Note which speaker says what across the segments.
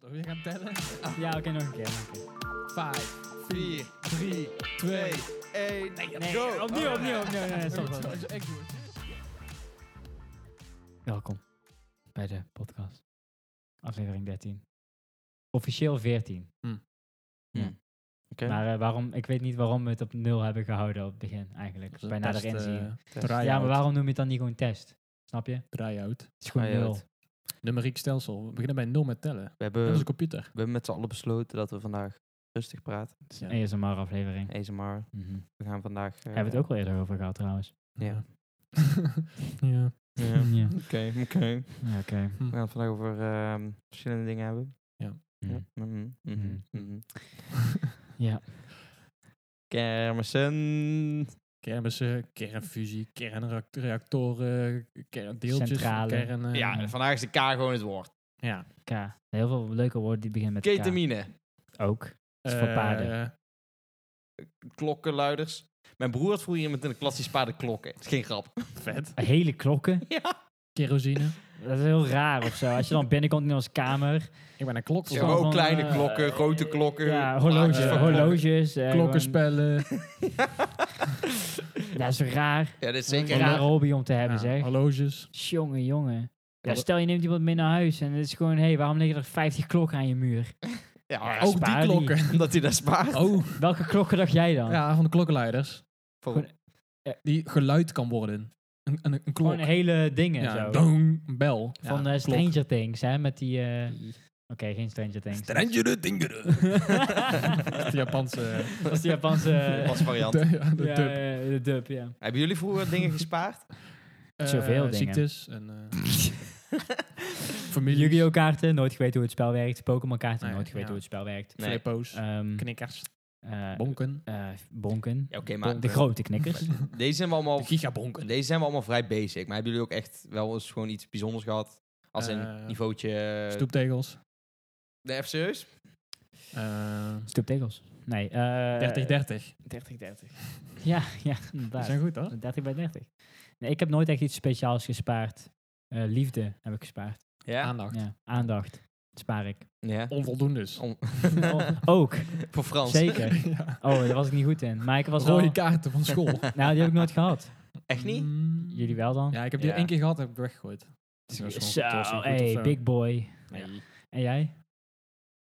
Speaker 1: toch weer gaan tellen?
Speaker 2: Ja, oké, nog een keer. nog een keer.
Speaker 1: 5,
Speaker 3: 4,
Speaker 1: 3,
Speaker 3: 2, 1.
Speaker 2: Nee,
Speaker 3: go.
Speaker 1: Oh,
Speaker 2: opnieuw, opnieuw, opnieuw. Nee, nee, stop, stop.
Speaker 1: Echt goed.
Speaker 2: Welkom bij de podcast. Aflevering 13. Officieel 14.
Speaker 3: Hmm. Oké.
Speaker 2: Maar eh, waarom, ik weet niet waarom we het op 0 hebben gehouden op het begin eigenlijk. Bij nader inzien.
Speaker 1: eh, try-out.
Speaker 2: ja, maar waarom noem je het dan niet gewoon test? Snap je? Het
Speaker 1: Try-out.
Speaker 2: is gewoon
Speaker 3: Try-out.
Speaker 2: 0.
Speaker 1: Numeriek stelsel. We beginnen bij 0 met tellen.
Speaker 3: We
Speaker 1: Dat
Speaker 3: hebben,
Speaker 1: is
Speaker 3: we
Speaker 1: een computer.
Speaker 3: hebben met z'n allen besloten dat we vandaag rustig praten.
Speaker 1: Ja.
Speaker 2: ASMR-aflevering.
Speaker 3: ASMR.
Speaker 2: Mhm.
Speaker 3: We gaan vandaag... eh,
Speaker 2: Hebben we het ook al eerder over gehad trouwens.
Speaker 3: Ja.
Speaker 1: ja. Hm.
Speaker 3: Ja.
Speaker 2: Ja.
Speaker 3: Oké, oké.
Speaker 2: Ja, Oké.
Speaker 3: We gaan het vandaag over ehm, verschillende dingen hebben.
Speaker 2: Mhm.
Speaker 3: Ja. Mhm, mhm,
Speaker 2: Mhm.
Speaker 3: mhm.
Speaker 2: Ja.
Speaker 3: Kermissen.
Speaker 1: Kermissen, kernfusie, kernreactoren, kerndeeltjes.
Speaker 2: Centrale.
Speaker 1: Kern, eh,
Speaker 2: Ja.
Speaker 3: Ja, vandaag is de K gewoon het woord.
Speaker 1: ja.
Speaker 2: K. Heel veel leuke woorden die beginnen met K.
Speaker 3: Ketamine.
Speaker 2: Ook. is voor
Speaker 1: Eh,
Speaker 2: paarden.
Speaker 3: Klokkenluiders. Mijn broer had vroeger iemand in de klas die spaarde klokken. Dat is geen grap.
Speaker 1: Vet.
Speaker 2: Hele klokken.
Speaker 3: Ja.
Speaker 1: Kerosine.
Speaker 2: Dat is heel raar of zo. Als je dan binnenkomt in onze kamer.
Speaker 1: Ik ben een klok.
Speaker 3: Ja,
Speaker 2: dan
Speaker 3: ook
Speaker 2: van,
Speaker 3: kleine
Speaker 2: eh,
Speaker 3: klokken, grote klokken.
Speaker 1: eh,
Speaker 2: Ja, horloges.
Speaker 1: Ja.
Speaker 2: horloges eh, gewoon-
Speaker 1: Klokkenspellen.
Speaker 2: Dat is raar.
Speaker 3: Ja, dit is
Speaker 2: Een
Speaker 3: zeker
Speaker 2: raar
Speaker 3: raar.
Speaker 2: hobby om te hebben,
Speaker 1: Ja,
Speaker 2: zeg.
Speaker 1: Horloges.
Speaker 2: Jongen, jongen. Ja,
Speaker 1: Hallo.
Speaker 2: stel je neemt iemand mee naar huis en het is gewoon... Hé, hey, waarom liggen er 50 klokken aan je muur?
Speaker 3: Ja,
Speaker 2: Ook die
Speaker 3: spaar
Speaker 2: klokken.
Speaker 3: Omdat hij daar spaart.
Speaker 1: Oh,
Speaker 2: Welke klokken dacht jij dan?
Speaker 1: ja, van de klokkenluiders.
Speaker 3: Voor-
Speaker 1: Die geluid kan worden. Een, een, een klok.
Speaker 2: Gewoon hele dingen
Speaker 1: ja,
Speaker 2: zo.
Speaker 1: dong, een bel.
Speaker 2: Van
Speaker 1: ja,
Speaker 2: eh,
Speaker 1: een klok.
Speaker 2: Stranger Things, hè? Met die... eh, Oké, geen Stranger Things.
Speaker 1: Stranger Dingere. de Japanse... eh,
Speaker 2: Dat is de Japanse...
Speaker 3: Als eh, variant.
Speaker 1: De, ja, de
Speaker 2: ja,
Speaker 1: dub.
Speaker 2: ja, ja, de dub, ja.
Speaker 3: Hebben jullie vroeger dingen gespaard?
Speaker 1: Eh,
Speaker 2: Zoveel dingen.
Speaker 1: Ziektes en... eh, families.
Speaker 2: Yu-Gi-Oh kaarten, nooit geweten hoe het spel werkt. Pokémon kaarten,
Speaker 1: Nee,
Speaker 2: nooit geweten
Speaker 1: ja.
Speaker 2: hoe het spel werkt.
Speaker 3: Nee.
Speaker 1: Flippo's.
Speaker 2: Ehm,
Speaker 1: Eh, knikkers.
Speaker 2: eh,
Speaker 1: Bonken.
Speaker 2: eh, bonken.
Speaker 3: Ja, oké, maar
Speaker 2: De grote knikkers.
Speaker 3: eh, deze zijn, we allemaal,
Speaker 1: Gigabonken.
Speaker 3: deze zijn we allemaal vrij basic. Maar hebben jullie ook echt wel eens gewoon iets bijzonders gehad? Als in
Speaker 1: Eh,
Speaker 3: niveautje...
Speaker 1: Stoeptegels.
Speaker 3: Nee, even serieus?
Speaker 1: Eh,
Speaker 2: Stoeptegels. Nee. eh,
Speaker 1: 30-30.
Speaker 2: 30-30. Ja,
Speaker 1: Die
Speaker 2: ja, inderdaad.
Speaker 1: zijn goed, hoor.
Speaker 2: 30 bij 30. Nee, ik heb nooit echt iets speciaals gespaard. Eh, liefde heb ik gespaard.
Speaker 3: Ja.
Speaker 1: Aandacht.
Speaker 2: Ja, aandacht. Spaar ik.
Speaker 3: ja.
Speaker 1: Onvoldoendes.
Speaker 3: Om-
Speaker 2: Oh, ook,
Speaker 3: Voor Frans.
Speaker 2: zeker.
Speaker 1: Ja.
Speaker 2: Oh, daar was ik niet goed in. Maar ik was wel...
Speaker 1: Rode kaarten van school.
Speaker 2: Nou, die heb ik nooit gehad.
Speaker 3: Echt niet?
Speaker 1: Mm.
Speaker 2: Jullie wel dan?
Speaker 1: Ja, ik heb die
Speaker 3: Ja.
Speaker 1: één keer gehad en heb ik weggegooid. Dat was gewoon
Speaker 2: Zo,
Speaker 1: totaal niet goed of
Speaker 2: hey,
Speaker 1: zo.
Speaker 2: big boy.
Speaker 3: Nee.
Speaker 2: En jij?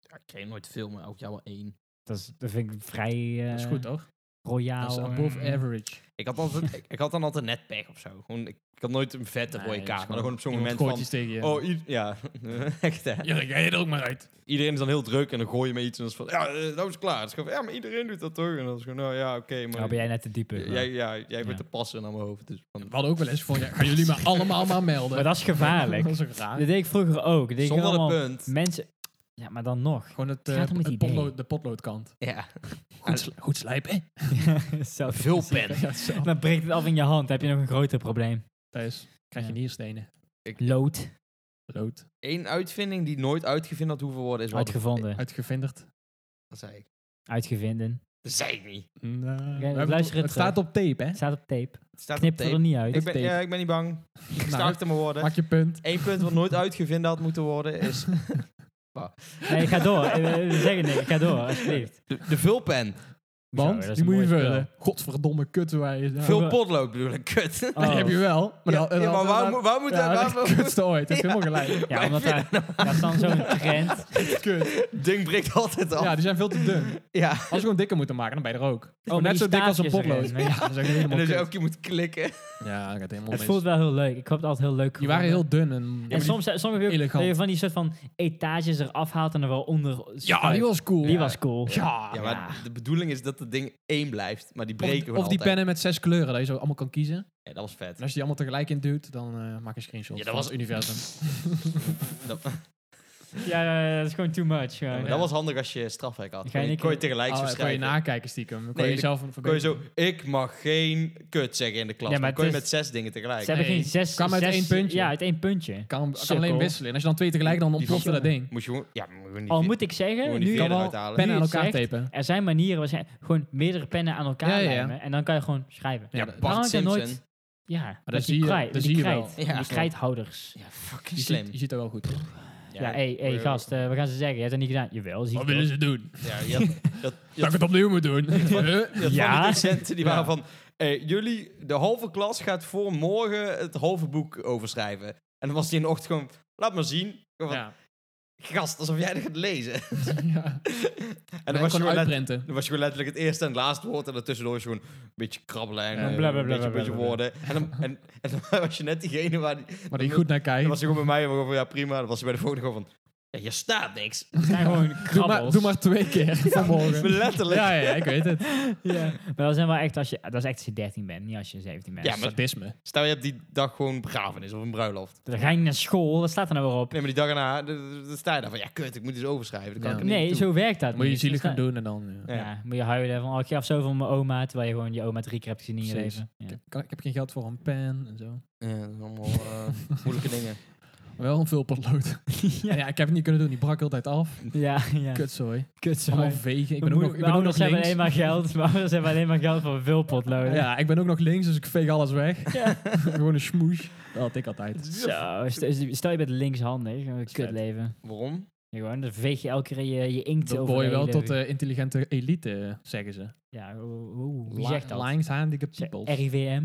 Speaker 3: Ja, ik kreeg nooit veel, maar ook jou wel één.
Speaker 2: Dat, is, dat vind ik vrij eh
Speaker 1: Dat is goed, hoor.
Speaker 2: royaal.
Speaker 1: Dat is
Speaker 2: eh,
Speaker 1: above average.
Speaker 3: Ik had, altijd, ik, ik had dan altijd net pech of zo. Gewoon, ik, ik had nooit een vette
Speaker 1: Nee,
Speaker 3: rode
Speaker 1: dat
Speaker 3: kaart.
Speaker 1: is
Speaker 3: Maar dan gewoon op zo'n
Speaker 1: iemand gooit
Speaker 3: moment van...
Speaker 1: iets tegen je.
Speaker 3: Oh, i- ja. Echt, hè.
Speaker 1: Ja, dan ga je er ook maar uit.
Speaker 3: Iedereen is dan heel druk en dan gooi je me iets en dan is van... Ja, eh, dat was klaar. Het is gewoon, ja, maar iedereen doet dat toch? En dan is gewoon, nou ja, oké, maar...
Speaker 2: Nou, ben jij net te diepe.
Speaker 3: jij, ja, jij bent
Speaker 2: Ja.
Speaker 3: te passen naar mijn hoofd. Dus van,
Speaker 1: We hadden ook wel eens van, ja, gaan jullie me allemaal maar melden.
Speaker 2: Maar dat is gevaarlijk.
Speaker 1: dat
Speaker 2: dat
Speaker 1: is ook raar.
Speaker 2: deed ik vroeger ook. Dat deed ik
Speaker 3: zonder
Speaker 2: allemaal-
Speaker 3: een punt.
Speaker 2: Mensen... Ja, maar dan nog.
Speaker 1: Gewoon het,
Speaker 2: Het
Speaker 1: eh,
Speaker 2: gaat om het
Speaker 1: het
Speaker 2: idee.
Speaker 1: potlood, de potloodkant.
Speaker 3: Ja.
Speaker 1: Goed, sli- goed slijpen. hè?
Speaker 2: Zo.
Speaker 3: Veel pen.
Speaker 1: Ja, zo.
Speaker 2: Dan breekt het af in je hand. Dan heb je nog een groter probleem.
Speaker 1: Thijs, krijg je
Speaker 2: Ja.
Speaker 1: nierstenen.
Speaker 2: Lood.
Speaker 1: Lood.
Speaker 3: Eén uitvinding die nooit uitgevind had hoeven worden is... wat-
Speaker 2: Uitgevonden.
Speaker 1: Uitgevinderd.
Speaker 3: Dat zei ik.
Speaker 2: Uitgevinden.
Speaker 3: Dat zei ik niet.
Speaker 1: Nou,
Speaker 2: luister
Speaker 1: het, het
Speaker 2: het terug.
Speaker 1: staat op tape, hè?
Speaker 2: Het staat op tape.
Speaker 3: Het staat op
Speaker 2: Knip er
Speaker 3: tape.
Speaker 2: niet uit.
Speaker 3: Ik ben,
Speaker 1: tape.
Speaker 3: ja, ik ben niet bang. Ik sta
Speaker 1: Nou,
Speaker 3: achter mijn woorden.
Speaker 1: Maak je punt.
Speaker 3: Eén punt wat nooit uitgevinden had moeten worden is...
Speaker 2: Nee, ga door. Eh, eh, We zeggen niks. Ga door, alsjeblieft.
Speaker 3: De, de vulpen.
Speaker 2: Hoezo?
Speaker 1: Want
Speaker 2: Dat is
Speaker 1: die
Speaker 2: een
Speaker 1: moet je
Speaker 2: mooi
Speaker 1: vullen. Godverdomme kut wij. Ja.
Speaker 3: Veel
Speaker 2: maar-
Speaker 3: potlood bedoel ik, kut.
Speaker 2: spel.
Speaker 1: Die
Speaker 2: Oh.
Speaker 1: heb je wel. Maar,
Speaker 3: ja,
Speaker 1: dan, en
Speaker 3: ja,
Speaker 1: dan-
Speaker 3: maar waar,
Speaker 1: dan-
Speaker 3: moet- waar moet
Speaker 1: ja,
Speaker 3: hij...
Speaker 1: dat is
Speaker 3: waar-
Speaker 1: het kutste ooit. Dat is helemaal gelijk.
Speaker 2: Oh. Ja, omdat daar, daar is dan zo'n
Speaker 1: nou-
Speaker 2: trend.
Speaker 1: Kut.
Speaker 3: Ding breekt altijd af.
Speaker 1: Ja,
Speaker 3: Ja.
Speaker 1: die zijn veel te dun. Als
Speaker 3: ja.
Speaker 1: we gewoon dikker moeten maken, dan ben je er ook.
Speaker 2: Oh, maar
Speaker 1: Gewoon net
Speaker 2: die
Speaker 1: zo dik als een
Speaker 2: staafjes erin,
Speaker 1: potlood.
Speaker 2: weet je.
Speaker 1: Ja, dan zijn je
Speaker 3: En
Speaker 1: helemaal
Speaker 3: dan
Speaker 1: kut.
Speaker 3: je elke keer moet klikken.
Speaker 1: Ja, dat gaat helemaal
Speaker 2: Het
Speaker 1: mis.
Speaker 2: voelt wel heel leuk. Ik heb het altijd heel leuk
Speaker 1: Die waren
Speaker 2: gevonden.
Speaker 1: heel dun. En,
Speaker 2: En soms, eh, soms heb je ook
Speaker 1: elegant.
Speaker 2: dat je van die soort van etages eraf haalt en er wel onder
Speaker 1: Ja, die was cool.
Speaker 2: Die was cool.
Speaker 1: Ah, Ja.
Speaker 3: Ja, maar de bedoeling is dat het ding één blijft. Maar die breken
Speaker 1: Of,
Speaker 3: gewoon
Speaker 1: of die
Speaker 3: altijd.
Speaker 1: pennen met zes kleuren, dat je zo allemaal kan kiezen.
Speaker 3: Ja, dat was vet.
Speaker 1: En als je die allemaal tegelijk induwt, dan eh, maak je screenshots
Speaker 3: Ja, dat
Speaker 1: van
Speaker 3: was-
Speaker 1: het universum. Oh,
Speaker 3: Dat,
Speaker 2: Ja, ja, ja, dat is gewoon too much. gewoon.
Speaker 3: maar
Speaker 1: Ja.
Speaker 3: dat was handig als je strafwerk had.
Speaker 2: Ga je
Speaker 3: Kon je,
Speaker 2: niet-
Speaker 3: kon je tegelijk zo
Speaker 1: Oh, kon je
Speaker 3: schrijven.
Speaker 1: nakijken stiekem. Dan Kon
Speaker 3: Nee,
Speaker 1: je jezelf een
Speaker 3: kon je
Speaker 1: verbetering.
Speaker 3: zo, ik mag geen kut zeggen in de klas.
Speaker 2: Ja,
Speaker 3: Ja,
Speaker 2: maar
Speaker 3: kon je
Speaker 2: het
Speaker 3: met zes dingen tegelijk.
Speaker 2: Ze hebben
Speaker 1: Nee,
Speaker 2: geen zes...
Speaker 1: kwam uit
Speaker 2: zes-
Speaker 1: één puntje.
Speaker 2: Ja, uit één puntje.
Speaker 1: Kan, kan
Speaker 2: Sukkel.
Speaker 1: alleen wisselen. En als je dan twee tegelijk, dan
Speaker 3: Die
Speaker 1: ontplofte
Speaker 2: van-
Speaker 1: dat ding.
Speaker 3: Moet je gewoon... Ja, maar gewoon niet
Speaker 2: Al
Speaker 3: vi-
Speaker 2: moet ik zeggen,
Speaker 3: gewoon die
Speaker 2: nu
Speaker 3: veer
Speaker 1: kan wel
Speaker 3: eruit halen.
Speaker 1: Pennen aan
Speaker 2: het
Speaker 1: elkaar
Speaker 2: zegt-
Speaker 1: tapen.
Speaker 2: er zijn manieren, waarschijnlijk gewoon meerdere pennen aan elkaar
Speaker 1: Ja, ja, ja.
Speaker 2: lijmen en dan kan je gewoon schrijven.
Speaker 1: Ja,
Speaker 3: Ja,
Speaker 1: dat-
Speaker 2: Waarom
Speaker 3: Bart
Speaker 2: heb ik dat
Speaker 3: Simpson.
Speaker 2: nooit- Ja,
Speaker 1: dat
Speaker 2: met die
Speaker 1: zie je-
Speaker 2: krijt-
Speaker 1: dat
Speaker 2: die
Speaker 1: zie je wel.
Speaker 2: krijt-
Speaker 3: Ja.
Speaker 2: die krijthouders.
Speaker 3: Ja,
Speaker 1: Je
Speaker 3: fucking
Speaker 1: ziet,
Speaker 3: slim.
Speaker 1: je ziet dat wel goed.
Speaker 2: Ja, hey, hey, gast, eh, we gaan ze zeggen. Je hebt het niet gedaan. Jawel, zie
Speaker 1: Wat
Speaker 2: je
Speaker 1: willen
Speaker 2: wel.
Speaker 1: ze doen?
Speaker 3: Ja, je had, je had- je
Speaker 1: Dat ik
Speaker 3: had-
Speaker 1: het opnieuw moet doen. Huh?
Speaker 3: je had
Speaker 2: Ja.
Speaker 3: van die docenten die
Speaker 1: Ja.
Speaker 3: waren van... eh, jullie, de halve klas gaat voor morgen het halve boek overschrijven. En dan was die in de ochtend gewoon... Laat maar zien. Ik van,
Speaker 1: Ja.
Speaker 3: Gast, alsof jij dat gaat lezen. en
Speaker 1: ja. Nee,
Speaker 3: dan was, je
Speaker 1: gewoon
Speaker 3: gewoon let-
Speaker 1: uitprinten.
Speaker 3: dan was je gewoon letterlijk het eerste en het laatste woord. En daartussendoor is je gewoon een beetje krabbelen en
Speaker 1: Ja,
Speaker 3: eh,
Speaker 2: bla, bla,
Speaker 3: een
Speaker 2: bla,
Speaker 3: beetje,
Speaker 2: bla,
Speaker 3: beetje
Speaker 2: bla, bla.
Speaker 3: woorden. En dan, en, en dan was je net diegene waar... Die,
Speaker 1: Maar die
Speaker 3: dan-
Speaker 1: goed naar kijkt.
Speaker 3: Dan was hij gewoon bij mij gewoon van, ja prima. Dan was hij bij de volgende gewoon van, ja, je staat niks.
Speaker 2: Het zijn gewoon
Speaker 1: Doe maar,
Speaker 2: krabbels.
Speaker 1: doe maar twee keer vanmorgen.
Speaker 3: Letterlijk.
Speaker 1: Ja, ja, ik weet het.
Speaker 2: ja. Maar dat zijn wel echt als je, dat is echt als je 13 bent, niet als je 17 bent.
Speaker 3: Ja, maar-
Speaker 1: Sadisme.
Speaker 3: Stel, je hebt die dag gewoon begrafenis of een bruiloft.
Speaker 2: Dan ga je niet naar school, dat staat er nou weer op.
Speaker 3: Nee, maar die dag erna, d- d- dan sta je daar van, ja kut, ik moet iets overschrijven. Dat kan
Speaker 1: Ja.
Speaker 3: ik er
Speaker 2: Nee,
Speaker 3: niet
Speaker 2: zo werkt dat
Speaker 1: Moet je
Speaker 2: niet. Dus
Speaker 1: zielig
Speaker 2: Dan
Speaker 1: gaan
Speaker 2: sta-
Speaker 1: doen en dan... eh, ja.
Speaker 3: doen.
Speaker 2: Ja.
Speaker 3: Ja.
Speaker 2: moet je huilen van, oh, ik gaf zoveel aan mijn oma, terwijl je gewoon je oma drie keer hebt gezien in je
Speaker 1: Precies.
Speaker 2: leven. Ja.
Speaker 1: Ik, kan- ik heb geen geld voor een pen en zo.
Speaker 3: Ja, dat is allemaal eh, moeilijke dingen.
Speaker 1: Wel een vulpotlood. ja. ja, ik heb het niet kunnen doen. Die brak altijd af.
Speaker 2: Ja, ja.
Speaker 1: Kutzooi.
Speaker 2: Kut zo.
Speaker 1: Allemaal vegen. Ik ben ook nog, ik ben ook nog
Speaker 2: ouders hebben
Speaker 1: links.
Speaker 2: alleen maar geld, mijn ouders hebben alleen maar geld voor een vulpotlood.
Speaker 1: Ja, ik ben ook nog links, dus ik veeg alles weg.
Speaker 2: Ja.
Speaker 1: Gewoon een smoes. Dat had ik altijd.
Speaker 2: Zo, st- stel je bent linkshandig, een
Speaker 1: is vet.
Speaker 2: kut leven.
Speaker 3: Waarom?
Speaker 2: Ja, gewoon, dan veeg je elke keer je, je inkt
Speaker 1: Dat
Speaker 2: over
Speaker 1: hoor je
Speaker 2: de
Speaker 1: wel
Speaker 2: hele-
Speaker 1: tot eh, de intelligente elite, eh, zeggen ze.
Speaker 2: Ja, oeh, oeh, wie zegt dat?
Speaker 1: Linkshandige
Speaker 2: Zeg,
Speaker 1: people.
Speaker 2: RIVM.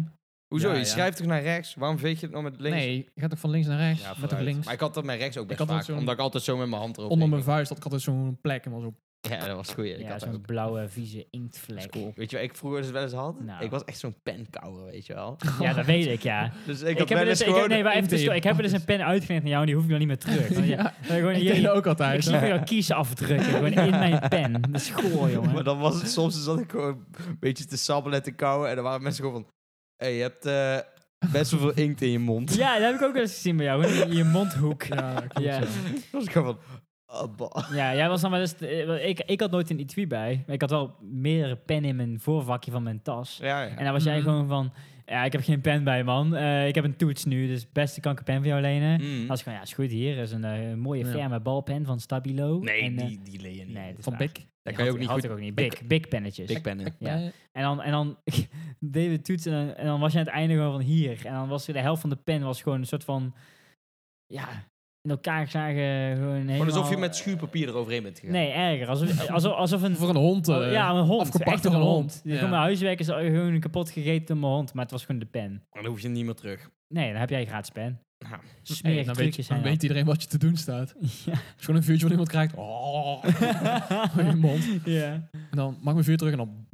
Speaker 3: Hoezo?
Speaker 1: Ja,
Speaker 3: je
Speaker 1: ja.
Speaker 3: schrijft toch naar rechts? Waarom veeg je het nou met links?
Speaker 1: Nee, je gaat toch van links naar rechts?
Speaker 3: Ja,
Speaker 1: Ja, toch
Speaker 3: vooruit.
Speaker 1: links?
Speaker 3: Maar ik had dat met rechts ook best
Speaker 1: had
Speaker 3: vaak.
Speaker 1: altijd zo'n-
Speaker 3: Omdat ik altijd zo met mijn hand erop
Speaker 1: Onder
Speaker 3: hing.
Speaker 1: mijn vuist had ik altijd zo'n plek. En was zo...
Speaker 3: Ja, dat was goed. Ik
Speaker 2: Ja,
Speaker 3: had
Speaker 2: zo'n
Speaker 3: ook.
Speaker 2: blauwe, vieze inktvlek.
Speaker 3: Weet je wat ik vroeger dus wel eens had?
Speaker 2: Nou.
Speaker 3: Ik was echt zo'n penkouwer, weet je wel.
Speaker 2: Ja, dat weet ik, ja.
Speaker 3: Dus
Speaker 2: Ik,
Speaker 3: ik, had
Speaker 2: heb er dus,
Speaker 3: wel eens
Speaker 2: ik, heb,
Speaker 3: gewoon...
Speaker 2: nee, maar even
Speaker 1: in de
Speaker 2: tussendoor, ik heb er dus een pen uitgelegd naar jou en die hoef ik dan niet meer terug. Dan- ja,
Speaker 1: Ja,
Speaker 2: dan gewoon,
Speaker 1: ik
Speaker 2: je,
Speaker 1: deed dat ook
Speaker 2: ik
Speaker 1: altijd.
Speaker 2: zie voor jou kies afdrukken, gewoon in mijn pen. Dat is goor, jongen.
Speaker 3: Maar dan was het soms dus dat ik gewoon een beetje te sabbelen en te kauwen En dan waren mensen gewoon van... Hé, hey, je hebt eh, best wel veel inkt in je mond.
Speaker 2: Ja, dat heb ik ook wel eens gezien bij jou, gewoon in je mondhoek.
Speaker 1: Ja, klopt.
Speaker 2: Ja.
Speaker 1: Ja.
Speaker 3: Dan was ik gewoon van... oh, abba.
Speaker 2: Ja, jij was dan wel eens... eh, want Ik, ik had nooit een etui bij, maar ik had wel meerdere pennen in mijn voorvakje van mijn tas.
Speaker 3: Ja,
Speaker 2: En
Speaker 3: ja.
Speaker 2: dan was jij
Speaker 1: Mhm.
Speaker 2: gewoon van... Ja, ik heb geen pen bij, man. Eh, ik heb een toets nu, dus beste kan ik een pen voor jou lenen.
Speaker 3: Mm.
Speaker 2: Als ik gewoon, ja, is goed, hier is een eh, mooie
Speaker 1: Ja.
Speaker 2: ferme balpen van Stabilo.
Speaker 3: Nee,
Speaker 2: En, eh,
Speaker 3: die, die leen je niet.
Speaker 2: nee, dat is
Speaker 1: Van
Speaker 2: waar.
Speaker 1: Bik.
Speaker 3: dat kan je ook niet
Speaker 2: had
Speaker 3: goed...
Speaker 2: ik ook niet. Big, big pennetjes.
Speaker 3: Big pennen.
Speaker 2: Ja.
Speaker 1: Eh,
Speaker 2: En dan, en dan deden we toetsen en, dan- en dan was je aan het einde gewoon van hier. En dan was er de helft van de pen was gewoon een soort van... Ja, in elkaar zagen gewoon helemaal... eh,
Speaker 3: Gewoon alsof je met schuurpapier eroverheen bent gegaan.
Speaker 2: Nee, erger. Alsof, alsof, alsof een...
Speaker 1: Voor een hond. eh,
Speaker 2: Oh, ja, een hond.
Speaker 1: afgepakt
Speaker 2: Echt
Speaker 1: door
Speaker 2: een
Speaker 1: een
Speaker 2: hond.
Speaker 1: hond.
Speaker 2: Die
Speaker 1: Ja.
Speaker 2: Gewoon mijn huiswerk is al gewoon kapot gegeten door mijn hond. Maar het was gewoon de pen.
Speaker 3: Dan hoef je niet meer terug.
Speaker 2: Nee, dan heb jij gratis pen.
Speaker 3: Nou.
Speaker 1: hey,
Speaker 2: Smerig
Speaker 1: dan weet,
Speaker 2: trucjes
Speaker 1: dan
Speaker 2: zijn
Speaker 1: weet iedereen wat je te doen staat. Als
Speaker 2: dat. Ja.
Speaker 1: je gewoon een vuurtje van iemand krijgt. Oh, in je mond.
Speaker 2: ja.
Speaker 1: En dan mag mijn vuur terug en dan...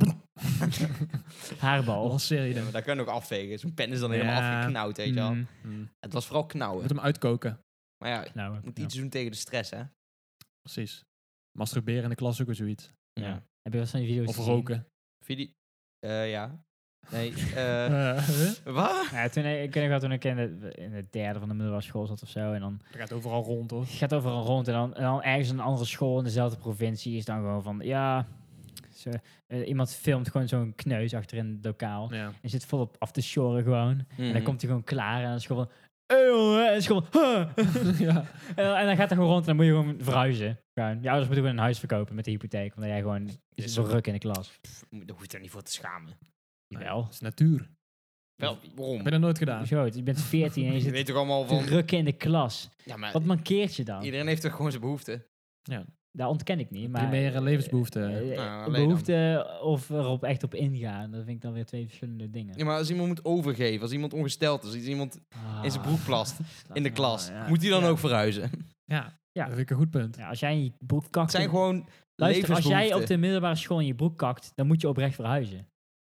Speaker 2: Haarbal.
Speaker 1: Al serie
Speaker 3: Ja,
Speaker 1: dan.
Speaker 3: maar dat kan je ook afvegen. Zo'n pen is dan helemaal
Speaker 1: Ja.
Speaker 3: afgeknauwd, weet je wel.
Speaker 2: Mm,
Speaker 1: Mm.
Speaker 3: Het was vooral
Speaker 1: Je
Speaker 3: knauwen.
Speaker 1: moet hem uitkoken.
Speaker 3: Maar ja, je
Speaker 2: nou,
Speaker 3: moet
Speaker 2: ja.
Speaker 3: iets doen tegen de stress, hè.
Speaker 1: Precies. Masturberen in de klas ook weer zoiets.
Speaker 2: Ja. Heb je wel eens van die video's
Speaker 1: Of
Speaker 2: gezien?
Speaker 1: roken.
Speaker 3: Video... Eh, ja. Nee, eh...
Speaker 1: Eh, huh?
Speaker 3: Wat?
Speaker 2: Ja, toen, eh, ik ik weet nog wel, toen ik in de, in de derde van de middelbare school zat of zo. En dan
Speaker 1: Dat gaat overal rond hoor.
Speaker 2: het gaat overal rond. En dan, en dan ergens een andere school in dezelfde provincie is dan gewoon van... Ja, ze- eh, iemand filmt gewoon zo'n kneus achter in het lokaal.
Speaker 1: Ja.
Speaker 2: En zit volop af te shoren gewoon. En dan
Speaker 3: Mhm.
Speaker 2: komt hij gewoon klaar. En dan is het gewoon van... Hey, jongen. En, dan is het gewoon, huh.
Speaker 1: ja.
Speaker 2: en, dan- en dan gaat hij gewoon rond en dan moet je gewoon verhuizen. Gewoon. Je ouders moeten gewoon een huis verkopen met de hypotheek. Omdat jij gewoon
Speaker 3: Is
Speaker 2: zo
Speaker 3: ook-
Speaker 2: ruk in de klas.
Speaker 3: Moet- Daar hoef je er niet voor te schamen.
Speaker 2: Jawel.
Speaker 1: Dat is natuur.
Speaker 3: Wel, waarom?
Speaker 1: Ik ben dat nooit gedaan.
Speaker 2: Zo, je bent 14 en je
Speaker 3: Je
Speaker 2: zit
Speaker 3: weet toch allemaal
Speaker 2: te
Speaker 3: van...
Speaker 2: rukken in de klas.
Speaker 3: Ja, maar
Speaker 2: Wat mankeert je dan?
Speaker 3: iedereen heeft toch gewoon zijn behoeften?
Speaker 2: Dat ontken ik niet. Maar
Speaker 1: Primaire levensbehoeften.
Speaker 2: Eh, eh,
Speaker 3: Nou, alleen
Speaker 2: behoefte of erop echt op ingaan, dat vind ik dan weer twee verschillende dingen.
Speaker 3: Ja, maar als iemand moet overgeven, als iemand ongesteld is, als iemand
Speaker 2: Ah.
Speaker 3: in zijn broek plast, in de klas, moet hij dan ook verhuizen?
Speaker 1: Ja.
Speaker 2: Ja.
Speaker 1: Dat vind ik een goed punt.
Speaker 2: als jij in je broek kakt,
Speaker 3: Het zijn gewoon
Speaker 2: luister, als jij op
Speaker 3: levensbehoeften.
Speaker 2: de middelbare school in je broek kakt, dan moet je oprecht verhuizen.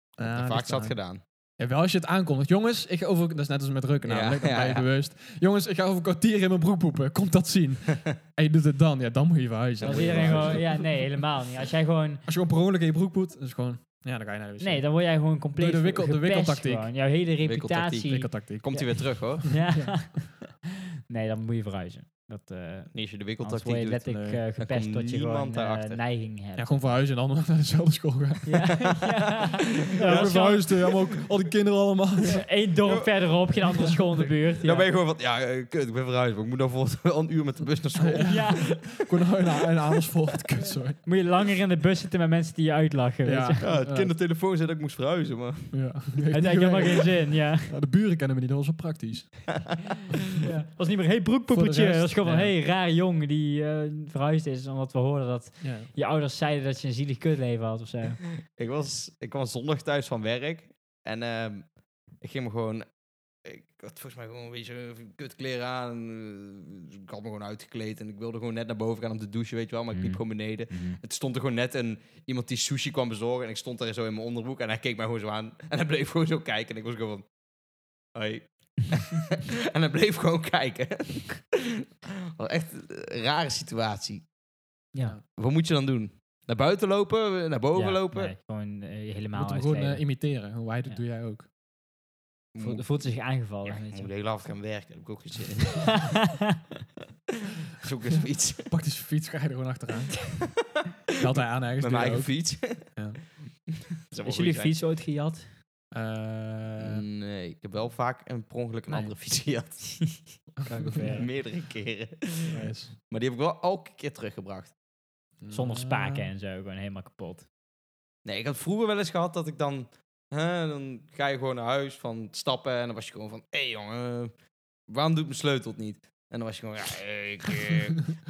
Speaker 1: Ja,
Speaker 3: Heb
Speaker 1: Ah,
Speaker 2: Ah,
Speaker 1: dat
Speaker 3: ik
Speaker 1: is
Speaker 3: vaak zat
Speaker 1: waar.
Speaker 3: gedaan.
Speaker 1: Ja, wel als je het aankondigt. Jongens, ik ga over... Dat is net als met rukken
Speaker 3: Ja,
Speaker 1: namelijk. Dan
Speaker 3: ja,
Speaker 1: ben je
Speaker 3: ja.
Speaker 1: bewust. Jongens, ik ga over een kwartier in mijn broek poepen. Komt dat zien. en je doet het dan. Ja, dan moet je verhuizen.
Speaker 2: Als
Speaker 3: Dan moet je
Speaker 2: iedereen
Speaker 3: verhuizen.
Speaker 2: gewoon, ja, nee, helemaal niet. Als jij gewoon,
Speaker 1: Als je gewoon per ongeluk in je broek poet, is gewoon... Ja, dan ga je naar de wc.
Speaker 2: nee, dan word jij gewoon compleet
Speaker 1: Door de wikkel- de
Speaker 2: gepest
Speaker 1: wikkeltactiek.
Speaker 2: gewoon. Jouw hele
Speaker 3: Wikkeltactiek.
Speaker 2: reputatie.
Speaker 1: Prikkeltactiek.
Speaker 3: Komt hij weer terug, hoor.
Speaker 2: Ja. nee, dan moet je verhuizen. Dat, eh anders
Speaker 3: Niet als je
Speaker 2: word
Speaker 3: de
Speaker 2: je
Speaker 3: wikkeltactiek doet.
Speaker 2: letterlijk
Speaker 1: nee.
Speaker 2: eh,
Speaker 3: Dan
Speaker 2: gepest
Speaker 3: komt
Speaker 2: tot je gewoon
Speaker 3: niemand
Speaker 2: eh,
Speaker 3: daarachter.
Speaker 2: neiging hebt.
Speaker 1: Ja, gewoon verhuizen en dan naar dezelfde school gaan.
Speaker 2: Ja,
Speaker 1: Ja,
Speaker 2: dat
Speaker 1: we
Speaker 2: was wel-
Speaker 1: verhuisden. Helemaal ook al die kinderen allemaal.
Speaker 2: Eén dorp verderop, geen andere school in de buurt. Ja,
Speaker 3: Dan ben je gewoon van, ja, eh, kut, ik ben verhuisd, maar ik moet dan volgens wel een uur met de bus naar school.
Speaker 2: Ja,
Speaker 1: Gewoon naar een Amersfoort. Kut, sorry.
Speaker 2: moet je langer in de bus zitten met mensen die je uitlachen.
Speaker 1: Ja.
Speaker 2: Weet je?
Speaker 3: Ja, het kindertelefoon zei dat ik moest verhuizen, maar...
Speaker 1: Ja.
Speaker 2: Het heeft helemaal geen zin, ja.
Speaker 1: Ja, de buren kennen me niet, dat was wel praktisch.
Speaker 2: ja. was niet meer, hey
Speaker 1: Voor de
Speaker 2: broekpoepertje,
Speaker 1: rest-
Speaker 2: dat is gewoon van,
Speaker 1: Ja.
Speaker 2: hey, rare jongen die eh, verhuisd is. Omdat we hoorden dat
Speaker 1: Ja.
Speaker 2: je ouders zeiden dat je een zielig kutleven had of zo.
Speaker 3: Ik, was, ik kwam zondag thuis van werk. En ehm, ik ging me gewoon... Ik had volgens mij gewoon een beetje eh, kutkleren aan. eh, Ik had me gewoon uitgekleed. En ik wilde gewoon net naar boven gaan om te douchen, weet je wel. Maar ik liep
Speaker 2: Mm.
Speaker 1: Mhm.
Speaker 3: gewoon beneden. Het stond er gewoon net een, iemand die sushi kwam bezorgen. En ik stond daar zo in mijn onderbroek. En hij keek mij gewoon zo aan. En hij bleef gewoon zo kijken. En ik was gewoon van... Hoi. en hij bleef gewoon kijken. Wat echt een rare situatie.
Speaker 2: Ja.
Speaker 3: Wat moet je dan doen? Naar buiten lopen? Naar boven
Speaker 2: Ja,
Speaker 3: lopen?
Speaker 2: nee, gewoon eh,
Speaker 1: Je
Speaker 2: helemaal
Speaker 1: moet hem gewoon
Speaker 2: uitkleden.
Speaker 1: eh, imiteren. Hoe hij doet,
Speaker 2: Ja.
Speaker 1: doe jij ook.
Speaker 2: Voelt, voelt zich aangevallen.
Speaker 3: Ja, ik
Speaker 2: weet
Speaker 3: moet
Speaker 2: je.
Speaker 3: de hele avond gaan werken. Daar heb ik ook geen zin in. Zoek eens een fiets.
Speaker 1: Pak die fiets, ga je er gewoon achteraan. Dat hij aan ergens. doe
Speaker 3: Met mijn
Speaker 1: je
Speaker 3: eigen
Speaker 1: ook.
Speaker 3: fiets.
Speaker 1: Ja.
Speaker 3: Dat zou wel
Speaker 2: is
Speaker 3: goed
Speaker 2: jullie
Speaker 3: zijn.
Speaker 2: fiets ooit gejat?
Speaker 1: Eh,
Speaker 3: Nee, ik heb wel vaak een per ongeluk een
Speaker 1: Nee.
Speaker 3: andere fiets gehad.
Speaker 1: Kijk of, eh,
Speaker 3: Meerdere keren.
Speaker 1: nice.
Speaker 3: Maar die heb ik wel elke keer teruggebracht. Mm.
Speaker 2: Zonder spaken
Speaker 1: Ah.
Speaker 2: en zo, gewoon helemaal kapot.
Speaker 3: Nee, ik had vroeger wel eens gehad dat ik dan... hè, dan ga je gewoon naar huis van stappen en dan was je gewoon van... Hé hey, jongen, waarom doet mijn sleutel het niet? En dan was je gewoon... Ja, ik, eh,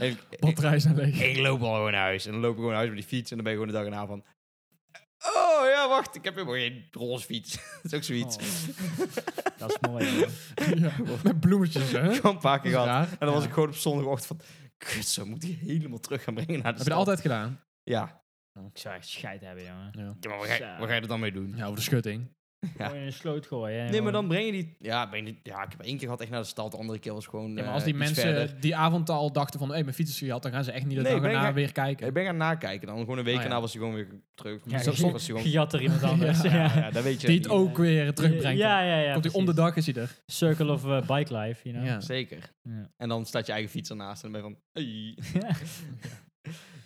Speaker 3: ik- ik-
Speaker 1: Batterij zijn leeg.
Speaker 3: ik loop al gewoon naar huis. En dan loop ik gewoon naar huis met die fiets. En dan ben je gewoon de dag erna van... Oh ja, wacht. Ik heb helemaal geen roze fiets. dat is ook
Speaker 1: Oh.
Speaker 3: zoiets.
Speaker 2: Dat is mooi. hoor.
Speaker 1: Ja, Met bloemetjes, hè?
Speaker 3: Gewoon een paar keer
Speaker 1: Dat is
Speaker 3: gehad.
Speaker 1: raar.
Speaker 3: En dan was
Speaker 1: Ja.
Speaker 3: ik gewoon op zondagochtend van... Kut, zo moet die helemaal terug gaan brengen naar
Speaker 1: Heb
Speaker 3: de
Speaker 1: je dat
Speaker 3: stad."
Speaker 1: altijd gedaan?
Speaker 3: Ja.
Speaker 2: Ik zou echt scheid hebben, jongen.
Speaker 1: Ja.
Speaker 3: Ja, maar wat ga, je-
Speaker 2: Zo.
Speaker 3: wat ga je er dan mee doen?
Speaker 1: Ja, over de schutting.
Speaker 3: Ja.
Speaker 2: Gewoon in een sloot gooien. hè,
Speaker 3: Nee, maar dan
Speaker 2: gewoon.
Speaker 3: breng je die... Ja, ben je, ja, ik heb één keer gehad echt naar de stad. De andere keer was gewoon
Speaker 1: Ja, maar
Speaker 3: eh,
Speaker 1: als die
Speaker 3: iets
Speaker 1: mensen
Speaker 3: verder.
Speaker 1: die avond al dachten van... Hé, mijn fiets is gejat, dan gaan ze echt niet de
Speaker 3: Nee,
Speaker 1: dag
Speaker 3: ben ik
Speaker 1: erna
Speaker 3: echt-
Speaker 1: weer kijken.
Speaker 3: Ik ben gaan nakijken. Dan gewoon een week
Speaker 1: Oh, ja.
Speaker 3: daarna was hij gewoon weer terug.
Speaker 2: Ja,
Speaker 3: Dus dat
Speaker 1: je-
Speaker 3: was hij gewoon...
Speaker 2: Gejat er iemand anders. ja.
Speaker 3: Ja, ja, dat weet je
Speaker 1: Die het
Speaker 3: niet.
Speaker 1: ook weer terugbrengt.
Speaker 2: Ja, ja, ja.
Speaker 1: Komt hij om de
Speaker 2: precies.
Speaker 1: dag, is hij er.
Speaker 2: Circle of eh, bike life, you know.
Speaker 1: Ja.
Speaker 3: Zeker.
Speaker 2: Ja.
Speaker 3: En dan staat je eigen fiets ernaast en dan ben je van... "Ei."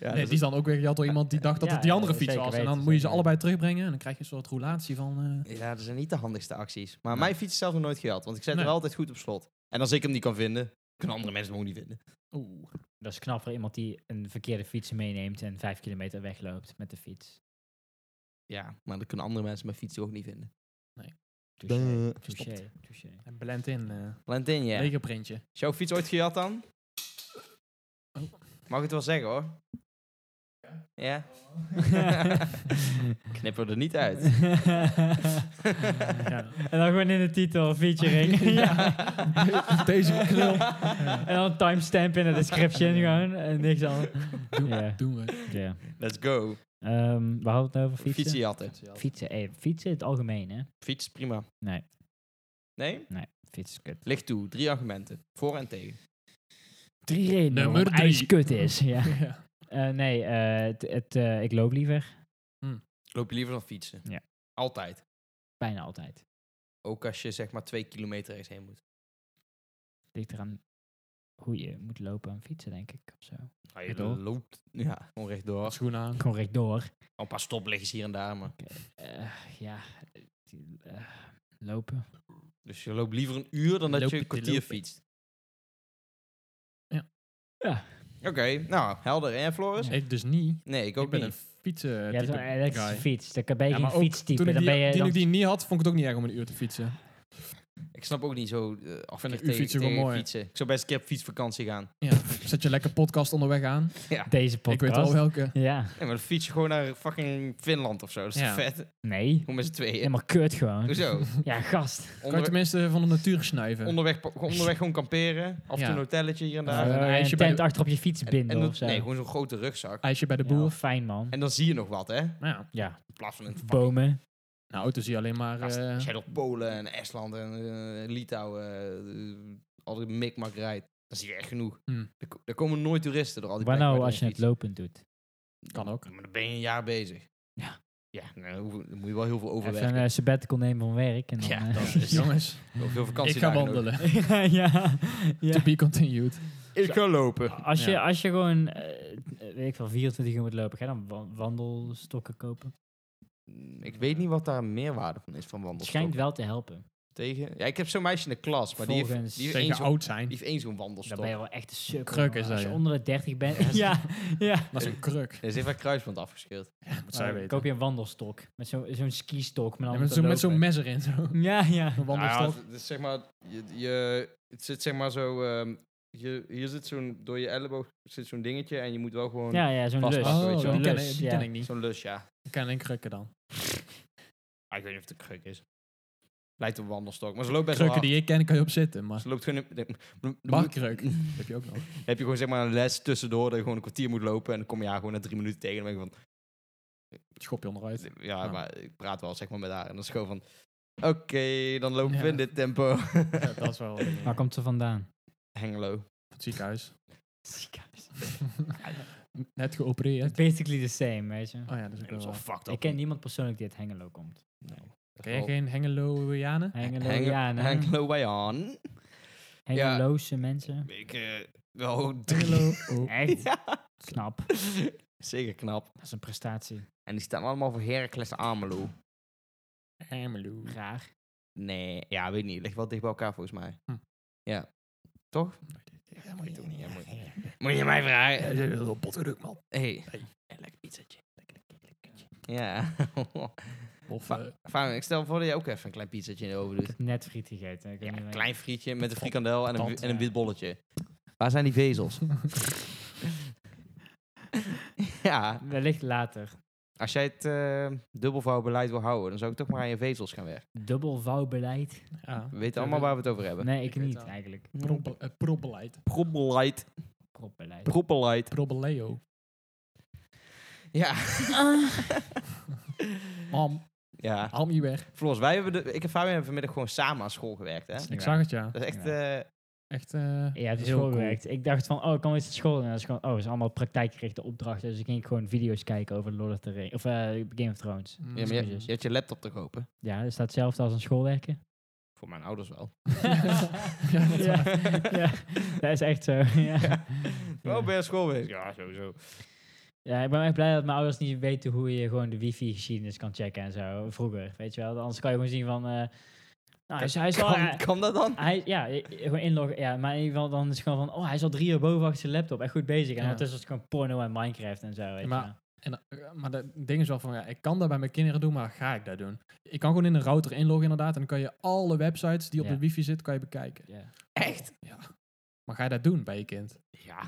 Speaker 3: Ja,
Speaker 1: Nee,
Speaker 3: dat
Speaker 1: die is dan ook weer gejat door iemand die dacht dat
Speaker 2: Ja,
Speaker 1: het die andere
Speaker 2: ja,
Speaker 1: fiets
Speaker 2: zeker
Speaker 1: was. En dan
Speaker 2: weten,
Speaker 1: moet je ze
Speaker 2: zeker.
Speaker 1: allebei terugbrengen. En dan krijg je een soort roulatie van... eh,
Speaker 3: Ja, dat zijn niet de handigste acties. Maar
Speaker 1: Nee.
Speaker 3: mijn fiets is zelf nog nooit gejat, want ik zet
Speaker 1: Nee.
Speaker 3: er altijd goed op slot. En als ik hem niet kan vinden, kunnen andere mensen hem ook niet vinden.
Speaker 1: Oeh.
Speaker 2: Dat is knap voor iemand die een verkeerde fiets meeneemt en vijf kilometer wegloopt met de fiets.
Speaker 3: Ja, maar dan kunnen andere mensen mijn fiets ook niet vinden.
Speaker 2: Touché,
Speaker 3: Duh.
Speaker 2: touché, touché.
Speaker 1: En blend in. eh
Speaker 3: Valentin, ja. Is
Speaker 1: Lege printje.
Speaker 3: jouw fiets ooit gejat dan?
Speaker 1: Oh.
Speaker 3: Mag ik het wel zeggen hoor? Ja. Knippen we er niet uit.
Speaker 1: Ja.
Speaker 2: En dan gewoon in de titel, featuring. ja.
Speaker 1: Deze knul.
Speaker 2: En dan timestamp in de description gewoon. En niks anders.
Speaker 1: Doen,
Speaker 2: Ja.
Speaker 1: doen we.
Speaker 2: Ja.
Speaker 3: Let's go.
Speaker 2: Ehm, we hadden het over fietsen.
Speaker 3: Fietsen jatten.
Speaker 2: Fietsen, eh, fietsen in het algemeen, hè?
Speaker 3: Fiets, prima.
Speaker 2: Nee,
Speaker 3: Nee?
Speaker 2: nee, fietsen is kut.
Speaker 3: Licht toe. Drie argumenten. Voor en tegen.
Speaker 2: Drie redenen
Speaker 1: Nummer
Speaker 2: waarom
Speaker 1: drie.
Speaker 2: ijs kut is. Ja.
Speaker 1: Ja.
Speaker 2: Eh, nee, eh, het, het, eh, ik loop liever.
Speaker 3: Loop je liever dan fietsen?
Speaker 2: Ja.
Speaker 3: Altijd.
Speaker 2: Bijna altijd.
Speaker 3: Ook als je zeg maar twee kilometer ergens heen moet.
Speaker 2: Ligt eraan hoe je moet lopen en fietsen, denk ik. Of zo.
Speaker 3: Nou, je
Speaker 2: Rechtdoor.
Speaker 3: loopt. Ja, gewoon rechtdoor.
Speaker 1: Schoenen aan.
Speaker 2: Gewoon rechtdoor.
Speaker 3: Al Een paar stoplichtjes hier en daar, maar...
Speaker 2: Eh, ja, eh, die, eh, lopen.
Speaker 3: Dus je loopt liever een uur dan dat
Speaker 1: Loop
Speaker 3: je een
Speaker 1: het,
Speaker 3: kwartier
Speaker 1: loop het.
Speaker 3: fietst.
Speaker 1: Ja.
Speaker 2: Ja.
Speaker 3: Oké, nou, helder. En Floris?
Speaker 1: Ik dus niet.
Speaker 3: Nee, ik ook
Speaker 1: Ik ben een
Speaker 3: niet.
Speaker 1: fietsen
Speaker 2: ja, dat is
Speaker 1: type
Speaker 2: wel een elektrische
Speaker 1: guy.
Speaker 2: fiets. Dan ben je
Speaker 1: Ja,
Speaker 2: geen
Speaker 1: maar ook
Speaker 2: fietstype.
Speaker 1: Toen ik
Speaker 2: Dan
Speaker 1: die,
Speaker 2: ben je
Speaker 1: toen
Speaker 2: dan-
Speaker 1: ik die niet had, vond ik het ook niet erg om een uur te fietsen.
Speaker 3: Ik snap ook niet zo eh af en
Speaker 1: een
Speaker 3: toe
Speaker 1: uur
Speaker 3: tegen,
Speaker 1: fietsen wel
Speaker 3: tegen
Speaker 1: mooi.
Speaker 3: fietsen. Ik zou best een keer op fietsvakantie gaan.
Speaker 1: Ja. Zet je lekker podcast onderweg aan.
Speaker 2: deze podcast.
Speaker 1: Ik weet al welke.
Speaker 2: Ja,
Speaker 3: Nee, maar dan fiets je gewoon naar fucking Finland of zo. Dat is
Speaker 1: Ja.
Speaker 3: vet.
Speaker 2: nee.
Speaker 3: Hoe met z'n tweeën.
Speaker 2: Helemaal kut
Speaker 1: Dus-
Speaker 2: gewoon.
Speaker 3: Hoezo?
Speaker 2: Ja, gast. Eh,
Speaker 1: Kan je
Speaker 3: Onder,
Speaker 1: tenminste van de natuur snuiven.
Speaker 3: onderweg, pa- onderweg gewoon kamperen. Af en toe
Speaker 1: Ja.
Speaker 3: een hotelletje hier en
Speaker 1: Ja,
Speaker 3: daar.
Speaker 1: Nou, een
Speaker 2: Eh,
Speaker 1: ijsje
Speaker 2: een
Speaker 1: bij
Speaker 2: tent
Speaker 1: de-
Speaker 2: achter op je fiets
Speaker 3: en,
Speaker 2: binden
Speaker 3: en dat-
Speaker 2: of zo.
Speaker 3: nee, gewoon zo'n grote rugzak.
Speaker 1: IJsje bij de
Speaker 2: Ja,
Speaker 1: boer.
Speaker 2: fijn man.
Speaker 3: En dan zie je nog wat, hè? In
Speaker 1: Nou, ja.
Speaker 2: Ja,
Speaker 3: plaats van een
Speaker 2: bomen.
Speaker 1: nou, auto zie je alleen maar...
Speaker 3: Als
Speaker 1: eh,
Speaker 3: als jij door Polen en Estland en eh, Litouwen, eh, al die mikmak rijdt, dan zie je echt genoeg.
Speaker 1: Hmm.
Speaker 3: Er, ko- er komen nooit toeristen door al die
Speaker 2: Waar
Speaker 3: plekken
Speaker 2: nou
Speaker 3: waar
Speaker 2: als je het
Speaker 3: iedereen
Speaker 2: lopend doet?
Speaker 3: fietst.
Speaker 1: Kan ook.
Speaker 3: Ja, Maar dan ben je een jaar bezig.
Speaker 2: Ja.
Speaker 3: Ja, nou, dan hoef- dan moet je wel heel veel
Speaker 2: Even een
Speaker 3: overwerken.
Speaker 2: eh, sabbatical nemen van werk. En dan,
Speaker 3: Ja,
Speaker 2: eh,
Speaker 3: dat is-
Speaker 1: Jongens,
Speaker 3: Heel veel
Speaker 1: ik
Speaker 3: vakantie
Speaker 1: ga wandelen.
Speaker 2: ja, ja,
Speaker 1: To be continued.
Speaker 3: Ik ga lopen.
Speaker 2: Als je,
Speaker 1: Ja.
Speaker 2: als je gewoon, eh, weet ik veel, 24 uur moet lopen, ga je dan wa- wandelstokken kopen?
Speaker 3: Ik weet niet wat daar meerwaarde van is van
Speaker 2: Het
Speaker 3: wandelen.
Speaker 2: schijnt wel te helpen.
Speaker 3: tegen. Ja, ik heb zo'n meisje in de klas, maar die heeft,
Speaker 2: Volgens-
Speaker 3: die heeft één
Speaker 1: Tegen
Speaker 3: zo'n
Speaker 1: oud zijn.
Speaker 3: die heeft één zo'n
Speaker 2: Dan ben je
Speaker 3: wandelstok.
Speaker 2: wel echt een sukkel.
Speaker 1: Kruk
Speaker 2: man.
Speaker 1: is dat,
Speaker 2: Als je
Speaker 1: ja.
Speaker 2: onder de 30 bent. ja, ja.
Speaker 1: Dat is een kruk.
Speaker 3: Er zit haar kruisband afgescheurd.
Speaker 1: Moet zij
Speaker 2: Dan
Speaker 1: weten.
Speaker 2: koop je een wandelstok. Met zo- zo'n skistok. Maar dan
Speaker 1: Ja, met
Speaker 2: te
Speaker 1: zo'n- met
Speaker 2: lopen.
Speaker 1: zo'n mes erin. Zo.
Speaker 2: Ja, ja.
Speaker 1: Een
Speaker 3: Nou ja,
Speaker 1: wandelstok.
Speaker 3: het is zeg maar, je, je, het zit zeg maar zo ehm, je, hier zit zo'n, door je elleboog zit zo'n dingetje en je moet wel gewoon...
Speaker 2: Ja, ja, zo'n
Speaker 3: Vast
Speaker 2: lus.
Speaker 3: vast, weet je
Speaker 1: Oh,
Speaker 3: wel.
Speaker 1: die
Speaker 2: Zo'n
Speaker 1: ken,
Speaker 2: lus,
Speaker 1: ik, die
Speaker 2: ja.
Speaker 1: ken ik niet.
Speaker 3: Zo'n lus, ja.
Speaker 1: Ik ken alleen krukken dan.
Speaker 3: Ah, ik weet niet of het een kruk is. Lijkt op een wandelstok, maar ze loopt best wel
Speaker 1: Krukken
Speaker 3: hard.
Speaker 1: die ik ken, kan je op zitten. Maar
Speaker 3: Ze loopt gewoon... in- de- de- de-
Speaker 1: barkruk heb je ook nog.
Speaker 3: heb je gewoon zeg maar een les tussendoor dat je gewoon een kwartier moet lopen en dan kom je haar gewoon na drie minuten tegen en dan ben je van...
Speaker 1: Schop je onderuit.
Speaker 3: Ja,
Speaker 1: Ja.
Speaker 3: maar ik praat wel zeg maar met haar. En dan is het gewoon van... Oké, dan lopen we
Speaker 1: Ja.
Speaker 3: in dit tempo.
Speaker 1: Ja, dat is wel eh,
Speaker 2: Waar komt ze vandaan?
Speaker 3: Hengelo.
Speaker 1: het ziekenhuis.
Speaker 2: Ziekenhuis.
Speaker 1: Net geopereerd.
Speaker 2: Basically the same, weet je.
Speaker 1: Oh ja, dat is ook
Speaker 3: Dat
Speaker 1: wel
Speaker 3: is wel
Speaker 1: waar.
Speaker 3: fucked up.
Speaker 2: Ik ken niemand persoonlijk die uit Hengelo komt.
Speaker 1: Ken je geen Hengelo-Janen?
Speaker 2: Hengelo, ja, nee.
Speaker 3: Hengelo Bayern. ja.
Speaker 2: Hengeloze mensen.
Speaker 3: Ik eh, wel drie.
Speaker 1: Hengelo. Oh.
Speaker 2: Echt?
Speaker 3: Ja.
Speaker 2: Knap.
Speaker 3: Zeker knap.
Speaker 2: Dat is een prestatie.
Speaker 3: En die staan allemaal voor Heracles Amelo.
Speaker 1: Hengelo.
Speaker 2: Graag.
Speaker 3: Nee, ja, weet niet. Ligt wel dicht bij elkaar volgens mij.
Speaker 1: Hm.
Speaker 3: Ja. Toch?
Speaker 1: Ja,
Speaker 3: moet je toch niet, hè, moet Moet je mij vragen?
Speaker 1: Ja, dat is wel potgeduk, man.
Speaker 3: Hey.
Speaker 1: Hey.
Speaker 3: Lekker pizzatje. Ja.
Speaker 1: Of
Speaker 3: Maar-
Speaker 1: eh,
Speaker 3: Fijn, ik stel voor dat je ook even een klein pizzatje in de oven
Speaker 2: Ik
Speaker 3: doet.
Speaker 2: heb net friet gegeten. Ik
Speaker 3: Ja,
Speaker 2: weet niet
Speaker 3: een
Speaker 2: waar-
Speaker 3: klein frietje met een frikandel en een, wi-
Speaker 1: Tand,
Speaker 3: en een
Speaker 2: ja.
Speaker 3: wit bolletje. Waar zijn die vezels? ja,
Speaker 2: Wellicht later.
Speaker 3: als jij het eh, dubbelvouwbeleid wil houden, dan zou ik toch maar aan je vezels gaan werken.
Speaker 2: Dubbel vouwbeleid?
Speaker 1: ja.
Speaker 3: We weten allemaal waar we het over hebben.
Speaker 2: Nee,
Speaker 1: Ik
Speaker 2: ik
Speaker 1: weet
Speaker 2: niet
Speaker 1: wel.
Speaker 2: eigenlijk.
Speaker 1: Probe- eh, Probeleid.
Speaker 3: Proppelheid.
Speaker 2: Propbeleid.
Speaker 3: Proppelheid.
Speaker 1: Probeleo.
Speaker 3: Ja.
Speaker 1: Mam,
Speaker 3: ja.
Speaker 1: haal me hier weg.
Speaker 3: Floris, wij hebben de, ik en Fabian hebben vanmiddag gewoon samen aan school gewerkt, hè?
Speaker 1: Ik
Speaker 2: Ja.
Speaker 1: zag het, ja.
Speaker 3: Dat is echt... eh,
Speaker 1: Echt eh,
Speaker 2: Ja, het
Speaker 1: dat
Speaker 2: is
Speaker 1: wel
Speaker 2: heel
Speaker 1: cool.
Speaker 2: gewerkt. Ik dacht van, oh, ik kan weer eens naar school. En dat is gewoon, oh, het is allemaal praktijkgerichte opdrachten. Dus ik ging gewoon video's kijken over Lord of the Rings. Of eh, Game of Thrones.
Speaker 1: Mm.
Speaker 3: ja, maar je,
Speaker 2: Jezus.
Speaker 3: je hebt je laptop toch open?
Speaker 2: Ja, dat staat hetzelfde als een schoolwerken.
Speaker 3: Voor mijn ouders wel.
Speaker 1: Ja, dat is
Speaker 2: ja,
Speaker 1: waar.
Speaker 2: ja, dat is echt zo. Ja.
Speaker 3: Wel bij school bezig. Ja, sowieso.
Speaker 2: ja, ik ben echt blij dat mijn ouders niet weten hoe je gewoon de wifi-geschiedenis kan checken en zo. Vroeger, weet je wel. Anders kan je gewoon zien van... eh, nou, hij is- hij is al...
Speaker 1: eh,
Speaker 3: Kan, kan dat dan?
Speaker 2: Hij, ja, eh, gewoon inloggen. Ja, maar in ieder geval dan is het gewoon van... Oh, hij is al drie uur boven achter zijn laptop. Echt goed bezig. En
Speaker 1: Ja.
Speaker 2: ondertussen is het gewoon porno en Minecraft en zo, weet je
Speaker 1: Maar-
Speaker 2: wel.
Speaker 1: En, eh, maar dat ding is wel van, ja, ik kan dat bij mijn kinderen doen, maar ga ik dat doen? Ik kan gewoon in een router inloggen inderdaad en dan kan je alle websites die op
Speaker 2: Ja.
Speaker 1: de wifi zitten, kan je bekijken.
Speaker 2: Ja.
Speaker 3: Echt?
Speaker 1: Maar ga je dat doen bij je kind?
Speaker 3: Ja.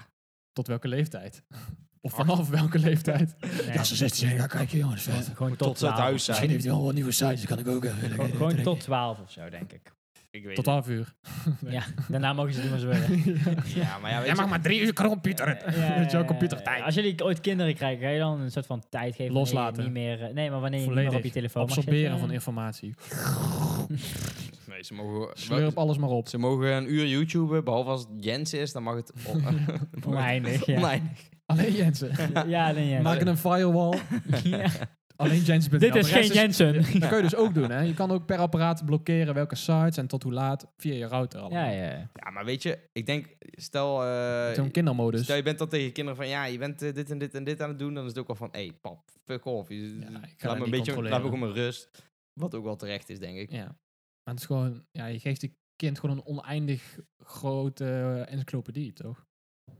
Speaker 1: Tot welke leeftijd? Of vanaf welke leeftijd?
Speaker 2: Nee,
Speaker 1: Ja, ze zitten zeggen, ga kijken jongens.
Speaker 2: gewoon,
Speaker 1: vet.
Speaker 2: gewoon tot,
Speaker 3: Tot ze
Speaker 2: 12.
Speaker 3: thuis zijn.
Speaker 1: Misschien heeft hij wel wat nieuwe sites, kan ik ook eh, even...
Speaker 2: Gewoon, gewoon tot 12 of zo, denk ik.
Speaker 3: Ik weet
Speaker 1: Tot half uur. Nee.
Speaker 2: Ja, daarna mogen ze doen wat ze willen.
Speaker 3: het. Ja, maar ja,
Speaker 1: Jij
Speaker 3: weet je-
Speaker 1: mag maar drie uur computer.
Speaker 2: Ja, ja,
Speaker 1: Met jouw
Speaker 2: ja,
Speaker 1: computer
Speaker 2: ja. Als jullie ooit kinderen krijgen, ga je dan een soort van tijd geven? wanneer je
Speaker 1: Loslaten.
Speaker 2: Niet meer, eh, nee, maar wanneer je niet
Speaker 1: Volledig.
Speaker 2: meer op je telefoon mag
Speaker 1: Absorberen
Speaker 2: zitten.
Speaker 1: van informatie.
Speaker 3: Nee, ze mogen...
Speaker 1: Slurp alles maar op.
Speaker 3: Ze mogen een uur YouTuben, behalve als het Jens is, dan mag het on-
Speaker 2: Oneindig, ja.
Speaker 3: Oneindig.
Speaker 1: Alleen Jensen.
Speaker 2: Ja, alleen Jensen.
Speaker 1: Maken een firewall.
Speaker 2: Ja.
Speaker 1: Alleen Jensen.
Speaker 2: Dit is geen Jensen.
Speaker 1: Dat kun je dus ook doen. Hè? Je kan ook per apparaat blokkeren welke sites en tot hoe laat via je router. allemaal.
Speaker 2: Ja, ja.
Speaker 3: Ja, maar weet je, ik denk, stel... eh,
Speaker 1: Zo'n kindermodus.
Speaker 3: Stel, je bent dan tegen je kinderen van, ja, je bent eh, dit en dit en dit aan het doen. Dan is het ook al van, hé, hey, pap, fuck off. Je,
Speaker 1: ik ga dat
Speaker 3: laat me
Speaker 1: niet
Speaker 3: een beetje,
Speaker 1: controleren.
Speaker 3: laat me ook mijn rust. Wat ook wel terecht is, denk ik.
Speaker 1: Ja. Maar het is gewoon, ja, je geeft je kind gewoon een oneindig grote eh, encyclopedie, toch?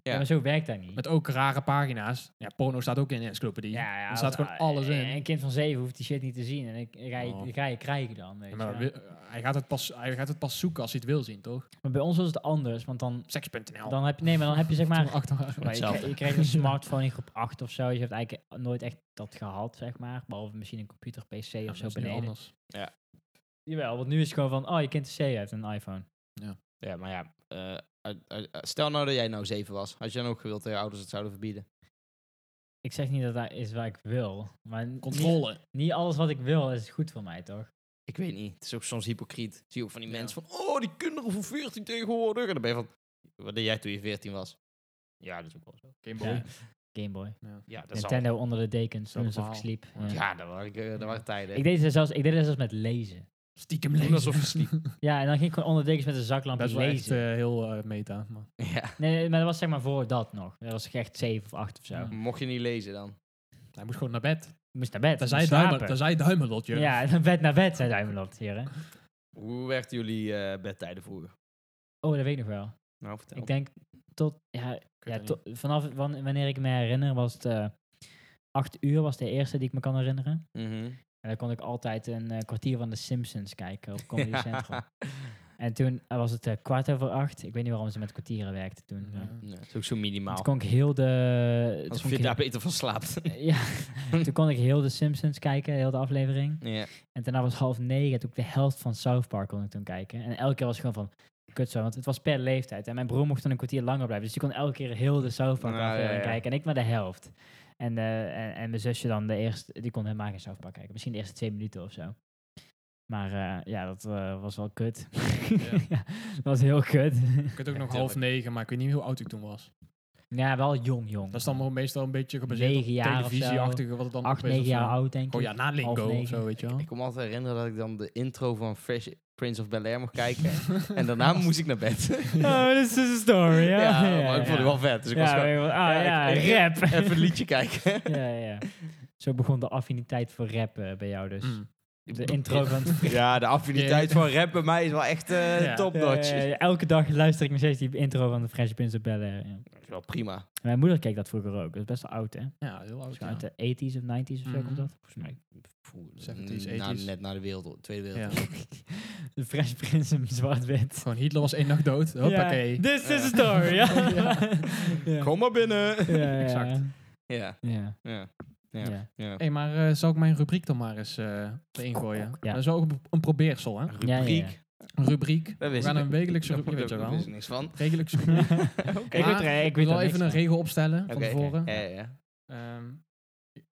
Speaker 3: Ja.
Speaker 2: Ja, maar zo werkt dat niet.
Speaker 1: Met ook rare pagina's. Ja, porno staat ook in de encyclopedie.
Speaker 2: Ja, ja,
Speaker 1: er staat
Speaker 2: als-
Speaker 1: gewoon alles in.
Speaker 2: Een kind van zeven hoeft die shit niet te zien. En ik, ga, je,
Speaker 1: Oh.
Speaker 2: ga je krijgen dan. Weet
Speaker 1: Ja,
Speaker 2: je
Speaker 1: maar
Speaker 2: wel.
Speaker 1: we- hij, gaat het pas, hij gaat het pas zoeken als hij het wil zien, toch?
Speaker 2: maar bij ons was het anders. Want dan,
Speaker 1: Seks.nl.
Speaker 2: dan heb je... Nee, maar dan heb je zeg maar...
Speaker 1: achter.
Speaker 2: Maar je, kre- je kreeg een smartphone in groep 8 of zo. Dus Je hebt eigenlijk nooit echt dat gehad, zeg maar. Behalve misschien een computer, PC of zo beneden.
Speaker 1: Anders.
Speaker 2: Jawel, want nu is het gewoon van... Oh, je kind een C hebt, een iPhone.
Speaker 3: Ja, maar ja, eh, uit- uit- uit- stel nou dat jij nou zeven was. Had je dan ook gewild dat je ouders het zouden verbieden?
Speaker 2: Ik zeg niet dat dat is wat ik wil. Maar n-
Speaker 1: Controle.
Speaker 2: Niet, niet alles wat ik wil is goed voor mij, toch?
Speaker 3: Ik weet niet. Het is ook soms hypocriet. Zie je ook van die
Speaker 1: Ja.
Speaker 3: mensen van, oh, die kinderen van 14 tegenwoordig. En dan ben je van, wat deed jij toen je 14 was? Ja, dat is ook wel zo.
Speaker 1: Gameboy.
Speaker 2: Ja. Game Boy.
Speaker 3: Ja, dat zal-
Speaker 2: Nintendo onder de
Speaker 1: Dat
Speaker 2: dekens toen alsof ik
Speaker 1: verhaal.
Speaker 2: sliep.
Speaker 1: Ja.
Speaker 2: Ja.
Speaker 3: Ja, dat waren, eh, dat waren tijden.
Speaker 2: Ik, deed het zelfs, ik deed het zelfs met lezen.
Speaker 1: Stiekem
Speaker 3: Doen
Speaker 1: lezen.
Speaker 3: alsof je sliep.
Speaker 2: Ja, en dan ging ik gewoon onder de dekens met een
Speaker 1: Dat is
Speaker 2: zaklampje
Speaker 1: wel echt
Speaker 2: lezen.
Speaker 1: eh, heel eh, meta. Maar.
Speaker 3: ja.
Speaker 2: Nee, maar dat was zeg maar voor dat nog. Dat was echt 7 of 8 of zo.
Speaker 1: Ja.
Speaker 2: Ik
Speaker 3: Mocht je niet lezen dan?
Speaker 1: Hij moest gewoon naar bed.
Speaker 2: moest naar bed.
Speaker 1: Daar
Speaker 2: moest
Speaker 1: zei
Speaker 2: slapen.
Speaker 1: duimen, daar zei duimen dat je.
Speaker 2: Ja, naar bed, naar bed, zei Duimelot hier. Hè?
Speaker 3: Hoe werkten jullie eh, bedtijden vroeger?
Speaker 2: Oh, dat weet ik nog wel.
Speaker 3: Nou, vertel.
Speaker 2: Ik denk tot, ja, ja,
Speaker 1: dat
Speaker 2: tot- vanaf wan- wanneer ik me herinner was het eh acht uur was de eerste die ik me kan herinneren.
Speaker 3: Mhm.
Speaker 2: En dan kon ik altijd een eh, kwartier van de Simpsons kijken op Comedy Central. En toen eh, was het eh, kwart over acht. Ik weet niet waarom ze met kwartieren werkten toen. maar
Speaker 1: Ja.
Speaker 3: Ja, dat is ook zo
Speaker 2: Toen
Speaker 3: minimaal.
Speaker 2: kon ik heel de...
Speaker 3: Als
Speaker 2: toen
Speaker 3: je
Speaker 2: kon
Speaker 3: daar
Speaker 2: ik,
Speaker 3: beter van slaapt.
Speaker 2: ja, toen kon ik heel de Simpsons kijken, heel de aflevering.
Speaker 3: ja.
Speaker 2: En daarna was half negen, toen ik de helft van South Park kon ik toen kijken. En elke keer was het gewoon van, kut zo, want het was per leeftijd. En mijn broer mocht dan een kwartier langer blijven. Dus die kon elke keer heel de South Park
Speaker 3: Nou,
Speaker 2: aflevering
Speaker 3: ja, ja.
Speaker 2: kijken. En ik maar de helft. En, eh, en, en mijn zusje dan de eerste, die kon helemaal geen South Park kijken. Misschien de eerste twee minuten of zo. Maar eh, ja, dat eh, was wel kut. Ja, dat was heel kut.
Speaker 1: Ik weet ook
Speaker 3: Ja,
Speaker 1: nog
Speaker 3: tuurlijk.
Speaker 1: half negen, maar ik weet niet hoe oud ik toen was.
Speaker 2: ja, wel jong, jong.
Speaker 1: Dat is dan wel meestal een beetje gebaseerd
Speaker 2: Negen
Speaker 1: op
Speaker 2: jaar of zo.
Speaker 1: televisieachtige, wat het dan
Speaker 2: acht,
Speaker 1: op is of
Speaker 2: negen jaar
Speaker 1: zo.
Speaker 2: oud, denk ik.
Speaker 1: Oh ja, na
Speaker 2: Half
Speaker 1: Lingo of
Speaker 2: negen.
Speaker 1: zo, weet je wel.
Speaker 3: Ik kon me altijd herinneren dat ik dan de intro van Fresh Prince of Bel-Air mocht kijken. en daarna moest ik naar bed.
Speaker 2: Oh, this is a story. Ja,
Speaker 3: ja,
Speaker 2: ja,
Speaker 3: maar
Speaker 2: ja.
Speaker 3: ik vond het wel vet. Dus ik
Speaker 2: ja,
Speaker 3: was gewoon...
Speaker 2: weet je wel. Ah, ja,
Speaker 3: ik-
Speaker 2: rap.
Speaker 3: Even een liedje kijken.
Speaker 2: ja, ja. Zo begon de affiniteit voor rap eh, bij jou dus.
Speaker 1: Mm.
Speaker 2: De intro van...
Speaker 3: Ja, de affiniteit van rap bij mij is wel echt eh
Speaker 1: Ja.
Speaker 3: top
Speaker 2: Ja,
Speaker 3: notch.
Speaker 2: ja, ja. elke dag luister ik nog steeds die intro van de Fresh Prince of Bel-Air. ja.
Speaker 3: Dat is wel prima.
Speaker 2: Mijn moeder keek dat vroeger ook. Dat is best wel oud, hè? Dat
Speaker 1: Ja, heel
Speaker 2: is
Speaker 1: oud.
Speaker 2: gewoon
Speaker 1: Ja.
Speaker 2: uit de 80s of 90s of zo
Speaker 1: Mhm.
Speaker 2: komt dat.
Speaker 3: Volgens mij voel-
Speaker 1: 70s,
Speaker 3: na-
Speaker 1: 80s.
Speaker 3: net na de wereld, Tweede
Speaker 1: Ja.
Speaker 3: Wereldoorlog.
Speaker 2: De Fresh Prince in zwart-wit.
Speaker 1: Gewoon Hitler was één dag dood. Hoppakee.
Speaker 2: Ja, This is a
Speaker 3: Ja.
Speaker 2: story. Ja. ja.
Speaker 3: Kom maar binnen.
Speaker 2: Ja, ja,
Speaker 1: Exact.
Speaker 2: Ja,
Speaker 3: Ja, ja,
Speaker 2: ja.
Speaker 3: ja. ja.
Speaker 1: Hé, maar eh, zal ik mijn rubriek dan maar eens eh erin gooien?
Speaker 2: Ja.
Speaker 1: Dat is ook een probeersel, hè?
Speaker 2: Ja, ja,
Speaker 3: Rubriek.
Speaker 2: ja.
Speaker 1: Een rubriek.
Speaker 3: Daar
Speaker 1: We
Speaker 3: wist
Speaker 1: gaan
Speaker 3: ik
Speaker 1: een wekelijkse
Speaker 3: Daar
Speaker 1: rubriek, weet je
Speaker 3: daar
Speaker 1: wel.
Speaker 3: wist ik niks van.
Speaker 1: Wekelijkse rubriek.
Speaker 2: Ik weet
Speaker 1: Maar
Speaker 2: er- ik
Speaker 1: Ik
Speaker 2: weet
Speaker 1: wil
Speaker 2: er niks
Speaker 1: Ah, even een
Speaker 2: van. Eh,
Speaker 1: regel opstellen van
Speaker 3: Oké, oké.
Speaker 1: tevoren.
Speaker 3: Ja, ja, ja.
Speaker 1: Ehm,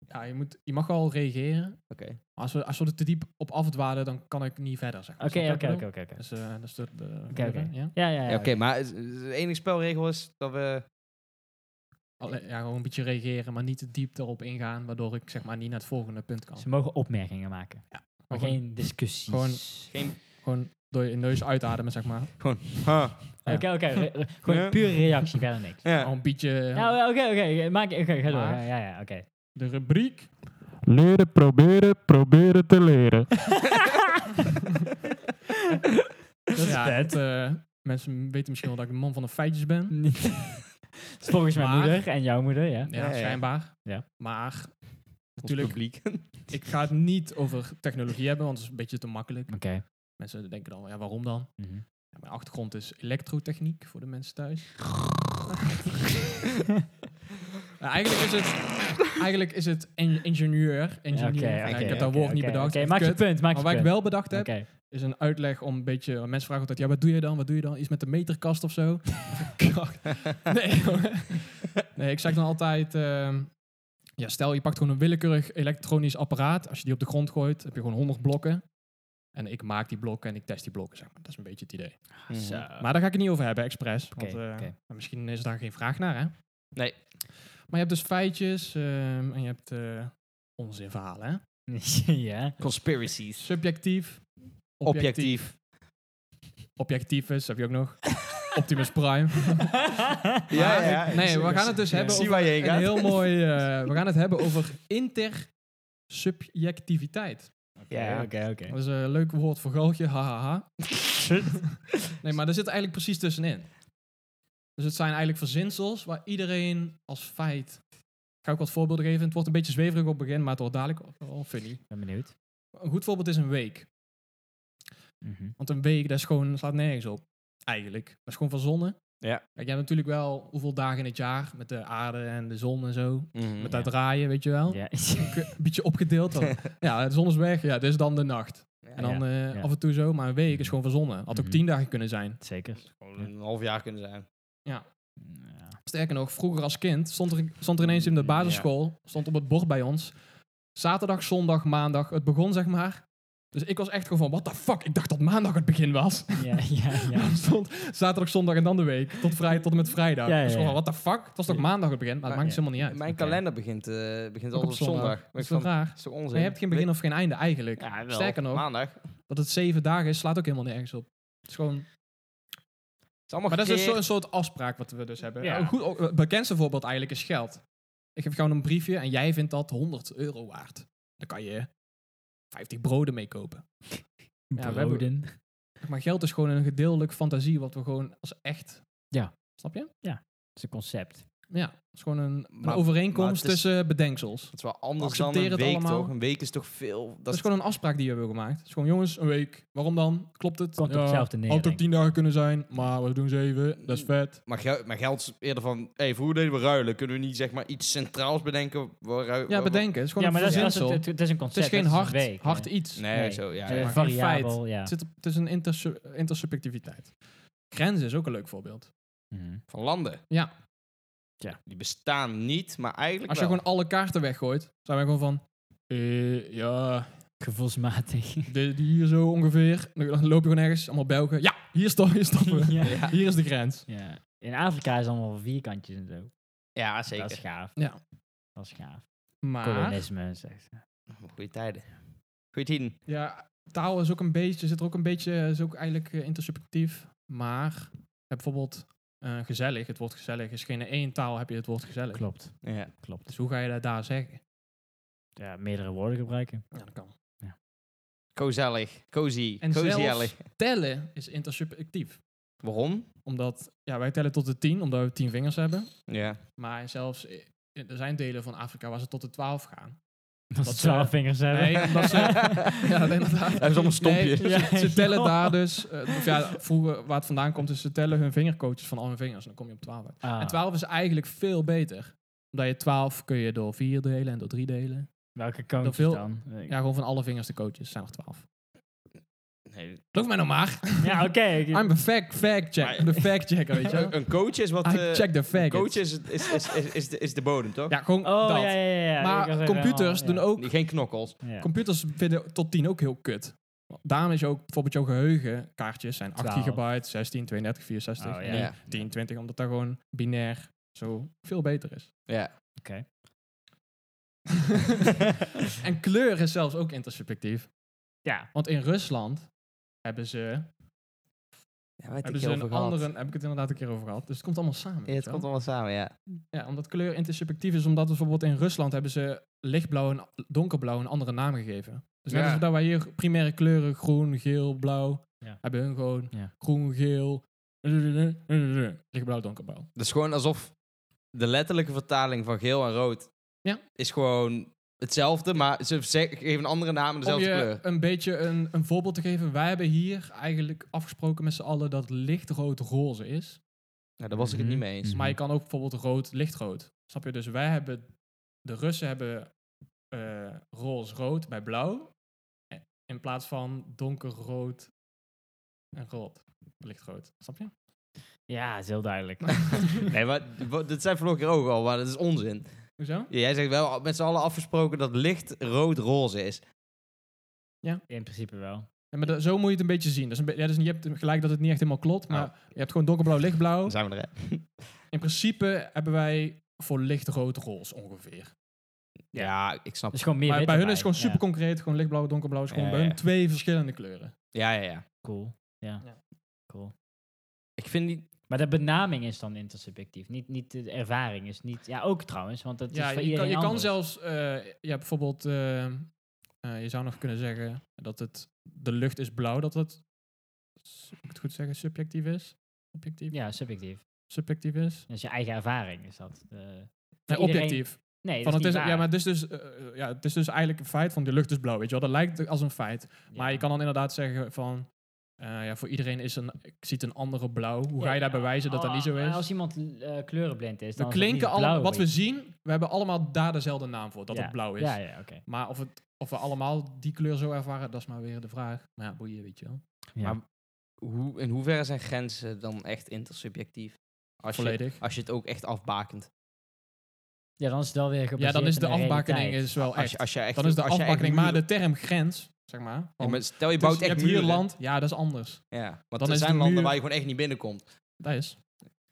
Speaker 1: ja, je, moet, je mag wel reageren.
Speaker 3: Oké.
Speaker 1: Maar als we, als we er te diep op afdwalen, dan kan ik niet verder, zeg maar. Snap je
Speaker 2: Oké,
Speaker 1: wat ik
Speaker 2: oké,
Speaker 1: bedoel?
Speaker 2: oké, oké, oké.
Speaker 1: Dus, eh, dat is de... de
Speaker 2: Oké, oké.
Speaker 1: Ja?
Speaker 2: Ja, ja,
Speaker 3: Ja,
Speaker 2: ja.
Speaker 3: Oké, maar het- de enige spelregel is dat we...
Speaker 1: Alle- ja, gewoon een beetje reageren, maar niet te diep erop ingaan, waardoor ik zeg maar niet naar het volgende punt kan.
Speaker 2: Ze mogen opmerkingen maken. Maar
Speaker 1: Gewoon-
Speaker 2: geen discussies.
Speaker 1: gewoon-
Speaker 3: Geen...
Speaker 1: Gewoon door je neus uitademen, zeg maar.
Speaker 3: Gewoon... Ha.
Speaker 1: Ja.
Speaker 2: Oké, oké. re- re- Gewoon
Speaker 3: Ja.
Speaker 2: pure reactie, verder niks.
Speaker 3: Ja.
Speaker 1: Al een beetje
Speaker 2: Ja, oké, oké, oké. Maak oké, ga door.
Speaker 1: Maar-
Speaker 2: Ja, ja, oké.
Speaker 1: de rubriek.
Speaker 4: Leren, proberen, proberen te leren.
Speaker 1: Dat
Speaker 2: is vet.
Speaker 1: eh, mensen weten misschien wel dat ik een man van de feitjes
Speaker 2: Mm.
Speaker 1: ben.
Speaker 2: Het is Dus volgens mijn
Speaker 1: Maar-
Speaker 2: moeder en jouw moeder, ja.
Speaker 1: Ja,
Speaker 3: Ja, ja.
Speaker 1: schijnbaar.
Speaker 2: Ja.
Speaker 1: Maar
Speaker 3: Natuurlijk.
Speaker 1: natuurlijk,
Speaker 3: publiek.
Speaker 1: ik ga het niet over technologie hebben, want dat is een beetje te makkelijk.
Speaker 2: Oké.
Speaker 1: Mensen denken dan, ja, waarom dan?
Speaker 2: Mhm.
Speaker 1: Ja, Mijn achtergrond is elektrotechniek voor de mensen thuis. Nou, eigenlijk is het, eigenlijk is het en- ingenieur. ingenieur.
Speaker 2: Oké,
Speaker 1: Ja,
Speaker 2: oké,
Speaker 1: ik heb
Speaker 2: oké,
Speaker 1: dat woord niet
Speaker 2: oké,
Speaker 1: bedacht.
Speaker 2: Oké,
Speaker 1: echt
Speaker 2: maak je
Speaker 1: kut.
Speaker 2: punt, maak je
Speaker 1: maar wat ik
Speaker 2: punt.
Speaker 1: wel bedacht heb,
Speaker 2: Oké.
Speaker 1: is een uitleg om een beetje... want Mensen vragen altijd, ja, wat doe je dan? Wat doe je dan? Iets met de meterkast of zo? Kracht. nee, jongen. nee, ik zeg dan altijd... ehm, ja, stel, je pakt gewoon een willekeurig elektronisch apparaat. Als je die op de grond gooit, heb je gewoon 100 blokken. En ik maak die blokken en ik test die blokken, zeg maar. Dat is een beetje het idee.
Speaker 3: Mhm.
Speaker 2: Zo.
Speaker 1: Mhm. Maar daar ga ik het niet over hebben, expres. want,
Speaker 2: Oké,
Speaker 1: eh,
Speaker 2: oké.
Speaker 1: Misschien is daar geen vraag naar, hè?
Speaker 3: Nee.
Speaker 1: Maar je hebt dus feitjes ehm, en je hebt eh onzinverhalen, hè?
Speaker 2: Ja.
Speaker 3: Conspiracies.
Speaker 1: Subjectief.
Speaker 3: Objectief.
Speaker 1: Objectief is, heb je ook nog. Optimus Prime.
Speaker 3: Ja,
Speaker 1: Maar-
Speaker 3: ja, ja.
Speaker 1: Nee, we
Speaker 2: Ik
Speaker 1: gaan het dus
Speaker 2: zie-
Speaker 1: hebben
Speaker 2: ik
Speaker 1: over
Speaker 3: zie waar je heen
Speaker 1: een
Speaker 3: gaat.
Speaker 1: heel mooi... eh, we gaan het hebben over intersubjectiviteit.
Speaker 2: Ja, oké, oké.
Speaker 1: Dat is een leuk woord voor galgje, hahaha. nee, maar er zit eigenlijk precies tussenin. Dus het zijn eigenlijk verzinsels waar iedereen als feit... Ik ga ook wat voorbeelden geven. Het wordt een beetje zweverig op het begin, maar het wordt dadelijk wel funny.
Speaker 2: Ik ben benieuwd.
Speaker 1: Een goed voorbeeld is een week.
Speaker 2: Mhm.
Speaker 1: Want een week, dat is gewoon, slaat nergens op. Eigenlijk. Dat is gewoon verzonnen.
Speaker 3: Ja.
Speaker 1: Kijk, je hebt natuurlijk wel hoeveel dagen in het jaar met de aarde en de zon en zo.
Speaker 3: Mhm.
Speaker 1: Met dat draaien, weet je wel.
Speaker 2: Mm, Ja.
Speaker 1: K- Een beetje opgedeeld. Dan. ja, de zon is weg. Ja, dit is dan de nacht.
Speaker 3: Ja.
Speaker 1: En dan
Speaker 2: Ja,
Speaker 1: eh,
Speaker 2: ja.
Speaker 1: af en toe zo. Maar een week is gewoon verzonnen. Had ook
Speaker 2: Mhm.
Speaker 1: tien dagen kunnen zijn.
Speaker 2: Zeker.
Speaker 3: Een half jaar kunnen zijn.
Speaker 2: Ja.
Speaker 1: Sterker nog, vroeger als kind stond er, stond er ineens in
Speaker 2: Mm,
Speaker 1: de basisschool, stond op het bord bij ons. Zaterdag, zondag, maandag. Het begon zeg maar. Dus ik was echt gewoon van, what the fuck? Ik dacht dat maandag het begin was.
Speaker 2: Ja, ja, ja.
Speaker 1: Er stond zaterdag, zondag en dan de week. Tot, vrij, tot en met vrijdag.
Speaker 2: Ja, ja,
Speaker 1: Dus
Speaker 2: ja.
Speaker 1: gewoon, what the fuck? Het was toch
Speaker 3: Ja.
Speaker 1: maandag het begin? Maar het
Speaker 3: Maar-
Speaker 1: maakt dus helemaal niet uit.
Speaker 3: Mijn
Speaker 2: Oké.
Speaker 3: kalender begint, eh begint altijd
Speaker 1: Ook
Speaker 3: op zondag. Maar
Speaker 1: Dat
Speaker 3: ik
Speaker 1: is toch
Speaker 3: van,
Speaker 1: raar?
Speaker 3: dat is toch onzin?
Speaker 1: Maar je hebt geen begin of geen einde eigenlijk.
Speaker 3: Ja, wel.
Speaker 1: Sterker nog,
Speaker 3: Maandag. Het
Speaker 1: dat het zeven dagen is, slaat ook helemaal nergens op. Het is gewoon...
Speaker 3: is allemaal
Speaker 1: Maar dat is dus zo-
Speaker 3: gekeerd.
Speaker 1: een soort afspraak wat we dus hebben.
Speaker 2: Ja.
Speaker 1: Een goed, ook- het bekendste voorbeeld eigenlijk is geld. Ik heb gewoon een briefje en jij vindt dat 100 euro waard. Dan kan je 50 broden mee kopen. Ja, we hebben-
Speaker 2: Broden.
Speaker 1: Maar geld is gewoon een gedeeltelijk fantasie wat we gewoon als echt...
Speaker 2: Ja.
Speaker 1: Snap je?
Speaker 2: Het is een concept.
Speaker 1: Ja, het is gewoon een, een
Speaker 3: Maar- maar
Speaker 1: overeenkomst
Speaker 3: het is-
Speaker 1: tussen bedenksels.
Speaker 3: Dat is wel anders dan
Speaker 1: Accepteer
Speaker 3: een
Speaker 1: het
Speaker 3: week,
Speaker 1: allemaal.
Speaker 3: toch? Een week is toch veel... Dat,
Speaker 1: Dat is gewoon een afspraak die we hebben gemaakt. Het is gewoon, jongens, een week. Waarom dan? Klopt het?
Speaker 2: Komt op hetzelfde neer,
Speaker 1: Had ook
Speaker 2: denk ik.
Speaker 1: tien dagen kunnen zijn, maar we doen zeven. Dat is vet.
Speaker 3: Maar, gel- maar geldt is eerder van... Hé, hey, vroeger deden we ruilen. Kunnen we niet zeg maar iets centraals bedenken? Waar, waar-
Speaker 1: Ja,
Speaker 3: waar-
Speaker 1: bedenken. Het is gewoon
Speaker 2: ja, maar
Speaker 1: een
Speaker 2: dat is, dat, is,
Speaker 1: verzinsel.
Speaker 2: het, het is een
Speaker 1: het is
Speaker 2: concept.
Speaker 1: geen
Speaker 2: dat
Speaker 1: hard,
Speaker 2: een week,
Speaker 1: hard
Speaker 2: hè.
Speaker 1: iets.
Speaker 3: Nee,
Speaker 2: Nee.
Speaker 3: zo, ja.
Speaker 2: Eh,
Speaker 1: maar.
Speaker 3: ja.
Speaker 2: variabel, ja.
Speaker 1: Het, zit op, het is een intersu- intersubjectiviteit. Grenzen is ook een leuk voorbeeld.
Speaker 2: Mhm.
Speaker 3: Van landen.
Speaker 1: Ja.
Speaker 2: Ja.
Speaker 3: Die bestaan niet, maar eigenlijk
Speaker 1: Als je
Speaker 3: wel.
Speaker 1: gewoon alle kaarten weggooit, zijn wij gewoon van... eh, ja,
Speaker 2: Gevoelsmatig.
Speaker 1: dit hier zo ongeveer. Dan dan loop je gewoon ergens, allemaal Belgen. Ja, hier, sto hier stoppen we.
Speaker 2: ja.
Speaker 3: Ja,
Speaker 1: Hier is de grens.
Speaker 2: Ja. In Afrika is allemaal vierkantjes en zo.
Speaker 3: ja
Speaker 2: Dat is
Speaker 3: zeker.
Speaker 2: gaaf.
Speaker 1: Ja.
Speaker 2: Dat is gaaf.
Speaker 1: Maar
Speaker 2: Kolonisme, zegt ze.
Speaker 3: Goeie tijden. Goeie tien.
Speaker 1: ja, taal is ook een beetje, zit er ook een beetje, is ook eigenlijk eh, intersubjectief. Maar heb bijvoorbeeld eh, gezellig, het woord gezellig is geen één taal heb je het woord gezellig.
Speaker 2: Klopt,
Speaker 3: Ja.
Speaker 2: klopt.
Speaker 1: Dus hoe ga je dat daar zeggen?
Speaker 2: Ja, meerdere woorden gebruiken.
Speaker 1: Ja, dat kan.
Speaker 3: Kozellig. Cozy.
Speaker 1: En
Speaker 3: Kozellig.
Speaker 1: zelfs tellen is intersubjectief.
Speaker 3: Waarom?
Speaker 1: Omdat, ja, wij tellen tot de tien, omdat we tien vingers hebben.
Speaker 3: Ja.
Speaker 1: Maar zelfs, eh, er zijn delen van Afrika waar ze tot de twaalf gaan.
Speaker 2: Dat
Speaker 1: Dat
Speaker 2: ze
Speaker 1: ze-
Speaker 2: twaalf vingers hebben.
Speaker 1: Nee, omdat ze... ja, inderdaad.
Speaker 3: Dat is allemaal stompjes.
Speaker 1: Nee, ze, ze tellen daar
Speaker 2: Oh.
Speaker 1: dus... eh, of ja, vroeger, waar het vandaan komt, is ze tellen hun vingercoaches van al hun vingers. En dan kom je op 12 uit.
Speaker 2: Ah,
Speaker 1: En 12 is eigenlijk veel beter. Omdat je 12 kun je door 4 delen en door 3 delen.
Speaker 2: Welke kant
Speaker 1: veel-
Speaker 2: dan? Eh,
Speaker 1: Ja, gewoon van alle vingers de coaches zijn er 12.
Speaker 3: Nee.
Speaker 1: Geloof mij nou maar.
Speaker 2: Ja, oké. ik-
Speaker 1: I'm the fact, fact check.
Speaker 3: Maar-
Speaker 1: De fact checker, weet je wel.
Speaker 3: Een, een coach is wat...
Speaker 1: I
Speaker 3: eh,
Speaker 1: Ah, check the
Speaker 3: een
Speaker 1: facts.
Speaker 3: coach is, is, is, is, is de, is de bodem, toch?
Speaker 1: Ja, gewoon
Speaker 2: Oh,
Speaker 1: dat.
Speaker 2: ja, ja, ja, ja. Ik was
Speaker 1: Maar
Speaker 2: even
Speaker 1: computers
Speaker 2: helemaal-
Speaker 1: doen ook...
Speaker 3: Nee, Geen knokkels.
Speaker 2: ja. Ja.
Speaker 1: Computers vinden tot 10 ook heel kut. Daarom is je ook bijvoorbeeld jouw geheugenkaartjes zijn 8
Speaker 2: 12.
Speaker 1: gigabyte, 16, 32, 64,
Speaker 2: Oh,
Speaker 1: en
Speaker 2: ja.
Speaker 1: niet
Speaker 3: Ja.
Speaker 1: 10, 20, omdat dat gewoon binair zo veel beter is.
Speaker 3: Ja.
Speaker 2: Oké.
Speaker 1: en kleur is zelfs ook intersubjectief.
Speaker 2: Ja.
Speaker 1: Want in Rusland hebben ze,
Speaker 3: Ja, weet
Speaker 1: hebben ze dus een andere, heb ik het inderdaad een keer over gehad, dus het komt allemaal samen.
Speaker 3: Ja,
Speaker 1: weet
Speaker 3: het
Speaker 1: je wel.
Speaker 3: komt allemaal samen, ja.
Speaker 1: Ja, omdat kleur intersubjectief is, omdat bijvoorbeeld in Rusland hebben ze lichtblauw en donkerblauw een andere naam gegeven. Dus net
Speaker 3: Ja.
Speaker 1: als dat wij hier primaire kleuren groen, geel, blauw,
Speaker 2: Ja.
Speaker 1: hebben hun gewoon
Speaker 2: Ja.
Speaker 1: groen, geel, lichtblauw, donkerblauw.
Speaker 3: Dat is Dus gewoon alsof de letterlijke vertaling van geel en rood
Speaker 1: Ja.
Speaker 3: is gewoon hetzelfde, maar ze ze- geven een andere naam en
Speaker 1: Om
Speaker 3: dezelfde
Speaker 1: je
Speaker 3: kleur.
Speaker 1: een beetje een, een voorbeeld te geven, wij hebben hier eigenlijk afgesproken met z'n allen dat lichtrood roze is.
Speaker 3: Nou, daar was ik het
Speaker 2: Mhm.
Speaker 3: niet mee eens.
Speaker 2: Mhm.
Speaker 1: Maar je kan ook bijvoorbeeld rood, lichtrood. Snap je? Dus wij hebben, de Russen hebben eh roze rood bij blauw. eh, In plaats van donkerrood en rood. Lichtrood. Snap je?
Speaker 2: ja, dat is heel duidelijk.
Speaker 3: Nee, maar wa- dat zijn vorige keer ook al, maar dat is onzin.
Speaker 1: Hoezo?
Speaker 3: Jij zegt wel met z'n allen afgesproken dat licht rood roze is.
Speaker 2: In principe wel.
Speaker 1: Ja, maar da- zo moet je het een beetje zien. Dus een be- ja, dus je hebt gelijk dat het niet echt helemaal klopt, maar je hebt gewoon donkerblauw, lichtblauw.
Speaker 3: Dan zijn we er. hè?
Speaker 1: In principe hebben wij voor lichtrood roze ongeveer.
Speaker 2: Ja.
Speaker 3: Ja, ik snap.
Speaker 2: Dus gewoon meer
Speaker 1: Maar
Speaker 2: wit
Speaker 1: bij hun
Speaker 2: erbij.
Speaker 1: is het gewoon
Speaker 2: Ja.
Speaker 1: super concreet. Gewoon lichtblauw, donkerblauw. Is gewoon
Speaker 3: Ja,
Speaker 1: bij hun
Speaker 3: ja.
Speaker 1: twee verschillende kleuren.
Speaker 3: Ja, ja, ja.
Speaker 2: Cool. Ja.
Speaker 1: Ja.
Speaker 2: Cool.
Speaker 3: Ik vind die.
Speaker 2: Maar de benaming is dan intersubjectief. Niet, niet de ervaring is niet... Ja, ook trouwens, want dat
Speaker 1: ja,
Speaker 2: is voor
Speaker 1: je, kan,
Speaker 2: iedereen
Speaker 1: je kan
Speaker 2: anders.
Speaker 1: zelfs, eh, ja, bijvoorbeeld, eh, eh, je zou nog kunnen zeggen dat het, de lucht is blauw, dat het, s- moet ik het goed zeggen, subjectief is. Objectief?
Speaker 2: Ja, subjectief.
Speaker 1: Subjectief is.
Speaker 2: Dat is je eigen ervaring, is dat. eh,
Speaker 1: Nee,
Speaker 2: iedereen-
Speaker 1: objectief.
Speaker 2: nee,
Speaker 1: Van
Speaker 2: dat
Speaker 1: het is,
Speaker 2: niet
Speaker 1: ja,
Speaker 2: waar.
Speaker 1: maar het is, dus, eh, eh, ja, het is dus eigenlijk een feit van de lucht is blauw, weet je wel. Dat lijkt als een feit. Maar je kan dan inderdaad zeggen van, eh, ja, voor iedereen is een, ziet een andere blauw. Hoe ga je daar bewijzen dat dat niet zo is?
Speaker 2: oh, Als iemand eh, kleurenblind is,
Speaker 1: We
Speaker 2: dan is het
Speaker 1: klinken
Speaker 2: niet blauw,
Speaker 1: allemaal, wat we
Speaker 2: weet
Speaker 1: zien, we hebben allemaal daar dezelfde naam voor,
Speaker 2: je.
Speaker 1: dat
Speaker 2: Ja.
Speaker 1: het blauw is.
Speaker 2: Ja, ja, oké.
Speaker 1: Maar of, het, of we allemaal die kleur zo ervaren, dat is maar weer de vraag. Maar ja, boeien, weet je wel.
Speaker 2: Ja.
Speaker 3: Maar hoe, in hoeverre zijn grenzen dan echt intersubjectief? Als je,
Speaker 1: Volledig.
Speaker 3: als je het ook echt afbakent.
Speaker 2: Ja, dan is het wel weer
Speaker 1: Ja,
Speaker 2: gebaseerd
Speaker 1: dan is
Speaker 2: in
Speaker 1: de afbakening
Speaker 2: realiteit.
Speaker 1: is wel
Speaker 3: Als je,
Speaker 1: echt.
Speaker 3: als je echt
Speaker 1: Dan is de
Speaker 3: als je echt
Speaker 1: afbakening, maar
Speaker 3: muren-
Speaker 1: de term grens, zeg maar.
Speaker 3: Ja,
Speaker 1: van-
Speaker 3: maar stel
Speaker 1: tussen-
Speaker 3: je bouwt
Speaker 1: je
Speaker 3: echt
Speaker 1: hebt hier
Speaker 3: muren.
Speaker 1: land, ja, dat is anders.
Speaker 3: Ja, want
Speaker 1: Dan
Speaker 3: er
Speaker 1: is
Speaker 3: zijn
Speaker 1: de
Speaker 3: landen
Speaker 1: muur-
Speaker 3: waar je gewoon echt niet binnenkomt.
Speaker 1: Dat is.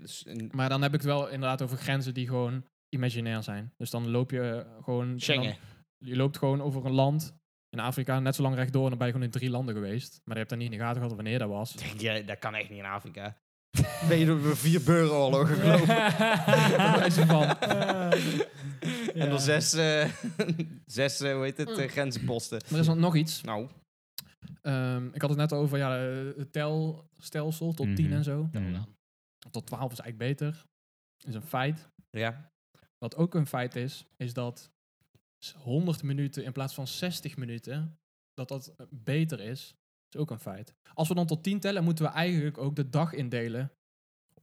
Speaker 3: Dus een
Speaker 1: Maar dan heb ik het wel inderdaad over grenzen die gewoon imaginair zijn. Dus dan loop je eh, gewoon...
Speaker 3: Schengen.
Speaker 1: dan- je loopt gewoon over een land in Afrika, net zo lang rechtdoor, en dan ben je gewoon in drie landen geweest. Maar je hebt dan niet in de gaten gehad wanneer dat was.
Speaker 3: Ja, dat kan echt niet in Afrika. ben je door vier burgeroorlogen gelopen?
Speaker 1: wijze van.
Speaker 3: En door zes, eh, zes eh, hoe heet het, eh,
Speaker 1: Mm.
Speaker 3: grenzenposten.
Speaker 1: Maar er is dan nog iets.
Speaker 3: Nou,
Speaker 1: Ehm, ik had het net over ja, eh, het telstelsel tot 10
Speaker 2: Mhm.
Speaker 1: en zo.
Speaker 2: Mhm.
Speaker 1: Tot 12 is eigenlijk beter. is een feit.
Speaker 3: Ja.
Speaker 1: Wat ook een feit is, is dat s- 100 minuten in plaats van 60 minuten, dat dat eh, beter is. is ook een feit. Als we dan tot 10 tellen, moeten we eigenlijk ook de dag indelen.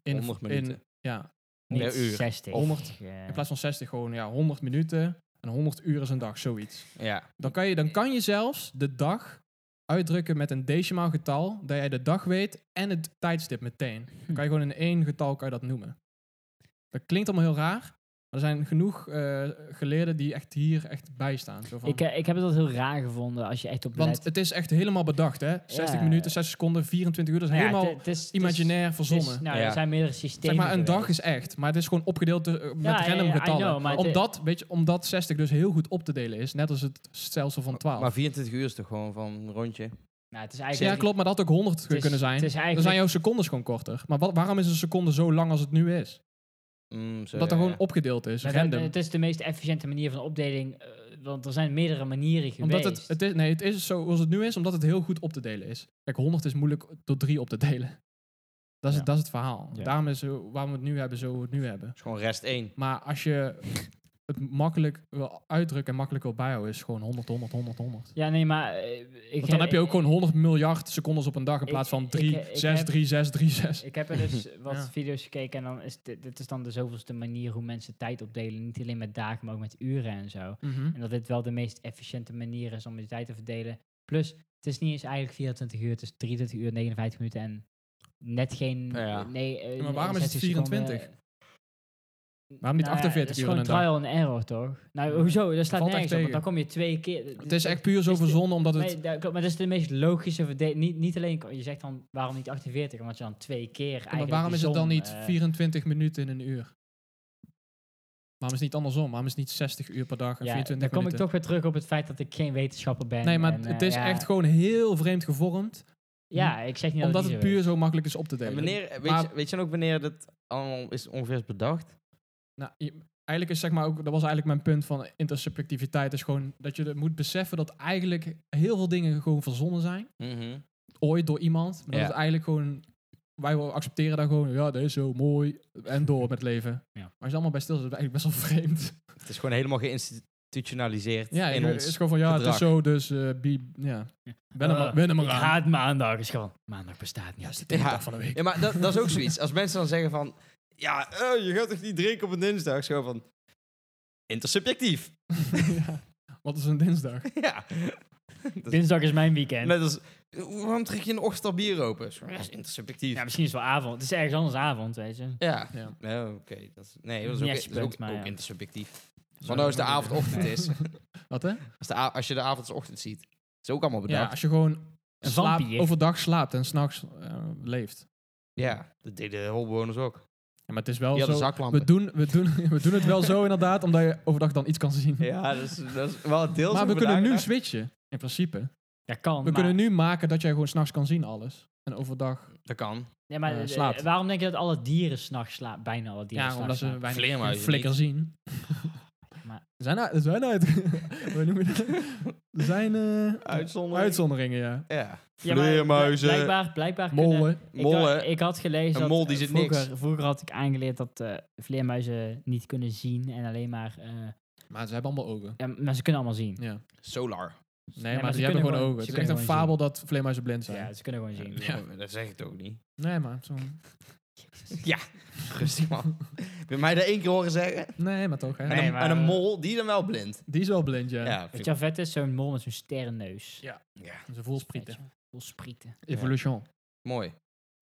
Speaker 1: In,
Speaker 3: 100
Speaker 1: in-
Speaker 3: minuten.
Speaker 1: ja,
Speaker 2: Niet
Speaker 3: Per uur.
Speaker 2: 60.
Speaker 1: 100.
Speaker 2: eh,
Speaker 1: in plaats van 60 gewoon ja, 100 minuten en 100 uur is een dag, zoiets.
Speaker 3: Ja.
Speaker 1: Dan kan, je, dan kan je zelfs de dag uitdrukken met een decimaal getal, dat jij de dag weet en het tijdstip meteen.
Speaker 2: Hm.
Speaker 1: Dan kan je gewoon in één getal kan je dat noemen. Dat klinkt allemaal heel raar, maar er zijn genoeg eh, geleerden die echt hier echt bij staan. Zo van.
Speaker 2: ik, eh, ik heb het altijd heel raar gevonden als je echt op
Speaker 1: Want
Speaker 2: let.
Speaker 1: het is echt helemaal bedacht, hè? 60
Speaker 2: Ja.
Speaker 1: minuten, 60 seconden, 24 uur, dat is
Speaker 2: Nou ja,
Speaker 1: helemaal
Speaker 2: het- het is- het is-
Speaker 1: imaginair
Speaker 2: het is-
Speaker 1: verzonnen.
Speaker 2: nou,
Speaker 3: Ja.
Speaker 2: er zijn meerdere systemen.
Speaker 1: Zeg maar, een dag
Speaker 2: geweest.
Speaker 1: is echt, maar het is gewoon opgedeeld door- eh, met
Speaker 2: Ja, ja,
Speaker 1: random
Speaker 2: ja, I
Speaker 1: getallen.
Speaker 2: know, maar het-
Speaker 1: omdat, weet je, omdat 60 dus heel goed op te delen is, net als het stelsel van 12.
Speaker 3: Maar 24 uur is toch gewoon van een rondje?
Speaker 2: Nou, het is
Speaker 1: Ja,
Speaker 2: eigenlijk,
Speaker 1: klopt, maar dat had ook 100
Speaker 2: het is-
Speaker 1: kunnen zijn.
Speaker 2: Het is
Speaker 1: Dan zijn
Speaker 2: eigenlijk,
Speaker 1: jouw secondes gewoon korter. Maar wa- waarom is een seconde zo lang als het nu is?
Speaker 3: Mm, zo,
Speaker 1: Dat
Speaker 3: ja,
Speaker 1: er gewoon
Speaker 3: ja.
Speaker 1: opgedeeld is,
Speaker 2: maar dat-
Speaker 1: random.
Speaker 2: het is de meest efficiënte manier van opdeling, eh, want er zijn meerdere manieren geweest.
Speaker 1: omdat het, het is, nee, het is zo zoals het nu is, omdat het heel goed op te delen is. Kijk, 100 is moeilijk door 3 op te delen. Dat is,
Speaker 2: Ja.
Speaker 1: het, dat is het verhaal.
Speaker 2: Ja.
Speaker 1: Daarom is zo, waarom we het nu hebben, zo we het nu hebben.
Speaker 3: is gewoon rest 1.
Speaker 1: Maar als je het makkelijk wil uitdrukken en makkelijk wil bijhouden, is gewoon 100, 100, 100, 100.
Speaker 2: ja, nee, maar... eh, ik
Speaker 1: Want dan heb je ook
Speaker 2: ik-
Speaker 1: gewoon 100 miljard secondes op een dag in
Speaker 2: Ik-
Speaker 1: plaats van
Speaker 2: ik-
Speaker 1: 3,
Speaker 2: ik heb-
Speaker 1: 6, 3, 6, 3, 6.
Speaker 2: Ik heb er dus wat
Speaker 1: Ja.
Speaker 2: video's gekeken en dan is dit, dit is dan de zoveelste manier hoe mensen tijd opdelen. Niet alleen met dagen, maar ook met uren en zo.
Speaker 1: Mhm.
Speaker 2: En dat dit wel de meest efficiënte manier is om je tijd te verdelen. Plus, het is niet eens eigenlijk 24 uur, het is 23 uur, 59 minuten en net geen...
Speaker 3: Ja, ja.
Speaker 2: Nee, eh,
Speaker 1: Ja, maar waarom is het
Speaker 2: 60 seconden.
Speaker 1: 24? Waarom niet
Speaker 2: Nou ja,
Speaker 1: 48
Speaker 2: Het is
Speaker 1: uur in
Speaker 2: gewoon
Speaker 1: een dag?
Speaker 2: trial and error, toch? Nou, hoezo? Dat staat
Speaker 1: Valt echt
Speaker 2: nergens op, want
Speaker 1: tegen.
Speaker 2: dan kom je twee keer...
Speaker 1: Het is echt puur zo
Speaker 2: is de-
Speaker 1: verzonnen, omdat het...
Speaker 2: Nee, dat klopt, maar dat is de meest logische verdeling. Niet, niet alleen, je zegt dan waarom niet 48, omdat je dan twee keer eigenlijk.
Speaker 1: Ja, maar waarom
Speaker 2: die
Speaker 1: is het
Speaker 2: som,
Speaker 1: dan niet
Speaker 2: eh,
Speaker 1: 24 minuten in een uur? Waarom is het niet andersom? Waarom is het niet 60 uur per dag en
Speaker 2: Ja,
Speaker 1: 24
Speaker 2: dan kom ik
Speaker 1: minuten?
Speaker 2: toch weer terug op het feit dat ik geen wetenschapper ben.
Speaker 1: nee, maar
Speaker 2: en, eh,
Speaker 1: het is
Speaker 2: ja,
Speaker 1: echt gewoon heel vreemd gevormd.
Speaker 2: Ja, ik zeg niet
Speaker 1: omdat het
Speaker 2: dat niet
Speaker 1: puur
Speaker 2: zo
Speaker 1: zo makkelijk is op te
Speaker 3: En
Speaker 1: delen.
Speaker 3: wanneer, weet,
Speaker 1: Maar-
Speaker 3: je, weet je dan ook wanneer dat allemaal is ongeveer is bedacht?
Speaker 1: Nou, je- eigenlijk is zeg maar ook, dat was eigenlijk mijn punt van intersubjectiviteit, is gewoon dat je moet beseffen dat eigenlijk heel veel dingen gewoon verzonnen zijn,
Speaker 3: Mhm.
Speaker 1: ooit door iemand. Maar
Speaker 3: Ja.
Speaker 1: dat het eigenlijk gewoon, wij wel accepteren daar gewoon, ja, dat is zo mooi, en door met het leven.
Speaker 2: Ja.
Speaker 1: Maar als je allemaal bij stil zit, is het eigenlijk best wel vreemd.
Speaker 3: Het is gewoon helemaal geïnstitutionaliseerd
Speaker 1: Ja,
Speaker 3: in
Speaker 1: het
Speaker 3: ons.
Speaker 1: is gewoon van ja, het is
Speaker 3: gedrag.
Speaker 1: zo, dus eh bi, ja. Ben hem,
Speaker 2: Eh,
Speaker 1: ben hem
Speaker 2: Ik
Speaker 1: eraan.
Speaker 2: haat maandag. Is gewoon, maandag bestaat niet.
Speaker 1: Ja, is de tweede
Speaker 3: Ja.
Speaker 1: dag van de week.
Speaker 3: Ja, maar dat, dat is ook zoiets. Als mensen dan zeggen van... Ja, eh, je gaat toch niet drinken op een dinsdag? Zo van... Intersubjectief.
Speaker 1: Ja. Wat is een dinsdag?
Speaker 3: ja. Dat is-
Speaker 2: Dinsdag is mijn weekend.
Speaker 3: net als... Waarom trek je een ochtend al bier open? Zo, Ja, is intersubjectief.
Speaker 2: Ja,
Speaker 3: Ja.
Speaker 2: misschien is het wel avond. Het is ergens anders avond, weet je.
Speaker 1: Ja.
Speaker 3: Nee, oké. dat is- Nee, dat
Speaker 2: Niet
Speaker 3: is
Speaker 2: echt
Speaker 3: ook, dat is
Speaker 2: punt,
Speaker 3: ook,
Speaker 2: maar
Speaker 3: ook
Speaker 2: ja.
Speaker 3: intersubjectief. Want nou is de avondochtend is.
Speaker 1: Wat hè?
Speaker 3: Als, de a- als je de avond als ochtend ziet. is ook allemaal
Speaker 1: Ja,
Speaker 3: bedacht.
Speaker 1: als je gewoon
Speaker 2: Een
Speaker 1: slaap,
Speaker 2: vampier.
Speaker 1: overdag slaapt en s'nachts eh leeft.
Speaker 3: Ja, dat deden holbewoners ook.
Speaker 1: Ja, maar het is
Speaker 3: Die
Speaker 1: wel
Speaker 3: hadden
Speaker 1: zo.
Speaker 3: zaklampen.
Speaker 1: We doen, we, doen, we doen het wel zo inderdaad, omdat je overdag dan iets kan zien.
Speaker 3: Ja, dat is, dat is wel deels
Speaker 1: maar we
Speaker 3: hoe
Speaker 1: kunnen
Speaker 3: daar-
Speaker 1: nu switchen, in principe. We
Speaker 2: Ja, kan.
Speaker 1: kunnen nu maken dat jij gewoon s'nachts kan zien alles. En overdag
Speaker 3: Dat kan.
Speaker 2: Ja, maar
Speaker 1: eh,
Speaker 2: eh,
Speaker 1: slaapt.
Speaker 2: waarom denk je dat alle dieren s'nachts slapen? Bijna alle dieren
Speaker 1: Ja,
Speaker 2: s'nachts
Speaker 1: omdat ze
Speaker 2: slapen?
Speaker 1: weinig
Speaker 3: Vleermuizen
Speaker 1: flikker zien.
Speaker 2: Maar-
Speaker 1: Er zijn uit... Er zijn, uit, hoe noem je dat? Er zijn eh,
Speaker 3: Uitzondering.
Speaker 1: uitzonderingen, ja.
Speaker 3: Ja.
Speaker 2: Ja, maar
Speaker 3: Vleermuizen.
Speaker 2: bl- Blijkbaar, blijkbaar kunnen-
Speaker 1: Mollen.
Speaker 2: Ik,
Speaker 3: Mollen.
Speaker 2: had- ik had gelezen
Speaker 3: Een
Speaker 2: dat
Speaker 3: mol die
Speaker 2: eh,
Speaker 3: zit niks.
Speaker 2: vroeger, vroeger had ik aangeleerd dat eh, vleermuizen niet kunnen zien en alleen maar... eh,
Speaker 1: Maar ze hebben allemaal ogen.
Speaker 2: ja, maar ze kunnen allemaal zien.
Speaker 1: Ja.
Speaker 3: Solar.
Speaker 1: Nee,
Speaker 2: maar
Speaker 1: maar,
Speaker 2: ze
Speaker 1: die hebben
Speaker 2: kunnen
Speaker 1: gewoon
Speaker 2: gewoon-
Speaker 1: ogen. Het
Speaker 2: ze
Speaker 1: is echt
Speaker 2: kunnen
Speaker 1: een
Speaker 2: gewoon
Speaker 1: fabel dat vleermuizen blind zijn.
Speaker 2: Ja, ze kunnen gewoon zien.
Speaker 1: Ja.
Speaker 3: Dat zeg ik toch ook niet.
Speaker 1: Nee, maar zo...
Speaker 3: Rustig man. Wil je mij dat één keer horen zeggen?
Speaker 1: Nee, maar toch, hè.
Speaker 2: Nee,
Speaker 3: en, een,
Speaker 2: maar-
Speaker 3: en een mol, die dan wel blind.
Speaker 1: Die is wel blind, ja.
Speaker 3: eh, Ja,
Speaker 2: Weet
Speaker 3: vind
Speaker 2: je wat vet is? Zo'n mol met zo'n sterrenneus.
Speaker 1: Ja.
Speaker 3: ik- ja.
Speaker 1: Ze voel sprieten.
Speaker 2: Vol sprieten.
Speaker 1: Evolution.
Speaker 3: mooi.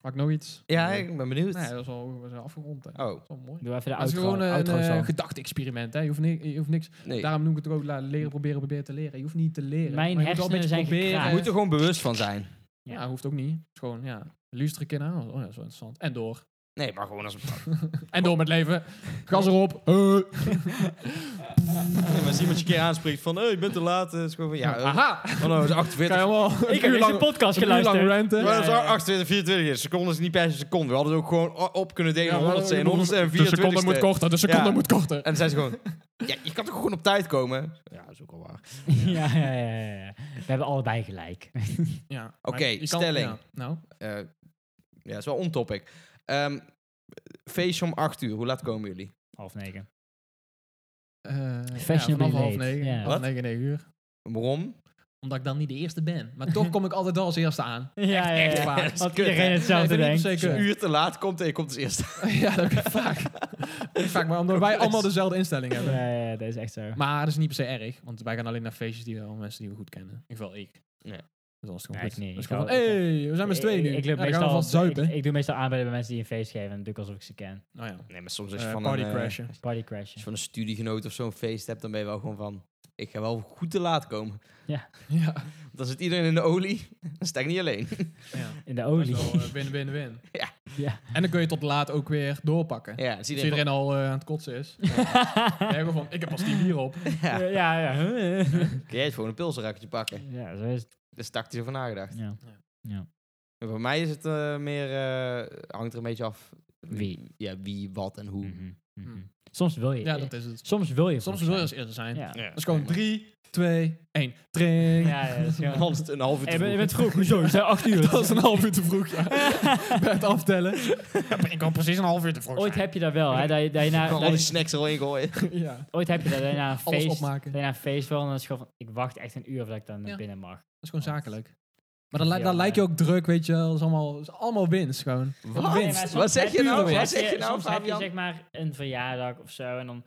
Speaker 1: Mag ik nog iets?
Speaker 3: Ja, ik ben benieuwd.
Speaker 1: Nee, dat is al we zijn afgerond, hè. Dat
Speaker 3: Oh,
Speaker 1: is wel mooi.
Speaker 2: Doe even de
Speaker 1: Maar het is
Speaker 2: outro.
Speaker 1: gewoon een
Speaker 2: outro
Speaker 1: eh,
Speaker 2: song.
Speaker 1: gedachte-experiment, hè. Je hoeft, ni- je hoeft niks...
Speaker 3: nee.
Speaker 1: Daarom noem ik het ook la- leren, proberen, proberen te leren. Je hoeft niet te leren.
Speaker 2: Mijn
Speaker 1: maar je moet wel
Speaker 2: hersenen zijn
Speaker 3: Je
Speaker 2: gekraakt.
Speaker 3: moet er gewoon bewust van zijn.
Speaker 1: Ja, Nou, hoeft ook niet. Het is gewoon, ja, luister een keer naar. Oh ja, dat is wel interessant. En door.
Speaker 3: Nee, maar gewoon als een...
Speaker 1: En door met leven. Gas erop. Huh.
Speaker 3: Nee, maar als iemand je een keer aanspreekt van... Hey, je bent te laat. eh, is gewoon van... Ja, eh,
Speaker 1: Aha. Kan
Speaker 3: oh, nou, het is
Speaker 1: je
Speaker 3: 48.
Speaker 1: helemaal
Speaker 2: Ik
Speaker 1: een
Speaker 2: heb
Speaker 1: uur
Speaker 2: deze
Speaker 1: lang,
Speaker 2: podcast
Speaker 1: een uur lang
Speaker 2: geluisterd.
Speaker 1: ranten.
Speaker 3: Maar dat is al 28, 24 is. Seconde is niet per se seconde. We hadden het ook gewoon o- op kunnen delen.
Speaker 1: Ja,
Speaker 3: 100 en 100 en
Speaker 1: De
Speaker 3: 24
Speaker 1: seconde moet korter. De seconde
Speaker 3: Ja.
Speaker 1: moet korter.
Speaker 3: En dan zijn ze gewoon... Ja, je kan toch gewoon op tijd komen? Ja, dat is ook al waar.
Speaker 2: ja, ja, ja, ja, ja. We hebben allebei gelijk.
Speaker 1: Ja. maar
Speaker 3: Oké,
Speaker 1: je kan-
Speaker 3: stelling.
Speaker 1: ja, nou,
Speaker 3: Eh, ja, dat is wel on-topic. Ehm, feestje om 8 uur. Hoe laat komen jullie?
Speaker 2: Half negen.
Speaker 1: Eh, ja,
Speaker 2: Fashionably
Speaker 1: vanaf half
Speaker 2: late,
Speaker 1: negen,
Speaker 2: ja.
Speaker 1: half
Speaker 3: Wat?
Speaker 1: negen, negen uur.
Speaker 3: Waarom?
Speaker 1: Omdat ik dan niet de eerste ben. Maar toch kom ik altijd wel als eerste aan.
Speaker 2: Ja, ja,
Speaker 3: echt waar.
Speaker 2: ja.
Speaker 3: Dat is
Speaker 2: Had
Speaker 3: kut,
Speaker 2: iedereen
Speaker 3: hè?
Speaker 2: hetzelfde
Speaker 1: Nee, ik
Speaker 2: denkt.
Speaker 1: vind het
Speaker 3: Als je
Speaker 1: zeker.
Speaker 3: een uur te laat komt en je komt als eerste.
Speaker 1: ja, dat heb ik vaak. Dat is vaak, maar omdat wij allemaal dezelfde instelling hebben.
Speaker 2: Ja, ja, ja, dat is echt zo.
Speaker 1: Maar dat is niet per se erg, want wij gaan alleen naar feestjes die wel mensen die we goed kennen. In ieder geval ik.
Speaker 3: Ja.
Speaker 1: Dus dan is het gewoon
Speaker 2: Ja, ik
Speaker 1: goed. Dan
Speaker 2: niet.
Speaker 1: is
Speaker 2: Ik
Speaker 1: het gewoon
Speaker 2: hou-
Speaker 1: van,
Speaker 2: ik-
Speaker 1: hey, we zijn met z'n tweeën
Speaker 2: Ik-
Speaker 1: nu.
Speaker 2: Ik, ik,
Speaker 1: Ja,
Speaker 2: loop
Speaker 1: dan gaan we
Speaker 2: meestal,
Speaker 1: vast zuipen.
Speaker 2: ik, ik doe meestal aanbellen bij mensen die een feest geven. En doe ik alsof ik ze ken.
Speaker 1: nou ja,
Speaker 3: Nee, maar soms als je
Speaker 1: Eh,
Speaker 3: van
Speaker 1: party
Speaker 3: een, eh,
Speaker 1: crashen.
Speaker 2: Party
Speaker 3: als je
Speaker 2: crashen.
Speaker 3: van een studiegenoot of zo'n feest hebt, dan ben je wel gewoon van... Ik ga wel goed te laat komen.
Speaker 1: Ja.
Speaker 3: Want dan zit iedereen in de olie. Dan sta ik niet alleen.
Speaker 1: ja.
Speaker 2: In de
Speaker 1: Dat is
Speaker 2: olie.
Speaker 1: wel, eh, Win, win, win.
Speaker 2: Ja.
Speaker 1: En dan kun je tot laat ook weer doorpakken.
Speaker 3: Ja, dan zit
Speaker 1: Als
Speaker 3: iedereen
Speaker 1: iedereen al eh, aan het kotsen is. Dan heb je gewoon van, ik heb pas die bier op.
Speaker 3: van,
Speaker 2: Ja,
Speaker 3: ja,
Speaker 2: ja. Ja,
Speaker 3: kun jij het gewoon een pilsenrakkertje pakken?
Speaker 2: ja zo is het.
Speaker 3: Dat is tactisch over nagedacht.
Speaker 2: Ja.
Speaker 3: En voor mij is het eh, meer... eh, hangt er een beetje af...
Speaker 2: Wie.
Speaker 3: Ja, wie, wat en hoe.
Speaker 2: Mhm, mhm. Soms wil je.
Speaker 1: Ja, dat is het.
Speaker 2: Soms wil je.
Speaker 1: Soms
Speaker 2: volgens
Speaker 1: wil je
Speaker 2: mij.
Speaker 1: als eerder zijn.
Speaker 2: Ja.
Speaker 1: Dat is gewoon 3, 2, 1. Drink.
Speaker 2: Ja, ja, dat is gewoon-
Speaker 3: Anders een half uur te
Speaker 2: Hey, ben- je
Speaker 3: vroeg.
Speaker 2: bent vroeg. Hoezo? We zijn acht uur.
Speaker 1: Dat is een half uur te vroeg, ja. Bij het aftellen. ik kan precies een half uur te vroeg
Speaker 2: Ooit heb je dat wel, hè? Dat je, dat je na,
Speaker 3: Gewoon
Speaker 2: dat
Speaker 3: al
Speaker 2: je-
Speaker 3: die snacks er al in gooien.
Speaker 1: ja.
Speaker 2: ooit heb je dat, dat je na een
Speaker 1: Alles
Speaker 2: feest...
Speaker 1: opmaken.
Speaker 2: Dat je na een feest wel en dan is het gewoon van... Ik wacht echt een uur voordat ik dan naar
Speaker 1: Ja.
Speaker 2: binnen mag.
Speaker 1: Dat is gewoon zakelijk. Maar dan, li- dan
Speaker 2: Ja,
Speaker 1: lijkt je ook druk, weet je wel. Dat is allemaal, dat is allemaal winst gewoon.
Speaker 3: Wat?
Speaker 2: Nee, maar soms
Speaker 3: Wat zeg
Speaker 2: heb
Speaker 3: je nou?
Speaker 2: soms
Speaker 3: Wat
Speaker 2: heb
Speaker 3: zeg je nou,
Speaker 2: soms heb je
Speaker 3: Fabian?
Speaker 2: zeg maar een verjaardag of zo en dan...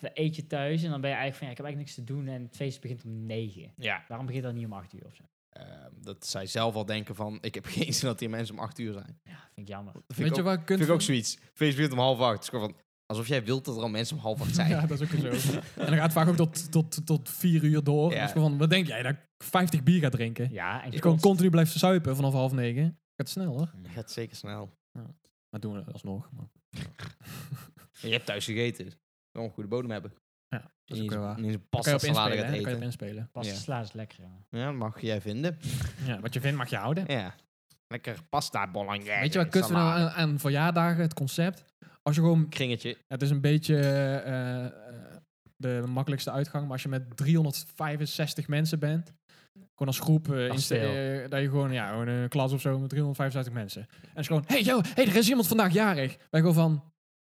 Speaker 2: Dan eet je thuis en dan ben je eigenlijk van... Ja, ik heb eigenlijk niks te doen en het feest begint om negen.
Speaker 3: Ja.
Speaker 2: Waarom begint dat niet om acht uur of zo?
Speaker 3: Ehm, dat zij zelf al denken van... Ik heb geen zin dat die mensen om acht uur zijn.
Speaker 2: Ja, vind ik jammer.
Speaker 3: Dat vind
Speaker 1: Weet
Speaker 3: ik
Speaker 1: je
Speaker 3: ook,
Speaker 1: waar je kunt...
Speaker 3: vind ik ook zoiets. Feest begint om half acht. Het is gewoon van... Alsof jij wilt dat er al mensen om half acht zijn.
Speaker 1: Ja, dat is ook zo. en dan gaat het vaak ook tot, tot, tot vier uur door.
Speaker 3: Ja.
Speaker 1: En dat is gewoon van, wat denk jij? Dat ik 50 bier ga drinken. Als
Speaker 2: Ja, en
Speaker 1: je gewoon
Speaker 2: kost-
Speaker 1: continu blijft zuipen vanaf half negen. Gaat snel hoor.
Speaker 3: Dat gaat zeker snel.
Speaker 1: Maar doen we dat alsnog. Maar,
Speaker 3: En je hebt thuis gegeten. Je moet een goede bodem hebben.
Speaker 1: ja, dat is ook
Speaker 3: Niet
Speaker 1: weer
Speaker 3: eens-
Speaker 1: waar.
Speaker 3: niet eens een
Speaker 1: Daar kan je op
Speaker 3: pastasalade
Speaker 1: inspelen.
Speaker 3: gaat
Speaker 1: hè? Daar kan je op
Speaker 3: eten.
Speaker 1: inspelen.
Speaker 2: Pas
Speaker 3: Ja.
Speaker 2: sla is lekker, jongen.
Speaker 3: Ja, dat mag jij vinden.
Speaker 1: Ja, wat je vindt mag je houden.
Speaker 3: Ja. Lekker pasta bolognese.
Speaker 1: Weet je wat kut we nou
Speaker 3: salade.
Speaker 1: aan, aan verjaardagen, het concept? Als je gewoon
Speaker 3: Kringetje.
Speaker 1: Het is een beetje eh, eh, de makkelijkste uitgang, maar als je met 365 mensen bent, gewoon als groep, eh,
Speaker 2: Dat
Speaker 1: insta-
Speaker 2: is veel.
Speaker 1: eh, dat je gewoon, ja, gewoon een klas of zo met 365 mensen. En het is gewoon, hey yo, hey, er is iemand vandaag jarig. Wij gewoon van,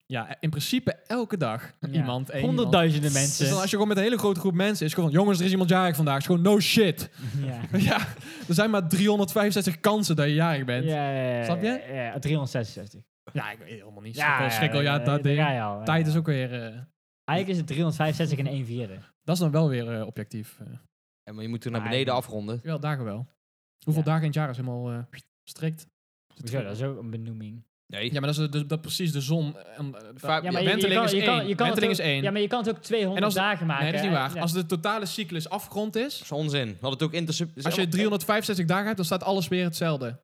Speaker 1: ja, in principe elke dag
Speaker 2: Ja.
Speaker 1: iemand. één iemand.
Speaker 2: Honderdduizenden mensen.
Speaker 1: Dus dan als je gewoon met een hele grote groep mensen is, gewoon van, jongens, er is iemand jarig vandaag. Is gewoon, no shit.
Speaker 2: ja.
Speaker 1: ja, er zijn maar 365 kansen dat je jarig bent. Ja,
Speaker 2: Ja, ja, ja,
Speaker 1: Snap je?
Speaker 2: Ja, ja, 366.
Speaker 1: ik weet helemaal niet. Ja, ja, ja, dat
Speaker 2: eh, daar
Speaker 1: ding.
Speaker 2: ga je al.
Speaker 1: Tijd is ook weer, eh,
Speaker 2: Eigenlijk is het 365 en 1 vierde.
Speaker 1: dat is dan wel weer eh, objectief. eh.
Speaker 3: En maar je moet toen naar
Speaker 1: Ah,
Speaker 2: Maar
Speaker 3: beneden
Speaker 2: eigenlijk-
Speaker 3: afronden.
Speaker 1: Wel, dagen wel. Hoeveel
Speaker 2: Ja.
Speaker 1: dagen in het jaar is helemaal eh, strikt?
Speaker 2: Hoezo, dat is ook een benoeming.
Speaker 3: Nee.
Speaker 1: Ja, maar dat is de- dat precies de zon. eh, en, eh,
Speaker 3: Vaak-
Speaker 1: ja,
Speaker 3: Ja, maar
Speaker 2: je- je
Speaker 1: wenteling
Speaker 2: kan-
Speaker 1: is
Speaker 2: je kan-
Speaker 1: één.
Speaker 2: je kan het
Speaker 1: Wenteling is
Speaker 2: ook-
Speaker 1: één.
Speaker 2: Ja, maar je kan het ook 200
Speaker 1: En als-
Speaker 2: dagen maken.
Speaker 1: nee, dat is niet
Speaker 2: hè?
Speaker 1: waar.
Speaker 2: Ja.
Speaker 1: Als de totale cyclus afgerond is,
Speaker 2: Dus
Speaker 3: Dat is onzin. Had het ook intercept.
Speaker 1: als je 365 dagen hebt, dan staat alles weer hetzelfde.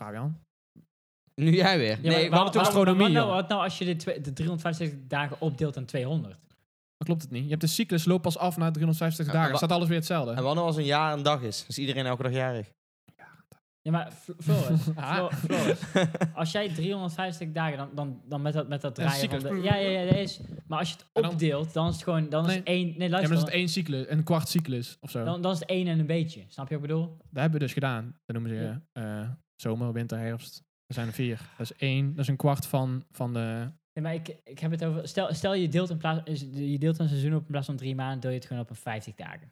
Speaker 1: Fabian?
Speaker 3: Nu jij weer.
Speaker 2: Ja, maar
Speaker 3: nee, we
Speaker 2: waarom-
Speaker 3: hadden het ook
Speaker 2: waarom-
Speaker 1: astronomie,
Speaker 2: Wat nou,
Speaker 1: joh.
Speaker 2: wat nou als je de, twee- de 365 dagen opdeelt aan 200?
Speaker 1: Dat klopt het niet. Je hebt de cyclus loopt pas af na 365
Speaker 3: Ja,
Speaker 1: dagen.
Speaker 3: maar-
Speaker 1: Dan staat alles weer hetzelfde.
Speaker 3: En wat nou als een jaar een dag is? Is iedereen elke dag jarig?
Speaker 2: Ja, maar Fl- Floris,
Speaker 1: Ah.
Speaker 2: Flo- Floris, als jij 365 dagen, dan, dan, dan met dat, met dat
Speaker 1: Ja,
Speaker 2: draaien van
Speaker 1: cyclus.
Speaker 2: de... Ja, ja, ja, dat is... Maar als je
Speaker 1: En
Speaker 2: het
Speaker 1: dan-
Speaker 2: opdeelt, dan is het gewoon... Dan is
Speaker 1: Nee.
Speaker 2: het één... Nee,
Speaker 1: Ja, maar
Speaker 2: luister,
Speaker 1: dan is
Speaker 2: dan,
Speaker 1: het één cyclus, een kwart cyclus of zo.
Speaker 2: dan, dan is het één en een beetje. Snap je wat ik bedoel?
Speaker 1: Dat hebben we dus gedaan. Dat noemen ze eh, zomer, winter, herfst. Er zijn er vier. Dat is één, dat is een kwart van, van de...
Speaker 2: Nee, maar ik, ik heb het over... Stel, stel je, deelt in plaats, is- je deelt een seizoen op in plaats van drie maanden, deel je het gewoon op een 50 dagen.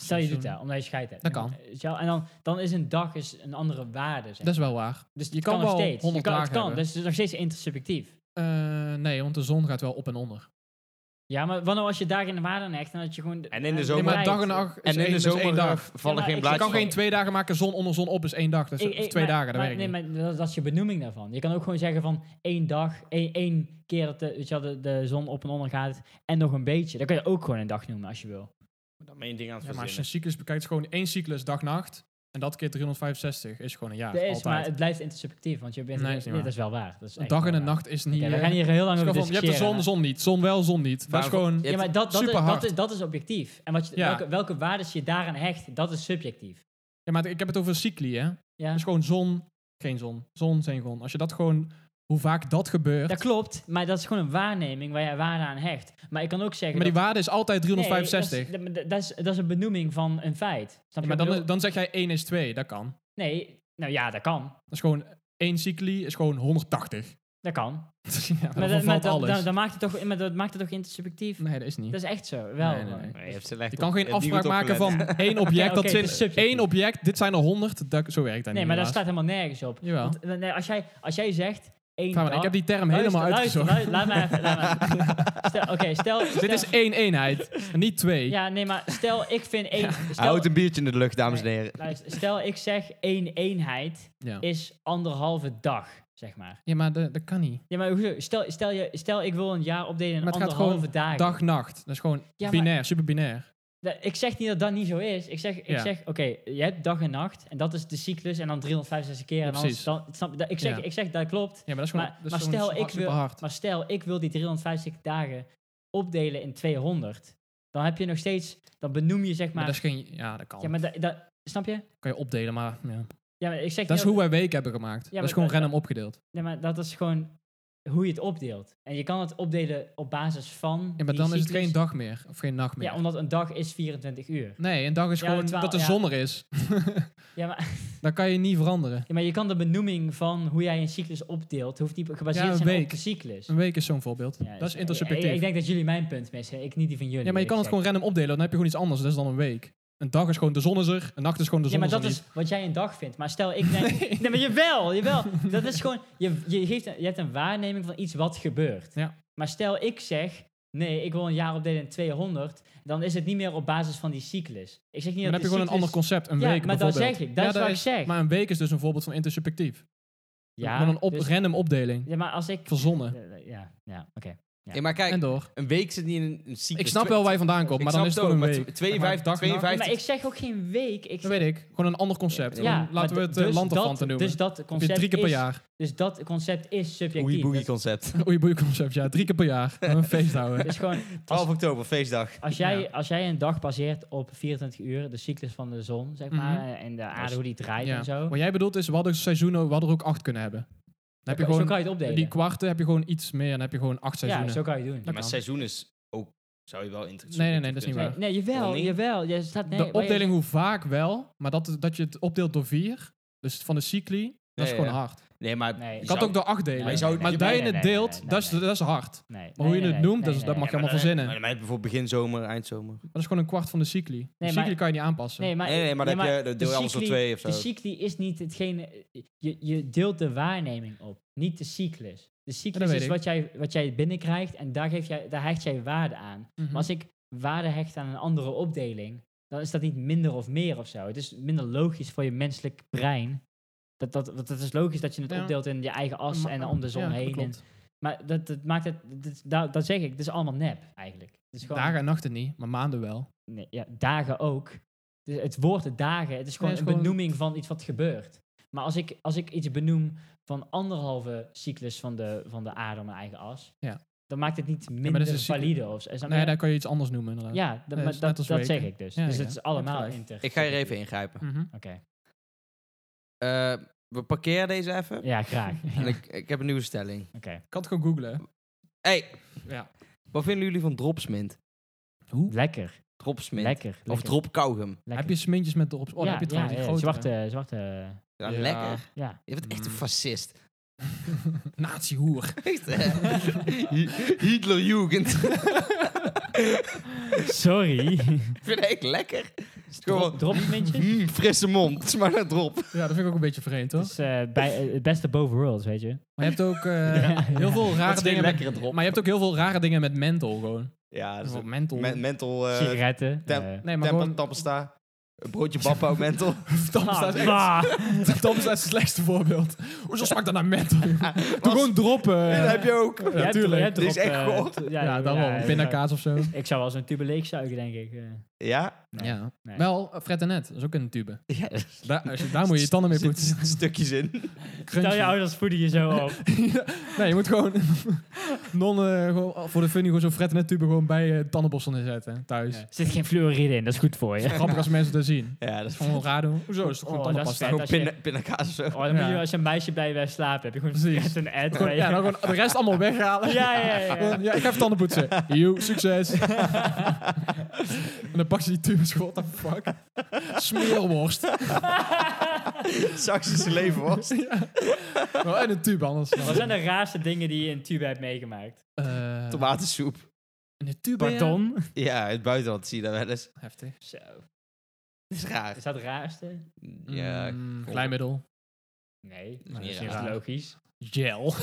Speaker 2: Stel je doet
Speaker 1: Seizoen.
Speaker 2: dat, omdat je scheid hebt.
Speaker 1: Dat kan.
Speaker 2: Weet je wel? En dan, dan is een dag is een andere waarde. Zeg.
Speaker 1: Dat is wel waar.
Speaker 2: dus je
Speaker 1: kan wel 100
Speaker 2: je kan,
Speaker 1: dagen
Speaker 2: Het kan,
Speaker 1: hebben.
Speaker 2: dus het is nog steeds intersubjectief.
Speaker 1: Eh, nee, want de zon gaat wel op en onder.
Speaker 2: Ja, maar wanneer als je dagen in de waarde en echt, dan dat je gewoon...
Speaker 3: En in de
Speaker 2: eh,
Speaker 3: zomer-
Speaker 1: Nee, maar
Speaker 2: tijd-
Speaker 1: dag en nacht is
Speaker 3: En in
Speaker 1: één-
Speaker 3: de
Speaker 1: is één
Speaker 3: zomer eh,
Speaker 1: dag.
Speaker 3: vallen
Speaker 2: Ja, maar
Speaker 3: geen
Speaker 2: ik- ik
Speaker 1: Je
Speaker 3: blaadjes.
Speaker 1: kan
Speaker 2: Laatste.
Speaker 1: geen twee dagen maken, zon onder zon op is één dag. Dat is,
Speaker 2: Ik- ik-
Speaker 1: of twee
Speaker 2: maar-
Speaker 1: dagen, dat
Speaker 2: maar,
Speaker 1: werkt
Speaker 2: nee,
Speaker 1: niet.
Speaker 2: maar dat, dat is je benoeming daarvan. Je kan ook gewoon zeggen van één dag, één, één keer dat de, weet je wel, de, de zon op en onder gaat en nog een beetje. Dan kan je ook gewoon een dag noemen als je wil.
Speaker 3: Dan ben je ding aan het
Speaker 1: Ja, maar als je een
Speaker 3: verzinnen.
Speaker 1: cyclus bekijkt, is gewoon één cyclus dag-nacht. En dat keer 365 is gewoon een jaar.
Speaker 2: Dat is,
Speaker 1: altijd.
Speaker 2: maar het blijft intersubjectief, want je bent...
Speaker 1: Nee,
Speaker 2: Nee,
Speaker 1: is niet
Speaker 2: dat
Speaker 1: waar.
Speaker 2: is wel waar. Dat is
Speaker 1: een
Speaker 2: echt
Speaker 1: dag
Speaker 2: wel
Speaker 1: en een
Speaker 2: waar.
Speaker 1: nacht is niet...
Speaker 2: Oké,
Speaker 1: eh,
Speaker 2: we gaan hier heel lang
Speaker 1: het
Speaker 2: over
Speaker 1: is gewoon van, je hebt de zon,
Speaker 2: discussiëren.
Speaker 1: zon niet. Zon wel, zon niet. Dat is
Speaker 3: Waarvoor-
Speaker 1: gewoon...
Speaker 2: Ja, maar dat, dat, is,
Speaker 1: superhard.
Speaker 2: dat, is, dat is objectief. En wat je,
Speaker 1: Ja.
Speaker 2: welke, welke waardes je daaraan hecht, dat is subjectief.
Speaker 1: Ja, maar ik heb het over cycli, hè. Dat
Speaker 2: Ja?
Speaker 1: is gewoon zon, geen zon. Zon, geen zon. Als je dat gewoon... Hoe vaak dat gebeurt...
Speaker 2: Dat klopt, maar dat is gewoon een waarneming waar je waarde aan hecht. Maar ik kan ook zeggen...
Speaker 1: maar die
Speaker 2: dat-
Speaker 1: waarde is altijd
Speaker 2: Nee,
Speaker 1: 365.
Speaker 2: dat, is, dat- dat, is, dat is een benoeming van een feit. Snap je
Speaker 1: Ja, maar
Speaker 2: wat ik
Speaker 1: dan,
Speaker 2: bedoel?
Speaker 1: dan zeg jij 1 is 2. Dat kan.
Speaker 2: Nee, nou ja, dat kan.
Speaker 1: Dat is gewoon één cycli is gewoon 180.
Speaker 2: Dat kan.
Speaker 1: ja, dan
Speaker 2: Maar, dat, maar
Speaker 1: vervalt
Speaker 2: dat,
Speaker 1: alles.
Speaker 2: dat, dat maakt het toch, maar dat maakt het toch intersubjectief?
Speaker 1: nee, dat is niet.
Speaker 2: Dat is echt zo. Wel.
Speaker 1: Nee, nee, nee.
Speaker 2: gewoon.
Speaker 3: Nee, je hebt slecht
Speaker 1: Je
Speaker 3: op-
Speaker 1: kan geen
Speaker 3: eh, niet
Speaker 1: afspraak
Speaker 3: goed
Speaker 1: maken van
Speaker 3: opgelet.
Speaker 1: één object.
Speaker 2: oké,
Speaker 1: dat zijn
Speaker 2: dus subjectief.
Speaker 1: één object, dit zijn er 100. Dat, zo werkt dat
Speaker 2: Nee,
Speaker 1: niet.
Speaker 2: maar dat
Speaker 1: helaas.
Speaker 2: staat helemaal nergens op.
Speaker 1: Jawel.
Speaker 2: Want, eh, nee, als, jij, als jij zegt... één
Speaker 1: Ga maar,
Speaker 2: dag-
Speaker 1: ik heb die term helemaal
Speaker 2: luister,
Speaker 1: uitgezocht.
Speaker 2: luister, Laat maar even. Laat maar even. Stel- Oké, stel...
Speaker 1: Dit is één eenheid, en niet twee.
Speaker 2: Ja, nee, maar stel ik vind één...
Speaker 3: Hij
Speaker 2: Stel,
Speaker 3: houdt een biertje in de lucht, dames en
Speaker 2: Nee.
Speaker 3: heren.
Speaker 2: luister, stel ik zeg één eenheid
Speaker 1: Ja,
Speaker 2: is anderhalve dag, zeg maar.
Speaker 1: Ja, maar dat, dat kan niet.
Speaker 2: Ja, maar hoezo? Stel, stel, je, stel ik wil een jaar opdelen in
Speaker 1: Maar het gaat gewoon
Speaker 2: anderhalve dagen.
Speaker 1: Dag-nacht, dat is gewoon
Speaker 2: Ja, maar-
Speaker 1: binair, super binair.
Speaker 2: Da- Ik zeg niet dat dat niet zo is. Ik zeg, ik
Speaker 1: Ja.
Speaker 2: zeg oké, je hebt dag en nacht. En dat is de cyclus. En dan 365 keer. En
Speaker 1: Ja,
Speaker 2: anders,
Speaker 1: precies.
Speaker 2: dan, snap, je? dat, ik, zeg,
Speaker 1: Ja.
Speaker 2: ik zeg, dat klopt.
Speaker 1: Ja, maar dat is gewoon,
Speaker 2: Maar,
Speaker 1: dat
Speaker 2: maar
Speaker 1: is gewoon
Speaker 2: stel, ik
Speaker 1: super
Speaker 2: wil,
Speaker 1: hard.
Speaker 2: maar stel, ik wil die 365 dagen opdelen in 200. Dan heb je nog steeds... Dan benoem je zeg
Speaker 1: Maar
Speaker 2: maar...
Speaker 1: dat is geen, ja, dat kan.
Speaker 2: ja, maar da- da- snap je?
Speaker 1: kan je opdelen, maar ja.
Speaker 2: Ja, maar ik zeg
Speaker 1: Dat is
Speaker 2: niet
Speaker 1: hoe wij weken hebben gemaakt. dat
Speaker 2: maar
Speaker 1: is gewoon
Speaker 2: dat-
Speaker 1: random opgedeeld.
Speaker 2: Nee, maar dat is gewoon hoe je het opdeelt. En je kan het opdelen op basis van.
Speaker 1: Ja, maar
Speaker 2: die
Speaker 1: dan is het
Speaker 2: cyclus.
Speaker 1: geen dag meer, of geen nacht meer.
Speaker 2: Ja, omdat een dag is 24 uur.
Speaker 1: nee, een dag is
Speaker 2: Ja,
Speaker 1: gewoon
Speaker 2: twaalf-
Speaker 1: dat de
Speaker 2: ja.
Speaker 1: zon er is.
Speaker 2: Ja maar,
Speaker 1: dat kan je niet veranderen.
Speaker 2: ja, maar je kan de benoeming van hoe jij een cyclus opdeelt, hoeft niet gebaseerd
Speaker 1: Ja,
Speaker 2: te
Speaker 1: een
Speaker 2: zijn op
Speaker 1: week.
Speaker 2: de cyclus.
Speaker 1: Een week is zo'n voorbeeld.
Speaker 2: Ja,
Speaker 1: dat is
Speaker 2: ja,
Speaker 1: intersubjectief.
Speaker 2: Ik, ik denk dat jullie mijn punt missen, ik niet die van jullie.
Speaker 1: Ja, maar je kan het gewoon
Speaker 2: eerlijk
Speaker 1: random opdelen. Dan heb je gewoon iets anders. Dat is dan een week. Een dag is gewoon de zon is er. Een nacht is gewoon de
Speaker 2: gezegd. Ja,
Speaker 1: zon
Speaker 2: maar
Speaker 1: is er
Speaker 2: dat is wat jij een dag vindt. Maar stel ik denk. nee. maar jawel, jawel. Dat is gewoon. Je, je, geeft een- je hebt een waarneming van iets wat gebeurt.
Speaker 1: Ja.
Speaker 2: Maar stel ik zeg. Nee, ik wil een jaar opdelen in 200. Dan is het niet meer op basis van die cyclus. Ik
Speaker 1: niet.
Speaker 2: zeg niet
Speaker 1: Dan
Speaker 2: dat
Speaker 1: heb je gewoon een
Speaker 2: de cyclus-
Speaker 1: ander concept. Een
Speaker 2: Ja,
Speaker 1: week
Speaker 2: maar dat
Speaker 1: bijvoorbeeld.
Speaker 2: zeg ik. Dat
Speaker 1: Ja,
Speaker 2: is wat ik zeg.
Speaker 1: Maar een week is dus een voorbeeld van intersubjectief.
Speaker 2: Ja,
Speaker 1: Gewoon een op,
Speaker 2: dus-
Speaker 1: random opdeling.
Speaker 2: ja, maar als ik...
Speaker 1: Verzonnen.
Speaker 2: Ja, ja, ja, oké. Ja.
Speaker 3: Hey, maar kijk,
Speaker 1: En door.
Speaker 3: een week zit niet in een cyclus.
Speaker 1: Ik snap wel waar je vandaan komt,
Speaker 3: Ik
Speaker 1: maar dan
Speaker 3: snap
Speaker 1: is het
Speaker 3: het
Speaker 1: gewoon een
Speaker 3: ook, maar
Speaker 1: week.
Speaker 3: tw- 52
Speaker 1: Zeg maar dag, nacht.
Speaker 2: Maar ik zeg ook geen week. Ik
Speaker 1: Dat weet ik. Gewoon een ander concept.
Speaker 2: Ja,
Speaker 1: Gewoon,
Speaker 2: maar
Speaker 1: laten we het
Speaker 2: dus
Speaker 1: eh, land ervan
Speaker 2: dat-
Speaker 1: te noemen.
Speaker 2: Dus dat
Speaker 1: Heb je
Speaker 2: concept
Speaker 1: drie keer per
Speaker 2: is,
Speaker 1: jaar.
Speaker 2: Dus dat concept is
Speaker 3: Oei,
Speaker 2: subjectief.
Speaker 3: boei
Speaker 2: dat,
Speaker 3: concept.
Speaker 1: Oei, boei concept. Ja, drie keer per jaar. Dan een feest houden.
Speaker 2: is gewoon...
Speaker 3: 12 oktober, feestdag.
Speaker 2: Als jij,
Speaker 1: Ja.
Speaker 2: als jij een dag baseert op 24 uur, de cyclus van de zon, zeg maar, eh,
Speaker 1: Mhm.
Speaker 2: en de aarde, hoe die draait
Speaker 1: Ja.
Speaker 2: en zo.
Speaker 1: Wat jij bedoelt is, we hadden seizoenen, we hadden er ook acht kunnen hebben. Dan heb je
Speaker 2: zo
Speaker 1: gewoon,
Speaker 2: kan je het opdelen.
Speaker 1: die kwarten heb je gewoon iets meer. Dan heb je gewoon acht
Speaker 2: ja,
Speaker 1: seizoenen.
Speaker 2: zo kan je het doen.
Speaker 1: Dat
Speaker 3: maar
Speaker 1: kan.
Speaker 3: seizoen is ook, zou je wel interessant
Speaker 1: Nee, nee, nee, dat is niet
Speaker 2: Nee,
Speaker 1: waar.
Speaker 2: nee, jawel,
Speaker 3: Wanneer?
Speaker 2: jawel. Je staat, nee,
Speaker 1: de
Speaker 2: waar je-
Speaker 1: opdeling hoe vaak wel, maar dat, dat je het opdeelt door vier, dus van de cycli, dat
Speaker 3: Ja,
Speaker 1: is gewoon
Speaker 3: ja.
Speaker 1: hard.
Speaker 3: Nee, maar...
Speaker 2: Nee.
Speaker 1: Je
Speaker 2: Je
Speaker 1: kan het
Speaker 3: zou-
Speaker 1: ook door acht delen,
Speaker 2: Nee,
Speaker 3: zou-
Speaker 1: maar
Speaker 3: nee,
Speaker 1: dat je
Speaker 2: nee,
Speaker 1: het
Speaker 2: nee,
Speaker 1: deelt,
Speaker 2: nee,
Speaker 1: dat, is,
Speaker 2: nee.
Speaker 1: dat is hard.
Speaker 2: Nee,
Speaker 1: Maar hoe je het noemt, dat, is- dat
Speaker 2: nee,
Speaker 1: mag je
Speaker 3: nee.
Speaker 1: allemaal verzinnen.
Speaker 3: Maar dan heb je bijvoorbeeld begin zomer, eind zomer.
Speaker 1: Dat is gewoon een kwart van de cycli. De
Speaker 2: Nee,
Speaker 1: cycli
Speaker 2: maar-
Speaker 1: kan je niet aanpassen.
Speaker 2: Nee, maar,
Speaker 3: nee, nee, maar dan
Speaker 2: nee,
Speaker 3: heb je- dan
Speaker 2: de
Speaker 3: deel je alles door
Speaker 2: cycli-
Speaker 3: twee of zo.
Speaker 2: De cycli is niet hetgene... Je, je deelt de waarneming op, niet de cyclus. De
Speaker 1: dat
Speaker 2: cyclus
Speaker 1: weet
Speaker 2: is
Speaker 1: ik.
Speaker 2: wat jij, wat jij binnenkrijgt en daar, geef jij, daar hecht jij waarde aan.
Speaker 1: Mhm.
Speaker 2: Maar als ik waarde hecht aan een andere opdeling, dan is dat niet minder of meer of zo. Het is minder logisch voor je menselijk brein. Dat, dat, want het is logisch dat je het
Speaker 1: Ja.
Speaker 2: opdeelt in je eigen as
Speaker 1: Maar-
Speaker 2: en om de zon
Speaker 1: ja, dat
Speaker 2: heen.
Speaker 1: klopt.
Speaker 2: En- maar dat, dat maakt het, dat, dat, dat zeg ik, het is allemaal nep eigenlijk. Het is gewoon,
Speaker 1: Dagen en nachten niet, maar maanden wel.
Speaker 2: nee, ja, dagen ook. Dus het woord dagen, het is gewoon
Speaker 1: Nee, het is
Speaker 2: een
Speaker 1: gewoon-
Speaker 2: benoeming van iets wat gebeurt. Maar als ik, als ik iets benoem van anderhalve cyclus van de, van de aarde om mijn eigen as,
Speaker 1: Ja.
Speaker 2: dan maakt het niet
Speaker 1: is
Speaker 2: minder
Speaker 1: een cyclus.
Speaker 2: valide. Of, zo. Snap
Speaker 1: Nee,
Speaker 2: je?
Speaker 1: daar kan je iets anders noemen inderdaad.
Speaker 2: Ja, d- maar
Speaker 1: Oh. is net
Speaker 2: dat,
Speaker 1: als
Speaker 2: dat
Speaker 1: weken.
Speaker 2: zeg ik dus.
Speaker 1: Ja,
Speaker 2: dus
Speaker 1: ja.
Speaker 2: het is allemaal
Speaker 1: Gelijk.
Speaker 2: inter.
Speaker 3: Ik ga hier even ingrijpen.
Speaker 1: Mhm.
Speaker 2: Oké.
Speaker 3: Eh, we parkeren deze even.
Speaker 2: Ja, graag.
Speaker 3: En
Speaker 2: Oké.
Speaker 3: ik, ik heb een nieuwe stelling.
Speaker 1: Ik kan het gewoon googlen. hè.
Speaker 3: hey,
Speaker 1: Ja.
Speaker 3: wat vinden jullie van dropsmint?
Speaker 2: Lekker.
Speaker 3: Dropsmint.
Speaker 2: Lekker.
Speaker 3: Of
Speaker 2: lekker,
Speaker 3: dropkaugum.
Speaker 2: lekker.
Speaker 1: Heb je smintjes met erop? Oh,
Speaker 2: ja,
Speaker 1: heb je trouwens
Speaker 2: ja,
Speaker 1: die
Speaker 2: ja,
Speaker 1: grote.
Speaker 2: zwarte, zwarte...
Speaker 3: Ja,
Speaker 1: Ja.
Speaker 3: Lekker.
Speaker 2: Ja.
Speaker 3: Je bent echt een
Speaker 1: Mm.
Speaker 3: fascist.
Speaker 1: Nazi-hoer.
Speaker 3: Echt, eh, Hi- Hitlerjugend.
Speaker 2: Sorry.
Speaker 3: vind ik echt lekker.
Speaker 2: Drop-
Speaker 3: Gewoon-
Speaker 2: Dropsmintjes?
Speaker 3: Mm, frisse mond. Smaak naar drop.
Speaker 1: Ja, dat vind ik ook een beetje vreemd, hoor.
Speaker 3: Dus-
Speaker 2: Het is eh, bij, eh, het beste boven worlds, weet je.
Speaker 1: Maar je hebt ook eh,
Speaker 2: Ja.
Speaker 1: heel veel
Speaker 3: Dat
Speaker 1: rare
Speaker 3: is geen
Speaker 1: dingen met...
Speaker 3: lekkere drop.
Speaker 1: Maar je hebt ook heel veel rare dingen met menthol gewoon.
Speaker 3: Ja, dat is
Speaker 1: Bijvoorbeeld menthol.
Speaker 3: een me- mental... eh,
Speaker 2: Sigaretten.
Speaker 3: tem-
Speaker 1: nee,
Speaker 2: eh.
Speaker 1: maar
Speaker 3: temper-
Speaker 1: gewoon...
Speaker 3: tappesta. Een broodje bappa, mental.
Speaker 1: Tom staat
Speaker 2: Ah,
Speaker 1: echt-
Speaker 2: bah.
Speaker 1: Tom staat het slechtste voorbeeld. Hoezo smaakt dat naar menthol? Doe
Speaker 3: Als-
Speaker 1: gewoon droppen.
Speaker 3: Dat heb je ook.
Speaker 2: Jij hebt-
Speaker 1: tuurlijk.
Speaker 2: jij hebt
Speaker 3: Die is
Speaker 2: erop,
Speaker 3: echt
Speaker 2: eh,
Speaker 3: goor.
Speaker 2: t-
Speaker 1: Ja, daarom.
Speaker 2: ja,
Speaker 1: Pindakaas of zo.
Speaker 2: ja. Ik zou wel zo'n tube leeg zuigen, denk ik. eh.
Speaker 3: Ja?
Speaker 2: Nee.
Speaker 1: Ja.
Speaker 2: Nee.
Speaker 1: Wel, eh, Fred en Net. Dat is ook in een tube.
Speaker 3: Ja.
Speaker 1: Daar, als je, daar moet je je tanden mee
Speaker 3: Zit-
Speaker 1: poetsen.
Speaker 3: zit Stukjes in.
Speaker 2: Stel je
Speaker 1: Crunchy.
Speaker 2: ouders voeden je zo op.
Speaker 1: nee, je moet gewoon, non, eh, gewoon voor de funny gewoon zo'n Fred en Net tube gewoon bij je tandenborstel neerzetten thuis.
Speaker 2: Er zit geen fluoride in, dat is goed voor je.
Speaker 1: Grappig als mensen dat zien.
Speaker 3: Ja, dat is
Speaker 1: Gewoon raar doen. Hoezo? Dat is toch gewoon
Speaker 2: Oh, dat is
Speaker 1: tandenpasta?
Speaker 2: vet.
Speaker 3: gewoon
Speaker 2: als je-
Speaker 3: pinda- pindakaas of zo.
Speaker 2: Oh, dan moet je
Speaker 1: Ja.
Speaker 2: als je een meisje bij je bij slaapt, heb je gewoon
Speaker 1: Precies.
Speaker 2: net een ad.
Speaker 1: Gewoon-
Speaker 2: bij je-
Speaker 1: ja, dan gewoon de rest allemaal weghalen.
Speaker 2: Ja, ja, ja.
Speaker 1: Gewoon, ik ga even tanden poetsen. Joe, succes. en dan pak je die tubes, what the fuck. Smeerworst.
Speaker 3: Saksische leven was.
Speaker 1: Ja. Wel, en een tube anders. dan.
Speaker 2: Wat zijn de raarste dingen die je in Tube hebt meegemaakt?
Speaker 1: Eh,
Speaker 3: Tomatensoep.
Speaker 1: in de tube, ja.
Speaker 2: Pardon?
Speaker 3: Ja, in het buitenland zie je dat wel eens.
Speaker 1: Heftig.
Speaker 2: Zo.
Speaker 3: Dat is raar.
Speaker 2: Is dat het raarste?
Speaker 3: Ja,
Speaker 1: Mm, glijmiddel.
Speaker 2: Nee,
Speaker 3: niet
Speaker 2: maar dat is
Speaker 3: raar.
Speaker 2: niet logisch.
Speaker 1: Gel.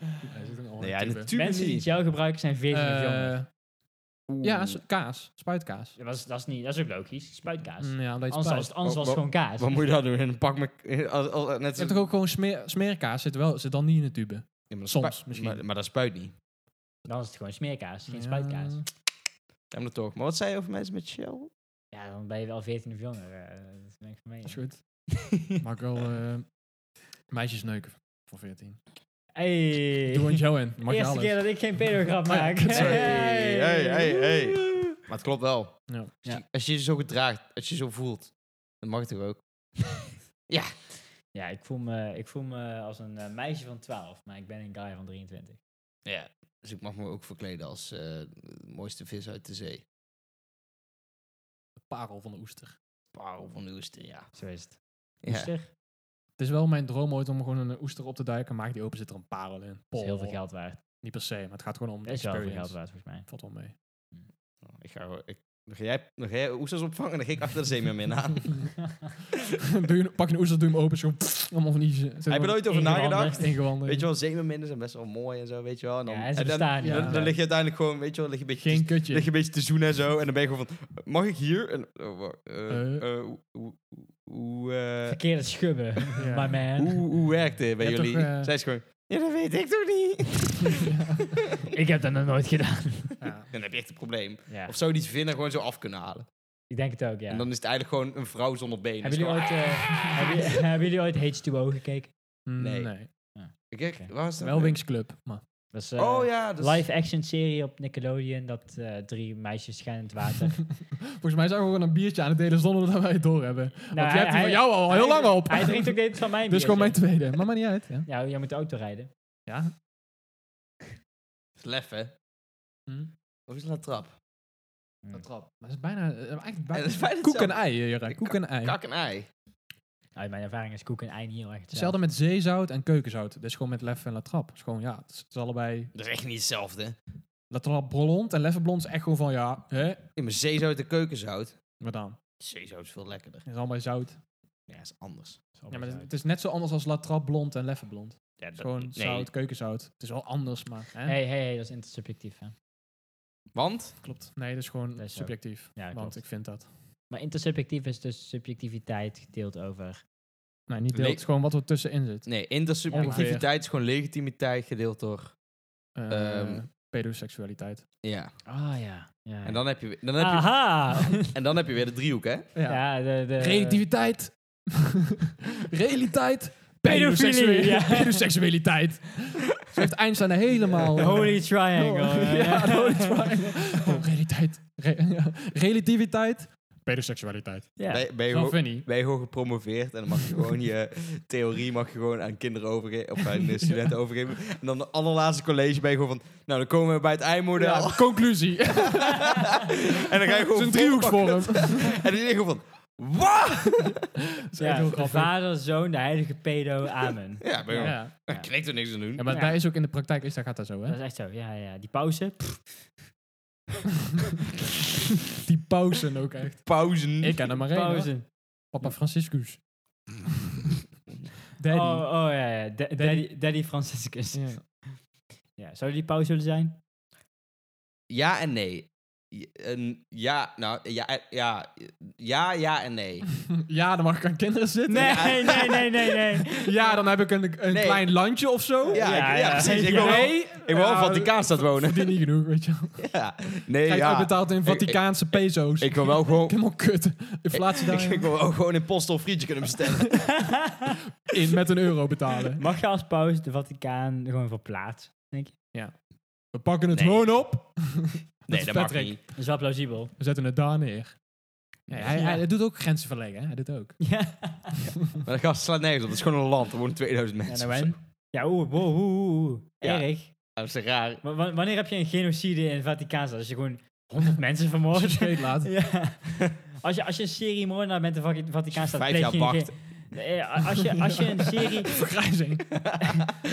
Speaker 1: Nee, zit ook allemaal
Speaker 3: nee,
Speaker 1: in
Speaker 3: ja,
Speaker 1: tube.
Speaker 3: natuurlijk
Speaker 2: Mensen die
Speaker 3: niet.
Speaker 2: gel gebruiken zijn 14 of jonger.
Speaker 1: Eh, ja, s- kaas. Spuitkaas.
Speaker 2: Dat, is, dat, is niet, dat is ook logisch. Spuitkaas.
Speaker 1: Mm, ja, omdat je het spuit.
Speaker 2: Anders, was, anders was
Speaker 3: Wa-
Speaker 2: het gewoon kaas.
Speaker 3: Wat moet je dan doen? En pak me... Als, als, als- net
Speaker 1: Je hebt toch ook gewoon smeer, smeerkaas zit, wel, zit dan niet in de tube.
Speaker 3: Ja, maar dat
Speaker 1: soms
Speaker 3: spuit-
Speaker 1: misschien.
Speaker 3: Maar, maar dat spuit niet.
Speaker 2: Dan is het gewoon smeerkaas, geen
Speaker 1: Ja.
Speaker 2: spuitkaas.
Speaker 3: Ja, maar toch. Maar wat zei je over mensen met Shell?
Speaker 2: Ja, dan ben je wel 14 of jonger. eh, dat ben ik van mee.
Speaker 1: Dat is goed. Mag ik wel eh, meisjes neuken voor 14.
Speaker 2: Hey.
Speaker 1: Doe een Joe in. Mag je
Speaker 2: Eerste
Speaker 1: alles.
Speaker 2: keer dat ik geen pedograf maak.
Speaker 3: Sorry. Hey, hey, hey. Maar het klopt wel.
Speaker 1: Ja.
Speaker 3: Als, Je, als je je zo gedraagt, als je je zo voelt, dan mag het toch ook?
Speaker 2: Ja, ik voel, me, ik voel me als een eh, meisje van 12, maar ik ben een guy van 23.
Speaker 3: Ja. Dus ik mag me ook verkleden als eh, de mooiste vis uit de zee.
Speaker 1: De parel van de oester.
Speaker 3: Parel van de oester, ja.
Speaker 2: Zo is het.
Speaker 3: Ja.
Speaker 2: Oester? Dat
Speaker 1: Het is wel mijn droom ooit om gewoon een oester op te duiken. Maak die open, zit er een parel in.
Speaker 2: is heel veel
Speaker 1: Pol.
Speaker 2: geld waard.
Speaker 1: Niet per se, maar het gaat gewoon om de
Speaker 2: Dat is wel veel
Speaker 1: experience.
Speaker 2: geld waard, volgens mij.
Speaker 1: Valt wel mee.
Speaker 3: Nou, Ik ga, gewoon- ik, dan, ga jij, dan ga jij oesters opvangen en dan ga ik achter de zeemeermin aan.
Speaker 1: doe je, pak je een oester, doe hem open. Zo, allemaal van die... zit
Speaker 3: Heb je er
Speaker 1: gewoon
Speaker 3: ooit over nagedacht?
Speaker 2: Ingewandig.
Speaker 1: ingewanden.
Speaker 3: Weet je wel, zeemerminnen zijn best wel mooi en zo, weet je wel. En dan,
Speaker 2: Ja, en ze
Speaker 3: en dan,
Speaker 2: bestaan niet.
Speaker 1: ja.
Speaker 3: dan, dan lig je uiteindelijk gewoon, weet je wel, lig je een beetje,
Speaker 1: Geen
Speaker 3: te, lig je
Speaker 1: kutje.
Speaker 3: een beetje te zoenen en zo. En dan ben je gewoon van, mag ik hier? En, oh, wa- eh,
Speaker 1: Eh.
Speaker 3: eh, hoe- hoe- hoe, eh,
Speaker 2: Verkeerde schubben,
Speaker 1: Ja.
Speaker 2: my man.
Speaker 3: hoe, hoe werkt dit bij
Speaker 1: Je hebt
Speaker 3: jullie?
Speaker 1: toch, eh,
Speaker 3: Zij is gewoon, ja, dat weet ik toch niet?
Speaker 2: Ik heb dat nog nooit gedaan.
Speaker 1: Ja.
Speaker 3: Dan heb je echt een probleem.
Speaker 2: Ja,
Speaker 3: Of zou die vinden gewoon zo af kunnen halen?
Speaker 2: ik denk het ook, ja.
Speaker 3: En dan is het eigenlijk gewoon een vrouw zonder benen.
Speaker 2: Hebben jullie,
Speaker 3: Dus
Speaker 2: ooit,
Speaker 3: gewoon,
Speaker 2: eh, hebben, jullie- hebben jullie ooit H2O gekeken?
Speaker 1: Nee.
Speaker 3: Nee.
Speaker 1: Mm, nee.
Speaker 3: Kijk,
Speaker 2: Oké.
Speaker 3: waar is dat?
Speaker 1: Wel Winx Club, maar...
Speaker 2: Dat is, eh,
Speaker 3: Oh ja, dat is-
Speaker 2: live action serie op Nickelodeon. Dat eh, drie meisjes gaan in het water. Nou,
Speaker 1: Volgens mij zijn we gewoon een biertje aan het delen zonder dat wij het doorhebben.
Speaker 2: nou,
Speaker 1: Want jij hebt die van jou al heel
Speaker 2: hij-
Speaker 1: lang op.
Speaker 2: Hij drinkt ook dit van mij.
Speaker 1: Dit is Dus gewoon mijn tweede. Maar maakt niet uit. Ja.
Speaker 2: Ja, jij moet de auto rijden.
Speaker 1: ja.
Speaker 3: dat is lef, hè? Of is dat een trap?
Speaker 1: hm. Dat trap. Maar het is bijna, eh, eigenlijk bijna,
Speaker 3: dat is bijna
Speaker 1: koek en
Speaker 3: hetzelfde.
Speaker 1: ei, eh, Jurre. Koek en ei.
Speaker 3: Kak en ei.
Speaker 2: Uit Nou, mijn ervaring is koek en ei niet heel erg
Speaker 1: Hetzelfde
Speaker 2: hetzelfde.
Speaker 1: met zeezout en keukenzout. Dit is gewoon met lef en latrap. Het is gewoon, ja, het is, het is allebei...
Speaker 3: Dat is echt niet hetzelfde.
Speaker 1: Latrap blond en leffenblond is echt gewoon van, ja, hè?
Speaker 3: In mijn zeezout en keukenzout.
Speaker 1: Maar dan,
Speaker 3: Zeezout is veel lekkerder.
Speaker 1: het is allemaal zout.
Speaker 3: Ja, is anders.
Speaker 1: Ja, maar het, het is net zo anders als latrap blond en leffenblond. Het
Speaker 3: Ja,
Speaker 1: is gewoon zout, keukenzout. Het is wel anders, maar... Hè?
Speaker 2: Hey, hey, hey, dat is intersubjectief. Hè?
Speaker 3: Want?
Speaker 1: Klopt. Nee, dat is gewoon
Speaker 2: Dat is zo.
Speaker 1: subjectief.
Speaker 2: Ja,
Speaker 1: want
Speaker 2: klopt.
Speaker 1: ik vind dat.
Speaker 2: Maar intersubjectief is dus subjectiviteit gedeeld over.
Speaker 1: Nee, niet
Speaker 3: Nee.
Speaker 1: deelt. gewoon wat er tussenin zit.
Speaker 3: Nee, intersubjectiviteit is gewoon legitimiteit gedeeld door...
Speaker 1: Eh,
Speaker 3: Ehm.
Speaker 1: pedoseksualiteit.
Speaker 3: Ja.
Speaker 2: Ah ja. ja.
Speaker 3: En dan heb je, dan heb
Speaker 1: Ah.
Speaker 3: je,
Speaker 2: Aha!
Speaker 3: en dan heb je weer de driehoek, hè?
Speaker 1: Ja.
Speaker 2: ja, de, de,
Speaker 1: Relativiteit. Realiteit.
Speaker 2: Pedofilie,
Speaker 1: Pedoseksueel-
Speaker 2: ja.
Speaker 1: Pedoseksualiteit. Zo heeft Einstein er helemaal... eh,
Speaker 2: Holy triangle.
Speaker 1: oh, ja, de holy triangle. Oh, realiteit. Re- ja. Relativiteit. Pedoseksualiteit.
Speaker 2: Ja.
Speaker 3: Ben, ben, je
Speaker 1: Zo
Speaker 3: gewoon,
Speaker 1: funny.
Speaker 3: ben je gewoon gepromoveerd en dan mag je gewoon je theorie mag je gewoon aan kinderen overgeven, of aan eh, studenten overgeven. En dan de allerlaatste college ben je gewoon van, nou dan komen we bij het eimodel.
Speaker 1: Ja, conclusie. Het
Speaker 3: En dan ga je
Speaker 1: is
Speaker 3: gewoon
Speaker 1: een
Speaker 3: volpakken.
Speaker 1: driehoekvorm.
Speaker 3: En dan is je gewoon van, wat?
Speaker 1: Dat is echt
Speaker 2: Ja,
Speaker 1: heel
Speaker 2: de
Speaker 1: grappig.
Speaker 2: vader, zoon, de heilige pedo, amen.
Speaker 3: Ja, ben je gewoon,
Speaker 1: Ja.
Speaker 3: "Ja, knikt er niks aan doen.
Speaker 1: Ja, maar
Speaker 2: Ja.
Speaker 1: daar is ook in de praktijk, is, daar gaat dat zo,
Speaker 2: Dat
Speaker 1: hè?
Speaker 2: is echt zo, ja, ja. Die pauze. pff,
Speaker 1: Die pauzen ook echt.
Speaker 3: Pauzen.
Speaker 1: Ik ken hem maar één, hoor.
Speaker 2: pauze.
Speaker 1: Papa Franciscus. Daddy.
Speaker 2: Oh, oh ja, ja. Da- Daddy, Daddy Franciscus.
Speaker 1: Ja.
Speaker 2: Ja, zou die pauze willen zijn?
Speaker 3: Ja en nee. J- een- ja, nou, ja, eh, ja, ja, ja en nee.
Speaker 1: ja, dan mag ik aan kinderen zitten.
Speaker 2: Nee, nee, nee, nee, nee.
Speaker 1: Ja, dan heb ik een, een
Speaker 3: Nee.
Speaker 1: klein landje of zo.
Speaker 2: Ja,
Speaker 3: Ja, ik- ja,
Speaker 2: ja.
Speaker 3: precies. Ik wil wel,
Speaker 1: Nee.
Speaker 3: ik wil wel
Speaker 1: Ja,
Speaker 2: Nou,
Speaker 3: Vaticaanstad wonen.
Speaker 1: Verdien niet genoeg, weet je wel.
Speaker 3: Ja. Nee,
Speaker 1: Krijg je
Speaker 3: Eh, ja.
Speaker 1: uitbetaald in Vaticaanse pezo's.
Speaker 3: Ik wil wel gewoon...
Speaker 1: Helemaal kut. Inflatie daar.
Speaker 3: Ik wil wel gewoon een postel frietje kunnen bestellen.
Speaker 1: In met een euro betalen.
Speaker 2: Mag je als pauze de Vaticaan gewoon verplaatsen? Denk je?
Speaker 1: We pakken het
Speaker 3: Nee.
Speaker 1: gewoon op.
Speaker 3: Nee, dat mag
Speaker 1: Patrick.
Speaker 3: niet.
Speaker 2: Dat is wel plausibel.
Speaker 1: We zetten het daar neer. Nee, hij,
Speaker 2: Ja.
Speaker 1: hij, hij doet ook grenzen verleggen. hè. Hij doet ook.
Speaker 2: Ja.
Speaker 3: Maar dat gaat slaat nergens op. Dat is gewoon een land. Er wonen 2000
Speaker 2: Ja,
Speaker 3: mensen.
Speaker 2: nou
Speaker 3: of zo.
Speaker 2: en? Ja, oeh, wow, oeh, oeh, oeh.
Speaker 3: Ja.
Speaker 2: Erg.
Speaker 3: Dat is raar.
Speaker 2: Wa- wa- Wanneer heb je een genocide in het Vaticaan? Dat je gewoon honderd mensen
Speaker 3: Oh,
Speaker 1: Als je
Speaker 2: vermoord.
Speaker 1: scheet laat.
Speaker 2: ja. Als je, als je een serie moordenaar bent, de Vati- Vaticaan staat
Speaker 3: Vijf jaar wacht.
Speaker 2: Als je, als je een serie...
Speaker 1: Vergrijzing.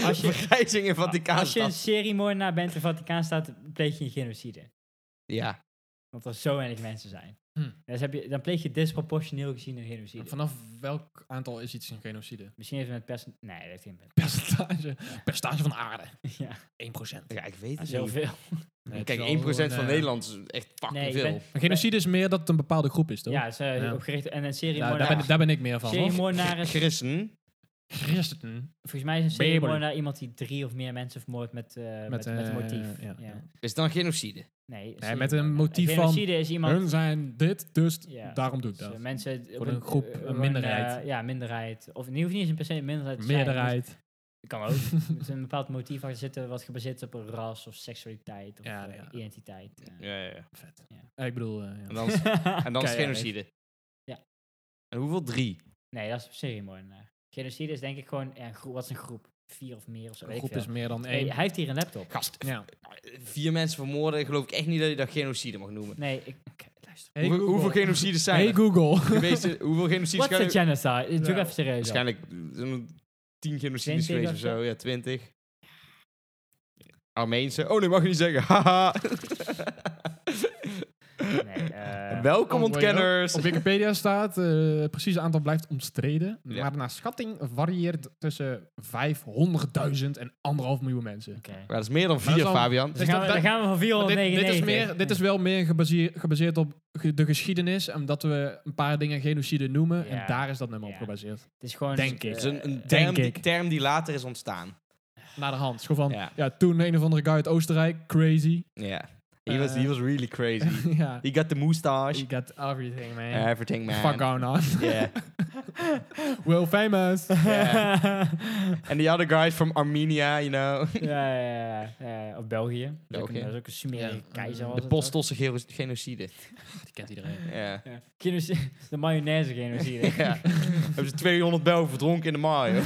Speaker 2: Als je,
Speaker 3: Vergrijzing in
Speaker 2: als je een
Speaker 3: Vaticaanstad.
Speaker 2: serie moordenaar bent, de Vaticaan staat, pleeg je een genocide.
Speaker 3: Ja.
Speaker 2: Want er zo weinig mensen zijn.
Speaker 1: Hm.
Speaker 2: Dus heb je, dan pleeg je disproportioneel gezien een genocide.
Speaker 1: Vanaf welk aantal is iets een genocide?
Speaker 2: Misschien even met percent... Nee, dat heeft geen punt.
Speaker 1: Percentage. Percentage van aarde.
Speaker 2: Ja,
Speaker 1: 1%.
Speaker 3: ja, ik weet
Speaker 2: dat
Speaker 3: het
Speaker 2: is heel
Speaker 3: niet.
Speaker 2: veel.
Speaker 1: Nee,
Speaker 3: Kijk, 1%
Speaker 1: het is wel
Speaker 3: van
Speaker 1: gewoon, eh,
Speaker 3: Nederland is echt fucking
Speaker 2: Nee, ik
Speaker 3: veel.
Speaker 2: ben-
Speaker 1: Een genocide is meer dat het een bepaalde groep is, toch?
Speaker 2: Ja, dat is eh,
Speaker 1: Ja.
Speaker 2: opgericht. En een serie
Speaker 1: Nou, daar, ben, ik- daar ben ik meer van. hoor.
Speaker 2: seriemoordenaar is...
Speaker 3: Christen.
Speaker 1: Christen.
Speaker 2: Volgens mij is
Speaker 1: Bijbel.
Speaker 2: een seriemoordenaar iemand die drie of meer mensen vermoordt met, eh met, met,
Speaker 1: eh,
Speaker 2: motief.
Speaker 1: ja,
Speaker 2: Ja.
Speaker 1: ja.
Speaker 3: Is het dan genocide?
Speaker 2: Nee,
Speaker 1: Nee,
Speaker 2: seriemoordenaar.
Speaker 1: met een motief van-
Speaker 2: Genocide is iemand...
Speaker 1: Hun zijn dit, dus
Speaker 2: Ja.
Speaker 1: daarom doe ik
Speaker 2: Dus, eh,
Speaker 1: dat.
Speaker 2: mensen op
Speaker 1: Voor een groep,
Speaker 2: eh,
Speaker 1: een
Speaker 2: gewoon,
Speaker 1: minderheid.
Speaker 2: eh, ja, minderheid. Of in ieder geval niet eens per se een minderheid. te zijn.
Speaker 1: Meerderheid.
Speaker 2: Het kan ook. Er moet een bepaald motief achter zitten wat gebaseerd is op een ras of seksualiteit of
Speaker 1: Ja,
Speaker 2: eh,
Speaker 1: ja.
Speaker 2: identiteit. eh.
Speaker 3: Ja, ja, ja.
Speaker 1: Vet.
Speaker 2: Ja.
Speaker 1: Eh, Ik bedoel, eh, ja.
Speaker 3: En dan is, en dan is het
Speaker 1: Keihard.
Speaker 3: genocide.
Speaker 2: Ja.
Speaker 3: En hoeveel? Drie.
Speaker 2: nee, dat is seriemoordenaar. Genocide is denk ik gewoon, ja, een groep, wat is een groep? Vier of meer of zo.
Speaker 1: een
Speaker 2: weet ik
Speaker 1: groep
Speaker 2: veel.
Speaker 1: is meer dan
Speaker 2: Nee,
Speaker 1: één.
Speaker 2: hij heeft hier een laptop.
Speaker 3: Gast,
Speaker 1: Ja.
Speaker 3: vier mensen vermoorden, geloof ik echt niet dat je dat genocide mag noemen.
Speaker 2: Nee, ik, oké, luister.
Speaker 1: Hey
Speaker 3: hoeveel,
Speaker 1: Google.
Speaker 3: hoeveel genocides zijn
Speaker 1: Hey
Speaker 3: er?
Speaker 1: Google.
Speaker 3: Geweest, eh, hoeveel genocides
Speaker 2: What's
Speaker 3: zijn
Speaker 2: a
Speaker 3: er?
Speaker 2: genocide? Doe
Speaker 1: Nou,
Speaker 2: even serieus. op.
Speaker 3: Waarschijnlijk eh, zo'n tien
Speaker 2: 20
Speaker 3: genocides geweest of
Speaker 2: of zo.
Speaker 3: zo. Ja, twintig. Armeense. Oh, nee, mag je niet zeggen. Haha.
Speaker 2: Nee, eh,
Speaker 3: Welkom
Speaker 1: Oh,
Speaker 3: ontkenners.
Speaker 1: Op Wikipedia staat, eh precies aantal blijft omstreden.
Speaker 3: Ja.
Speaker 1: Maar naar schatting varieert tussen 500.000 en 1,5 miljoen mensen.
Speaker 2: Oké.
Speaker 3: Maar dat is meer dan
Speaker 1: Maar dat is
Speaker 3: vier,
Speaker 1: al-
Speaker 3: Fabian.
Speaker 2: Dus
Speaker 1: Dus
Speaker 2: dan gaan,
Speaker 1: dat-
Speaker 2: we,
Speaker 1: dat-
Speaker 2: dan gaan we van
Speaker 1: Maar Dit,
Speaker 2: 499.
Speaker 1: dit is meer, dit is wel meer gebaseer- gebaseerd op ge- de geschiedenis. Omdat we een paar dingen genocide noemen.
Speaker 2: Ja.
Speaker 1: En daar is dat nummer
Speaker 2: Ja.
Speaker 1: op gebaseerd.
Speaker 2: Het is gewoon...
Speaker 1: Denk ik.
Speaker 3: Het
Speaker 2: eh,
Speaker 3: is een, een term,
Speaker 1: denk
Speaker 3: die,
Speaker 1: ik.
Speaker 3: term die later is ontstaan.
Speaker 1: Naar de hand. Gewoon van,
Speaker 3: Ja.
Speaker 1: ja, toen een of andere guy uit Oostenrijk. Crazy.
Speaker 3: Ja. He was, he
Speaker 1: Eh.
Speaker 3: was really crazy.
Speaker 1: ja.
Speaker 3: He got the moustache.
Speaker 1: You got everything, man.
Speaker 3: Everything, man.
Speaker 1: Fuck going on.
Speaker 3: Yeah.
Speaker 1: World famous.
Speaker 3: Yeah. and the other guys from Armenia, you know.
Speaker 2: ja, ja, ja, ja, ja. Of België. Dat is ook een-
Speaker 3: België.
Speaker 2: Dat is ook een smerige
Speaker 1: Ja. De
Speaker 2: keizer. was
Speaker 3: De
Speaker 2: het ook.
Speaker 3: postelse geno- genocide.
Speaker 1: Die kent iedereen.
Speaker 3: Ja.
Speaker 2: Ja. Genocide- De mayonaise genocide.
Speaker 3: ja. Hebben ze 200 Belgen verdronken in de Mario.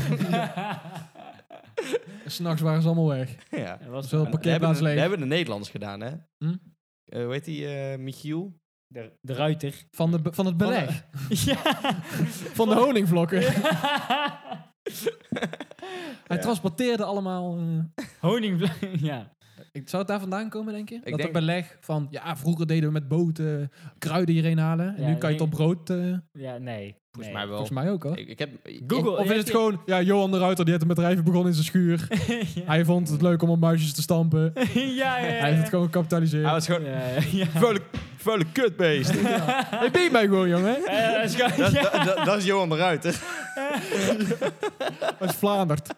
Speaker 1: S'nachts waren ze allemaal weg.
Speaker 3: ja.
Speaker 2: Dat was
Speaker 1: Zo parkeer-
Speaker 2: de,
Speaker 3: hebben,
Speaker 1: Parkeerplaats
Speaker 3: de,
Speaker 1: leeg.
Speaker 3: we hebben de Nederlanders gedaan, hè?
Speaker 1: Hm?
Speaker 3: Eh, hoe heet die? eh, Michiel?
Speaker 2: de, de ruiter.
Speaker 1: Van, de, be- van het beleg. Van
Speaker 2: ja.
Speaker 1: de, honingvlokken. Hij transporteerde allemaal... eh,
Speaker 2: Honingvla- ja.
Speaker 1: ik zou het daar vandaan komen, denk je? dat
Speaker 3: denk-
Speaker 1: het beleg van... Ja, vroeger deden we met boten kruiden hierheen halen. En
Speaker 2: Ja,
Speaker 1: nu kan je het op
Speaker 2: nee.
Speaker 1: brood... eh,
Speaker 2: Ja, nee.
Speaker 3: Volgens
Speaker 2: nee.
Speaker 3: mij wel.
Speaker 1: volgens mij ook, hoor.
Speaker 3: Ik, ik heb,
Speaker 2: Google.
Speaker 1: Of
Speaker 2: je
Speaker 1: is
Speaker 2: hebt
Speaker 1: het
Speaker 2: je-
Speaker 1: gewoon... Ja, Johan de Ruiter, die had een bedrijf begonnen in zijn schuur. Hij vond het leuk om op muisjes te stampen.
Speaker 2: ja, ja, ja.
Speaker 1: Hij heeft het gewoon
Speaker 3: Hij
Speaker 1: gecapitaliseerd.
Speaker 3: was gewoon
Speaker 2: Ja, ja.
Speaker 3: vuile, vuile kutbeest.
Speaker 1: Hij beet mij gewoon, jongen.
Speaker 2: Eh, dat is gewoon-
Speaker 3: dat,
Speaker 2: ja.
Speaker 3: dat, dat, dat is Johan de Ruiter.
Speaker 1: Hij is Vlaanderd.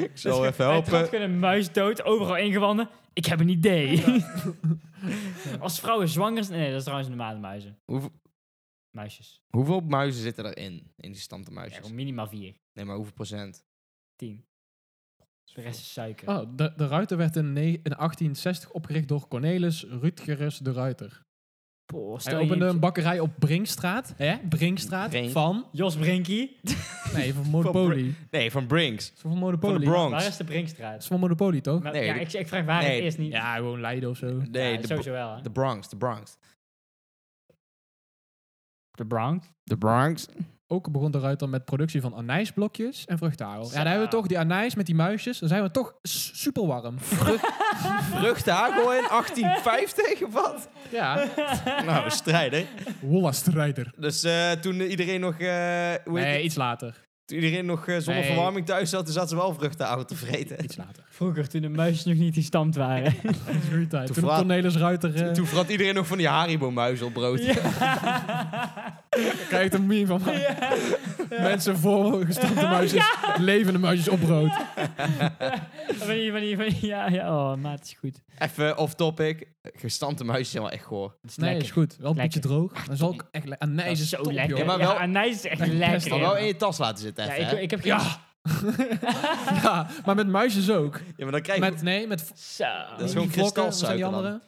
Speaker 3: Ik zal even
Speaker 2: Eh, Hij trad
Speaker 3: helpen.
Speaker 2: gewoon een muis dood, overal ingewanden. Ik heb een idee. Als vrouwen zwanger zijn... Nee, dat is trouwens normale muizen.
Speaker 3: Hoeveel,
Speaker 2: Muisjes.
Speaker 3: hoeveel muizen zitten erin? In die stamte
Speaker 2: Ja,
Speaker 3: muisjes.
Speaker 2: gewoon minimaal vier.
Speaker 3: Nee, maar hoeveel procent?
Speaker 2: Tien. De rest is suiker.
Speaker 1: Oh, de, de Ruiter werd in, ne- in 1860 opgericht door Cornelis Rutgerus de Ruiter.
Speaker 2: Poh, Oh, stel
Speaker 1: Hij
Speaker 2: je
Speaker 1: opende
Speaker 2: niet-
Speaker 1: een bakkerij op Brinkstraat. Hè? Brinkstraat
Speaker 3: Brink.
Speaker 1: van...
Speaker 2: Jos Brinkie.
Speaker 1: Nee, van
Speaker 3: Van
Speaker 1: Monopoly.
Speaker 3: Nee, van Brinks.
Speaker 1: Van
Speaker 3: Van de
Speaker 1: Monopoly. Dat
Speaker 2: Waar is
Speaker 3: Bronx.
Speaker 2: de Brinkstraat?
Speaker 1: is van Monopoly, toch?
Speaker 2: Maar-
Speaker 3: Nee,
Speaker 2: ja,
Speaker 3: de-
Speaker 2: ik, ik vraag waar
Speaker 3: nee,
Speaker 2: het is niet.
Speaker 1: Ja, gewoon Leiden of zo.
Speaker 2: Ja,
Speaker 3: Nee, de, Bro-
Speaker 2: sowieso wel. hè.
Speaker 3: de Bronx. De Bronx.
Speaker 2: De Bronx.
Speaker 3: De Bronx.
Speaker 1: Ook begon de Ruiter met productie van anijsblokjes en vruchtenhagel. Ja,
Speaker 2: Zo.
Speaker 1: daar hebben we toch die anijs met die muisjes. Dan zijn we toch s- super warm.
Speaker 3: Vruchthagel in 1850? Wat?
Speaker 1: ja,
Speaker 3: Nou, we strijden.
Speaker 1: Wollastrijder.
Speaker 3: Dus eh, toen iedereen nog, eh, hoe heet
Speaker 1: Nee,
Speaker 3: het?
Speaker 1: iets later.
Speaker 3: Toen iedereen nog eh, zonder
Speaker 1: Nee.
Speaker 3: verwarming thuis zat, toen zaten ze wel vruchtenhagel te vreten.
Speaker 1: Iets later.
Speaker 2: Vroeger, toen de muisjes nog niet in stand waren.
Speaker 1: Goeie tijd. Toen,
Speaker 3: verlaat-
Speaker 1: Cornelis Ruiter... eh,
Speaker 3: Toen vrat iedereen nog van die Haribo-muis op brood.
Speaker 1: Krijgt een meme van mij. Mensen vol gestampte muisjes, levende muisjes op brood.
Speaker 2: van die, van die, van die- ja, ja, oh, maat het is goed.
Speaker 3: Even off-topic. Gestampte muisjes zijn wel echt goor.
Speaker 2: Het is
Speaker 1: Nee,
Speaker 2: lekker.
Speaker 1: is goed. Wel een beetje
Speaker 2: Lekker.
Speaker 1: droog. Dan zal ik echt le-
Speaker 2: Dat
Speaker 1: anijs
Speaker 2: is
Speaker 1: is
Speaker 2: zo
Speaker 1: top,
Speaker 2: lekker.
Speaker 1: joh.
Speaker 3: Ja, maar
Speaker 2: Ja,
Speaker 3: wel-
Speaker 2: anijs is echt
Speaker 1: Best
Speaker 2: lekker.
Speaker 3: Maar wel in
Speaker 2: ja.
Speaker 3: je tas laten zitten
Speaker 2: Ja,
Speaker 3: even,
Speaker 2: ik,
Speaker 3: hè?
Speaker 2: ik heb geen...
Speaker 1: Ja. ja, maar met muisjes ook.
Speaker 3: Ja, maar dan krijg je...
Speaker 1: Met, nee, met v-
Speaker 2: Zo.
Speaker 3: Dat is
Speaker 1: die
Speaker 3: gewoon
Speaker 1: vlokken, wat zijn die
Speaker 3: kristalsuiker dan.
Speaker 1: andere?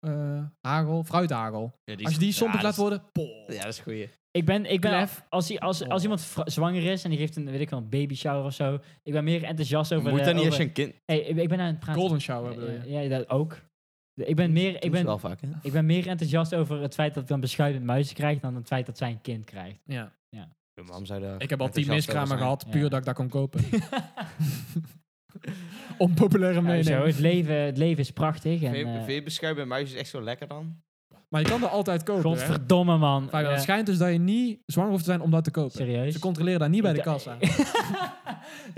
Speaker 1: Eh, hagel, fruithagel.
Speaker 3: Ja, die is-
Speaker 1: Als je die sompig
Speaker 3: ja,
Speaker 1: laat
Speaker 3: dat
Speaker 1: worden, poh.
Speaker 3: is- Ja, dat is goeie.
Speaker 2: Ik ben, ik ben
Speaker 1: Klef.
Speaker 2: als, als, als, als
Speaker 1: Oh.
Speaker 2: iemand vra- zwanger is en die geeft een, weet ik wel, een baby shower of zo. Ik ben meer enthousiast over...
Speaker 3: Moet
Speaker 2: de-
Speaker 3: dat niet als
Speaker 2: over-
Speaker 3: je een kind...
Speaker 2: Hey, ik ik ben aan het praten.
Speaker 1: golden shower bedoel je.
Speaker 2: Ja, ja, dat ook. Ik ben, meer, ik,
Speaker 3: Doen ze wel
Speaker 2: ben,
Speaker 3: vaak, hè?
Speaker 2: ik ben meer enthousiast over het feit dat ik dan beschuitend muizen krijg dan het feit dat zij een kind krijgt.
Speaker 1: Ja.
Speaker 3: Waarom zou daar
Speaker 1: Ik heb al
Speaker 3: enthousiast
Speaker 1: tien
Speaker 3: over
Speaker 1: miskramen
Speaker 3: zijn?
Speaker 1: gehad,
Speaker 2: Ja.
Speaker 1: puur dat ik dat kon kopen. Onpopulaire
Speaker 2: Ja,
Speaker 1: mening.
Speaker 2: zo, het, leven, het leven is prachtig. En,
Speaker 3: Vind je-
Speaker 2: eh,
Speaker 3: vind je beschuiven bij muizen is echt zo lekker dan?
Speaker 1: Maar je kan er altijd kopen. hè?
Speaker 2: godverdomme, man.
Speaker 1: Fijn, maar
Speaker 2: Ja,
Speaker 1: Het schijnt dus dat je niet zwanger hoeft te zijn om dat te kopen.
Speaker 2: serieus?
Speaker 1: Ze controleren dat niet bij de
Speaker 2: Ik-
Speaker 1: kassa.
Speaker 2: ik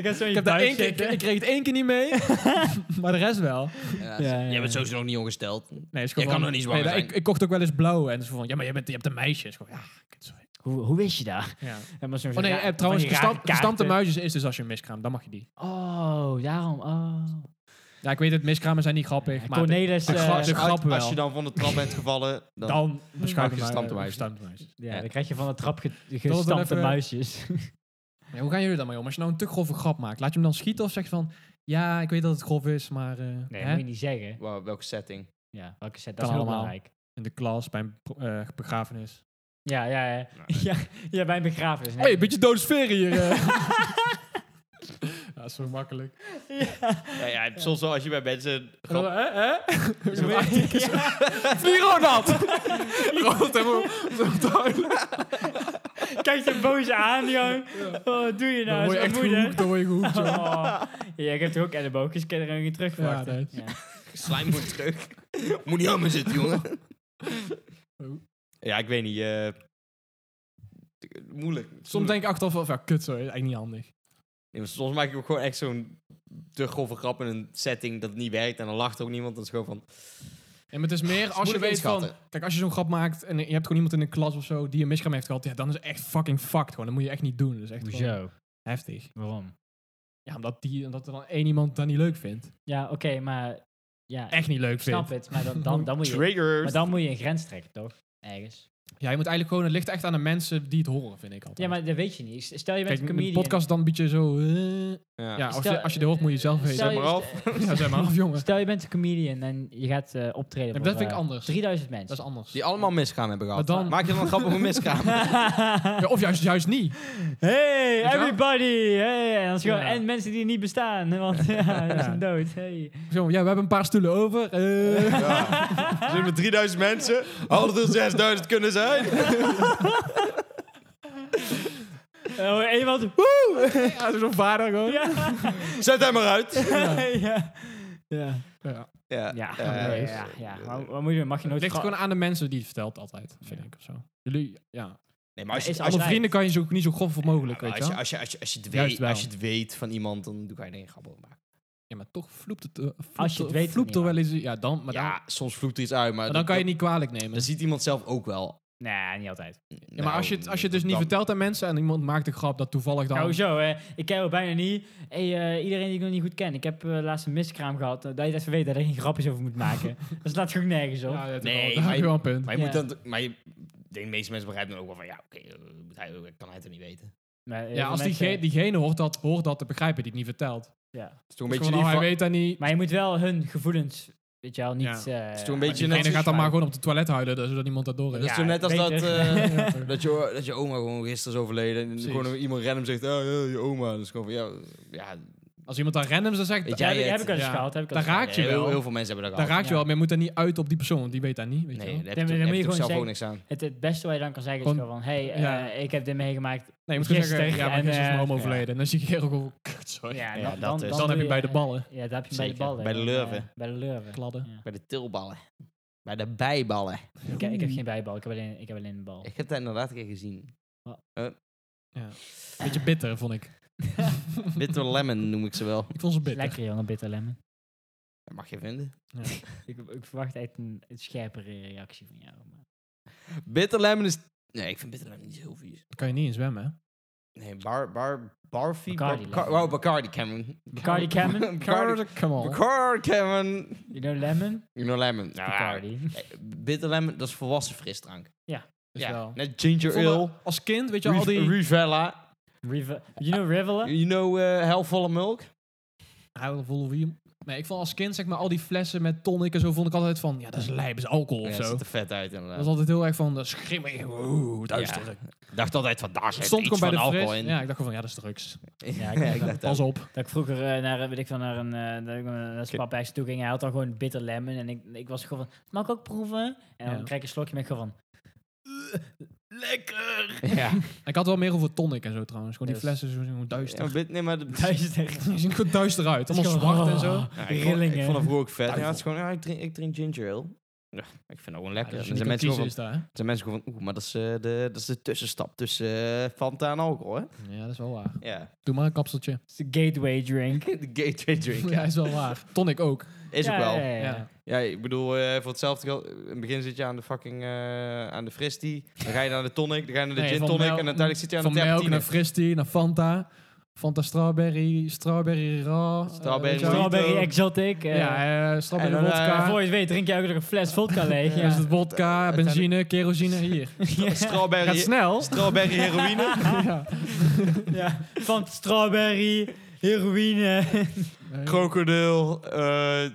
Speaker 2: heb, zo
Speaker 1: Ik, heb daar één keer, ik, ik kreeg het één keer niet mee, maar de rest wel.
Speaker 3: Ja,
Speaker 2: Ja, ja,
Speaker 3: Jij bent
Speaker 2: ja.
Speaker 3: sowieso nog niet ongesteld.
Speaker 1: Nee, is
Speaker 3: Jij
Speaker 1: gewoon,
Speaker 3: kan nog niet zwanger
Speaker 1: nee,
Speaker 3: zijn.
Speaker 1: Ik, ik kocht ook wel eens blauw en ze van, ja, maar je, bent, je hebt een meisje. Is gewoon, ja, ik- sorry.
Speaker 2: Hoe, hoe wist je dat?
Speaker 1: Ja.
Speaker 2: Ja, maar zo'n
Speaker 1: Oh nee,
Speaker 2: raar-
Speaker 1: eh, trouwens,
Speaker 2: van die rare
Speaker 1: gestamp, gestampte
Speaker 2: kaarten.
Speaker 1: muisjes is dus als je een miskraam, dan mag je die.
Speaker 2: Oh, daarom. Oh.
Speaker 1: Ja, ik weet het, miskramen zijn niet grappig,
Speaker 2: Ja,
Speaker 1: maar de-
Speaker 2: Cornelis.
Speaker 1: de
Speaker 2: eh,
Speaker 1: gra- de grap wel.
Speaker 3: Als je dan van de trap bent gevallen, dan...
Speaker 1: dan beschouw
Speaker 3: je gestampte muisjes.
Speaker 2: ja,
Speaker 3: Ja.
Speaker 2: dan krijg je van de trap ge-
Speaker 1: dan
Speaker 2: gestampte
Speaker 1: even-
Speaker 2: muisjes.
Speaker 1: Ja, hoe gaan jullie dat mee om? Als je nou een te grove grap maakt, laat je hem dan schieten of zeg je van, ja, ik weet dat het grof is, maar eh, hè?
Speaker 2: Nee, dat moet je niet zeggen.
Speaker 3: Wow, welke setting?
Speaker 2: Ja, welke set?
Speaker 1: Kan
Speaker 2: Dat is heel
Speaker 1: allemaal.
Speaker 2: belangrijk.
Speaker 1: in de klas, bij een pro- eh, begrafenis.
Speaker 2: Ja, ja, ja. ja, ja bij een begrafenis.
Speaker 1: Hé, hey, beetje dode sfeer hier. eh. ja, dat is zo makkelijk.
Speaker 2: Ja.
Speaker 3: Ja, ja, je hebt soms wel als je bij mensen...
Speaker 1: Hé,
Speaker 3: grap-
Speaker 1: hé?
Speaker 2: Ja.
Speaker 1: Viro dat! Rolt hem op, zo te huilen.
Speaker 2: Kijk je boos aan, jong. Wat doe je
Speaker 1: Dan
Speaker 2: nou?
Speaker 1: word je
Speaker 2: Dat
Speaker 1: echt
Speaker 2: is wat moeilijk.
Speaker 1: gehoekt, dan word je gehoekt, joh.
Speaker 2: Oh. Ja, ik heb toch ook elleboogjes, ik heb er een terug
Speaker 1: Ja, dat is-
Speaker 2: ja.
Speaker 3: Slijm moet terug. moet niet aan me zitten, jongen.
Speaker 1: Oh.
Speaker 3: ja, ik weet niet. eh, moeilijk.
Speaker 1: Soms denk ik achteraf wel, van, ja, kut zo, is eigenlijk niet handig.
Speaker 3: Nee, maar soms maak ik ook gewoon echt zo'n te grove grap in een setting dat niet werkt. En dan lacht ook niemand. Dan is het gewoon van...
Speaker 1: Ja, maar het is meer als je
Speaker 3: moeilijk
Speaker 1: weet van...
Speaker 3: inschatten.
Speaker 1: Kijk, als je zo'n grap maakt en je hebt gewoon iemand in de klas of zo die een miskraam heeft gehad, ja, dan is het echt fucking fucked gewoon. Dat moet je echt niet doen. Dat is echt gewoon
Speaker 2: Hoezo?
Speaker 1: heftig.
Speaker 2: Waarom?
Speaker 1: Ja, omdat, die, omdat er dan één iemand dat niet leuk vindt.
Speaker 2: Ja, oké, maar... Ja,
Speaker 1: Echt niet leuk
Speaker 2: ik snap
Speaker 1: vindt.
Speaker 2: het, maar dan, dan, dan, moet je, maar
Speaker 3: Triggers!
Speaker 2: dan moet je een grens trekken, toch? Ergens.
Speaker 1: Ja, je moet eigenlijk gewoon... Het ligt echt aan de mensen die het horen, vind ik altijd.
Speaker 2: Ja, maar dat weet je niet. Stel je
Speaker 1: Kijk,
Speaker 2: bent een
Speaker 1: in de
Speaker 2: comedian.
Speaker 1: podcast dan een beetje zo... eh,
Speaker 3: Ja.
Speaker 1: ja, als
Speaker 2: Stel-
Speaker 1: je, als je dit hoort moet je zelf weten.
Speaker 2: Stel
Speaker 3: Zeg maar
Speaker 2: je-
Speaker 3: af.
Speaker 1: Ja, zeg maar af, jongen.
Speaker 2: Stel je bent een comedian en je gaat eh, optreden
Speaker 1: Ja,
Speaker 2: voor
Speaker 1: dat vind ik
Speaker 2: eh,
Speaker 1: anders.
Speaker 2: 3000 mensen.
Speaker 1: Dat is anders.
Speaker 3: Die allemaal misgaan hebben gehad.
Speaker 1: Maar dan-
Speaker 3: Maak je dan een grap over misgaan?
Speaker 1: Ja, of juist, juist niet.
Speaker 2: Hey,
Speaker 1: Weet je wel?
Speaker 2: everybody! Hey. En, dan is gewoon-
Speaker 1: Ja.
Speaker 2: en mensen die niet bestaan, want ja, dat is
Speaker 1: Ja.
Speaker 2: een dood. Hey.
Speaker 1: Zo, ja, we hebben een paar stoelen over. eh.
Speaker 3: Ja. Ze hebben 3000 mensen. Hadden er 6000 kunnen zijn.
Speaker 2: Oh, iemand.
Speaker 1: Ja, zo'n vader gewoon.
Speaker 2: Ja.
Speaker 3: Zet hem maar uit.
Speaker 2: ja. ja. Ja.
Speaker 1: Ja.
Speaker 3: Ja,
Speaker 2: Ja,
Speaker 3: eh,
Speaker 2: ja, ja. Wat- Wat moet je doen? Mag je
Speaker 1: Het
Speaker 2: nooit
Speaker 1: ligt
Speaker 2: gra-
Speaker 1: gewoon aan de mensen die het vertelt altijd, vind
Speaker 2: Ja.
Speaker 1: ik of zo. Jullie, ja.
Speaker 3: Nee, maar als je,
Speaker 2: Is
Speaker 3: als je,
Speaker 1: Alle
Speaker 2: wij-
Speaker 1: vrienden kan je zo, niet zo grof mogelijk, weet
Speaker 3: als
Speaker 1: je
Speaker 3: je,
Speaker 1: wel.
Speaker 3: als je, als je, als je, het,
Speaker 1: Juist
Speaker 3: weet,
Speaker 1: wel.
Speaker 3: als je het weet van iemand, dan doe ik er geen grap over maken.
Speaker 1: Ja, maar toch vloept het, eh, vloept,
Speaker 2: Als je het
Speaker 1: er-
Speaker 2: weet
Speaker 1: vloept er
Speaker 2: van
Speaker 1: wel eens... Ja, dan, maar, dan,
Speaker 3: ja, soms vloept er iets uit, maar,
Speaker 1: maar dan kan je niet kwalijk nemen.
Speaker 3: Dat ziet iemand zelf ook wel. Nou,
Speaker 2: Nee, niet altijd.
Speaker 1: Ja,
Speaker 2: Nou,
Speaker 1: maar als je het, als je het dus niet vertelt aan mensen en iemand maakt een grap dat toevallig dan...
Speaker 2: Nou, zo, hè. ik ken het bijna niet. Hey, eh, iedereen die ik nog niet goed ken. Ik heb eh, laatst een miskraam gehad. eh, dat je dat even weet dat je er geen grapjes over moet maken. Dus dat slaat gewoon nergens op.
Speaker 1: ja, dat
Speaker 3: Nee,
Speaker 1: nee, heb
Speaker 3: maar-
Speaker 1: je wel een punt.
Speaker 3: Maar je moet
Speaker 2: Ja.
Speaker 3: dan, maar je, de meeste mensen begrijpen dan ook wel van, ja, oké, eh, moet hij, kan hij het toch niet weten. Het
Speaker 2: Maar, eh,
Speaker 1: Ja,
Speaker 2: veel
Speaker 1: als
Speaker 2: mensen-
Speaker 1: diegene, diegene hoort dat, hoort dat te begrijpen die het niet vertelt. Het
Speaker 2: ja.
Speaker 3: is toch
Speaker 1: is gewoon, oh, hij weet dat niet.
Speaker 2: Maar je moet wel hun gevoelens, weet je wel, niet... eh,
Speaker 3: is toch een beetje
Speaker 2: aan-
Speaker 3: net-
Speaker 1: Diegene gaat dan maar
Speaker 2: maar-
Speaker 1: gewoon op het toilet huilen, dat- zodat niemand dat door heeft.
Speaker 3: Dat is toch net als dat,
Speaker 2: beter.
Speaker 3: eh,
Speaker 1: Ja, toch.
Speaker 3: dat, je, dat je oma gewoon gisteren is overleden en
Speaker 1: Precies.
Speaker 3: gewoon iemand random zegt, oh, ja, je oma. Dat is gewoon van, ja, ja
Speaker 1: Als iemand dan randoms dan zegt,
Speaker 3: Weet
Speaker 1: ja,
Speaker 2: Ja,
Speaker 3: jij
Speaker 2: die
Speaker 3: het?
Speaker 2: heb ik al eens
Speaker 1: Ja.
Speaker 2: gehad. Heb ik al
Speaker 1: Daar
Speaker 2: eens gehad,
Speaker 1: raak je
Speaker 2: ja.
Speaker 1: wel.
Speaker 3: heel, heel veel mensen hebben dat
Speaker 1: daar
Speaker 3: gehad.
Speaker 1: raak je
Speaker 2: ja.
Speaker 1: wel, maar je moet dat niet uit op die persoon, want die weet dat niet. Weet je
Speaker 3: Nee,
Speaker 1: wel.
Speaker 3: daar
Speaker 2: Dan-
Speaker 3: heb
Speaker 2: dan
Speaker 3: je
Speaker 2: moet je
Speaker 3: toch- heb je toch
Speaker 2: gewoon
Speaker 3: zelf ook
Speaker 2: zeggen-
Speaker 3: niks aan.
Speaker 2: Het, het beste wat je dan kan zeggen is
Speaker 1: Gewoon-
Speaker 2: gewoon van... Hé, hey,
Speaker 1: Ja.
Speaker 2: eh, ik heb dit meegemaakt.
Speaker 1: nee, je moet gewoon zeggen,
Speaker 2: Gisteren
Speaker 1: ja, maar
Speaker 2: en,
Speaker 1: gisteren is mijn
Speaker 2: eh,
Speaker 1: oom
Speaker 2: ja.
Speaker 1: overleden. En dan zie je Gerrit ook, kut, sorry. Dus
Speaker 2: Ja,
Speaker 3: Ja,
Speaker 2: dan,
Speaker 3: dat
Speaker 2: dan,
Speaker 3: is-
Speaker 1: Dan heb
Speaker 2: doe
Speaker 1: je bij de ballen.
Speaker 2: Ja, dat heb je bij
Speaker 3: Zeker.
Speaker 2: de ballen.
Speaker 3: Bij de
Speaker 2: ja.
Speaker 3: lurven.
Speaker 2: Bij de lurven.
Speaker 1: Kladden.
Speaker 2: Ja.
Speaker 3: Bij de tilballen. Bij de bijballen.
Speaker 2: Ik,
Speaker 1: Mm.
Speaker 2: ik heb geen bijbal, ik heb alleen, ik heb alleen een bal.
Speaker 3: Ik heb dat inderdaad een keer gezien.
Speaker 2: Wat?
Speaker 3: Eh,
Speaker 1: Beetje bitter, vond ik.
Speaker 3: bitter lemon noem ik ze wel.
Speaker 1: Ik vond ze bitter.
Speaker 2: Lekker jongen, bitter lemon.
Speaker 3: Dat mag je vinden.
Speaker 2: Ik, ik verwacht echt een, een scherpere reactie van jou. Maar.
Speaker 3: Bitter lemon is... Nee, ik vind bitter lemon niet zo heel vies.
Speaker 1: Daar kan je niet in zwemmen, hè?
Speaker 3: Nee, bar... bar barfie? Bar-
Speaker 2: Bacardi
Speaker 3: Bacar-
Speaker 2: lemon.
Speaker 3: oh, Bacardi Cameron.
Speaker 2: Bacardi Cameron?
Speaker 3: Bacardi,
Speaker 1: come on.
Speaker 3: Bacardi Cameron.
Speaker 2: You know lemon?
Speaker 3: You know lemon. Nou,
Speaker 2: Bacardi.
Speaker 3: eh, Bitter lemon, dat is volwassen frisdrank.
Speaker 1: Is
Speaker 3: ja,
Speaker 1: wel.
Speaker 3: net ginger
Speaker 1: Ik vond
Speaker 3: ale.
Speaker 1: dat Als kind, weet je, wel, al
Speaker 3: Riv
Speaker 1: die...
Speaker 3: Rivella.
Speaker 2: Riva- you know Rivella?
Speaker 3: You know eh helvolle melk?
Speaker 1: Huilen vol Ah, wie- Nee, ik vond als kind zeg maar al die flessen met tonic en zo vond ik altijd van, ja dat is lijp, is alcohol
Speaker 3: Ja,
Speaker 1: of
Speaker 3: het
Speaker 1: zo.
Speaker 3: ziet er vet uit
Speaker 1: Dat
Speaker 3: inderdaad.
Speaker 1: was altijd heel erg van, eh, schimmig, oeh, duister.
Speaker 3: Ja. Ik dacht altijd van, daar
Speaker 1: Het
Speaker 3: zit
Speaker 1: stond
Speaker 3: iets
Speaker 1: gewoon bij
Speaker 3: van
Speaker 1: de
Speaker 3: alcohol
Speaker 1: fris.
Speaker 3: in.
Speaker 1: Ja, ik dacht gewoon, ja dat is drugs.
Speaker 2: Ja, ik
Speaker 3: Ja,
Speaker 2: dacht
Speaker 3: ik
Speaker 2: dat-
Speaker 3: dacht
Speaker 1: Pas
Speaker 3: ook.
Speaker 1: op.
Speaker 2: Dat ik vroeger eh, naar, eh, weet ik veel, naar een, eh, dat ik naar een spapijs toe ging. Hij had dan gewoon bitter lemon. En ik, ik was gewoon van, mag ik ook proeven? En dan
Speaker 1: Ja.
Speaker 2: krijg ik een slokje met gewoon van,
Speaker 1: Lekker!
Speaker 3: Ja.
Speaker 1: Ik had wel meer over tonic en zo trouwens. Gewoon die
Speaker 2: Dat
Speaker 1: flessen zo gewoon
Speaker 3: Ja,
Speaker 1: duister.
Speaker 3: maar dit- nee, maar... de-
Speaker 2: duizend
Speaker 1: Ze zien er gewoon duister uit.
Speaker 2: Het
Speaker 1: Allemaal
Speaker 2: is
Speaker 1: zwart
Speaker 2: gewoon-
Speaker 1: en zo.
Speaker 2: oh,
Speaker 3: Ja, ik, vond, ik
Speaker 2: Rillingen.
Speaker 3: vond het vroeger ook vet. Ja,
Speaker 1: Duivel.
Speaker 3: het is gewoon, ja, ik, drink, ik drink ginger ale. Ja, ik vind het gewoon lekker.
Speaker 1: Ja,
Speaker 3: En
Speaker 1: als je
Speaker 3: dan
Speaker 1: niet kunt kiezen
Speaker 3: zijn mensen gewoon
Speaker 1: is
Speaker 3: van,
Speaker 1: daar.
Speaker 3: dan zijn mensen gewoon van, oeh, maar dat is, eh, de, dat is de tussenstap tussen eh, Fanta en alcohol, hè?
Speaker 1: Ja, dat is wel waar.
Speaker 3: Ja,
Speaker 1: Doe maar een kapseltje.
Speaker 2: Het is een gateway drink.
Speaker 3: de gateway drink.
Speaker 1: Ja,
Speaker 3: Ja.
Speaker 1: is wel waar. Tonic ook.
Speaker 3: Is
Speaker 2: Ja,
Speaker 3: ook wel.
Speaker 2: Ja, ja,
Speaker 1: Ja.
Speaker 2: ja.
Speaker 3: Ja, ik bedoel, eh, voor hetzelfde geld, eh, in het begin zit je aan de fucking, eh, aan de fristie, dan ga je naar de tonic, dan ga je naar de
Speaker 1: Nee,
Speaker 3: gin
Speaker 1: van
Speaker 3: tonic, en
Speaker 1: melk-
Speaker 3: uiteindelijk zit je aan de
Speaker 1: Van melk
Speaker 3: terpentine.
Speaker 1: naar Fristi, naar Fanta. Fanta strawberry, strawberry raw. eh,
Speaker 3: Strawberry
Speaker 1: weet je wel.
Speaker 2: Strawberry
Speaker 3: Mojito.
Speaker 2: exotic. eh,
Speaker 1: Ja, eh, strawberry
Speaker 3: En dan, eh,
Speaker 1: vodka.
Speaker 2: Maar voor je het weet drink je elke dag een fles vodka leeg.
Speaker 1: Ja,
Speaker 2: Ja.
Speaker 1: is het vodka, benzine, kerosine, hier. Eh,
Speaker 3: Stra-
Speaker 1: Gaat
Speaker 3: Strawberry,
Speaker 1: snel.
Speaker 3: strawberry heroïne.
Speaker 1: Ja.
Speaker 2: Ja, Van strawberry, heroïne.
Speaker 1: Nee,
Speaker 3: Krokodil, eh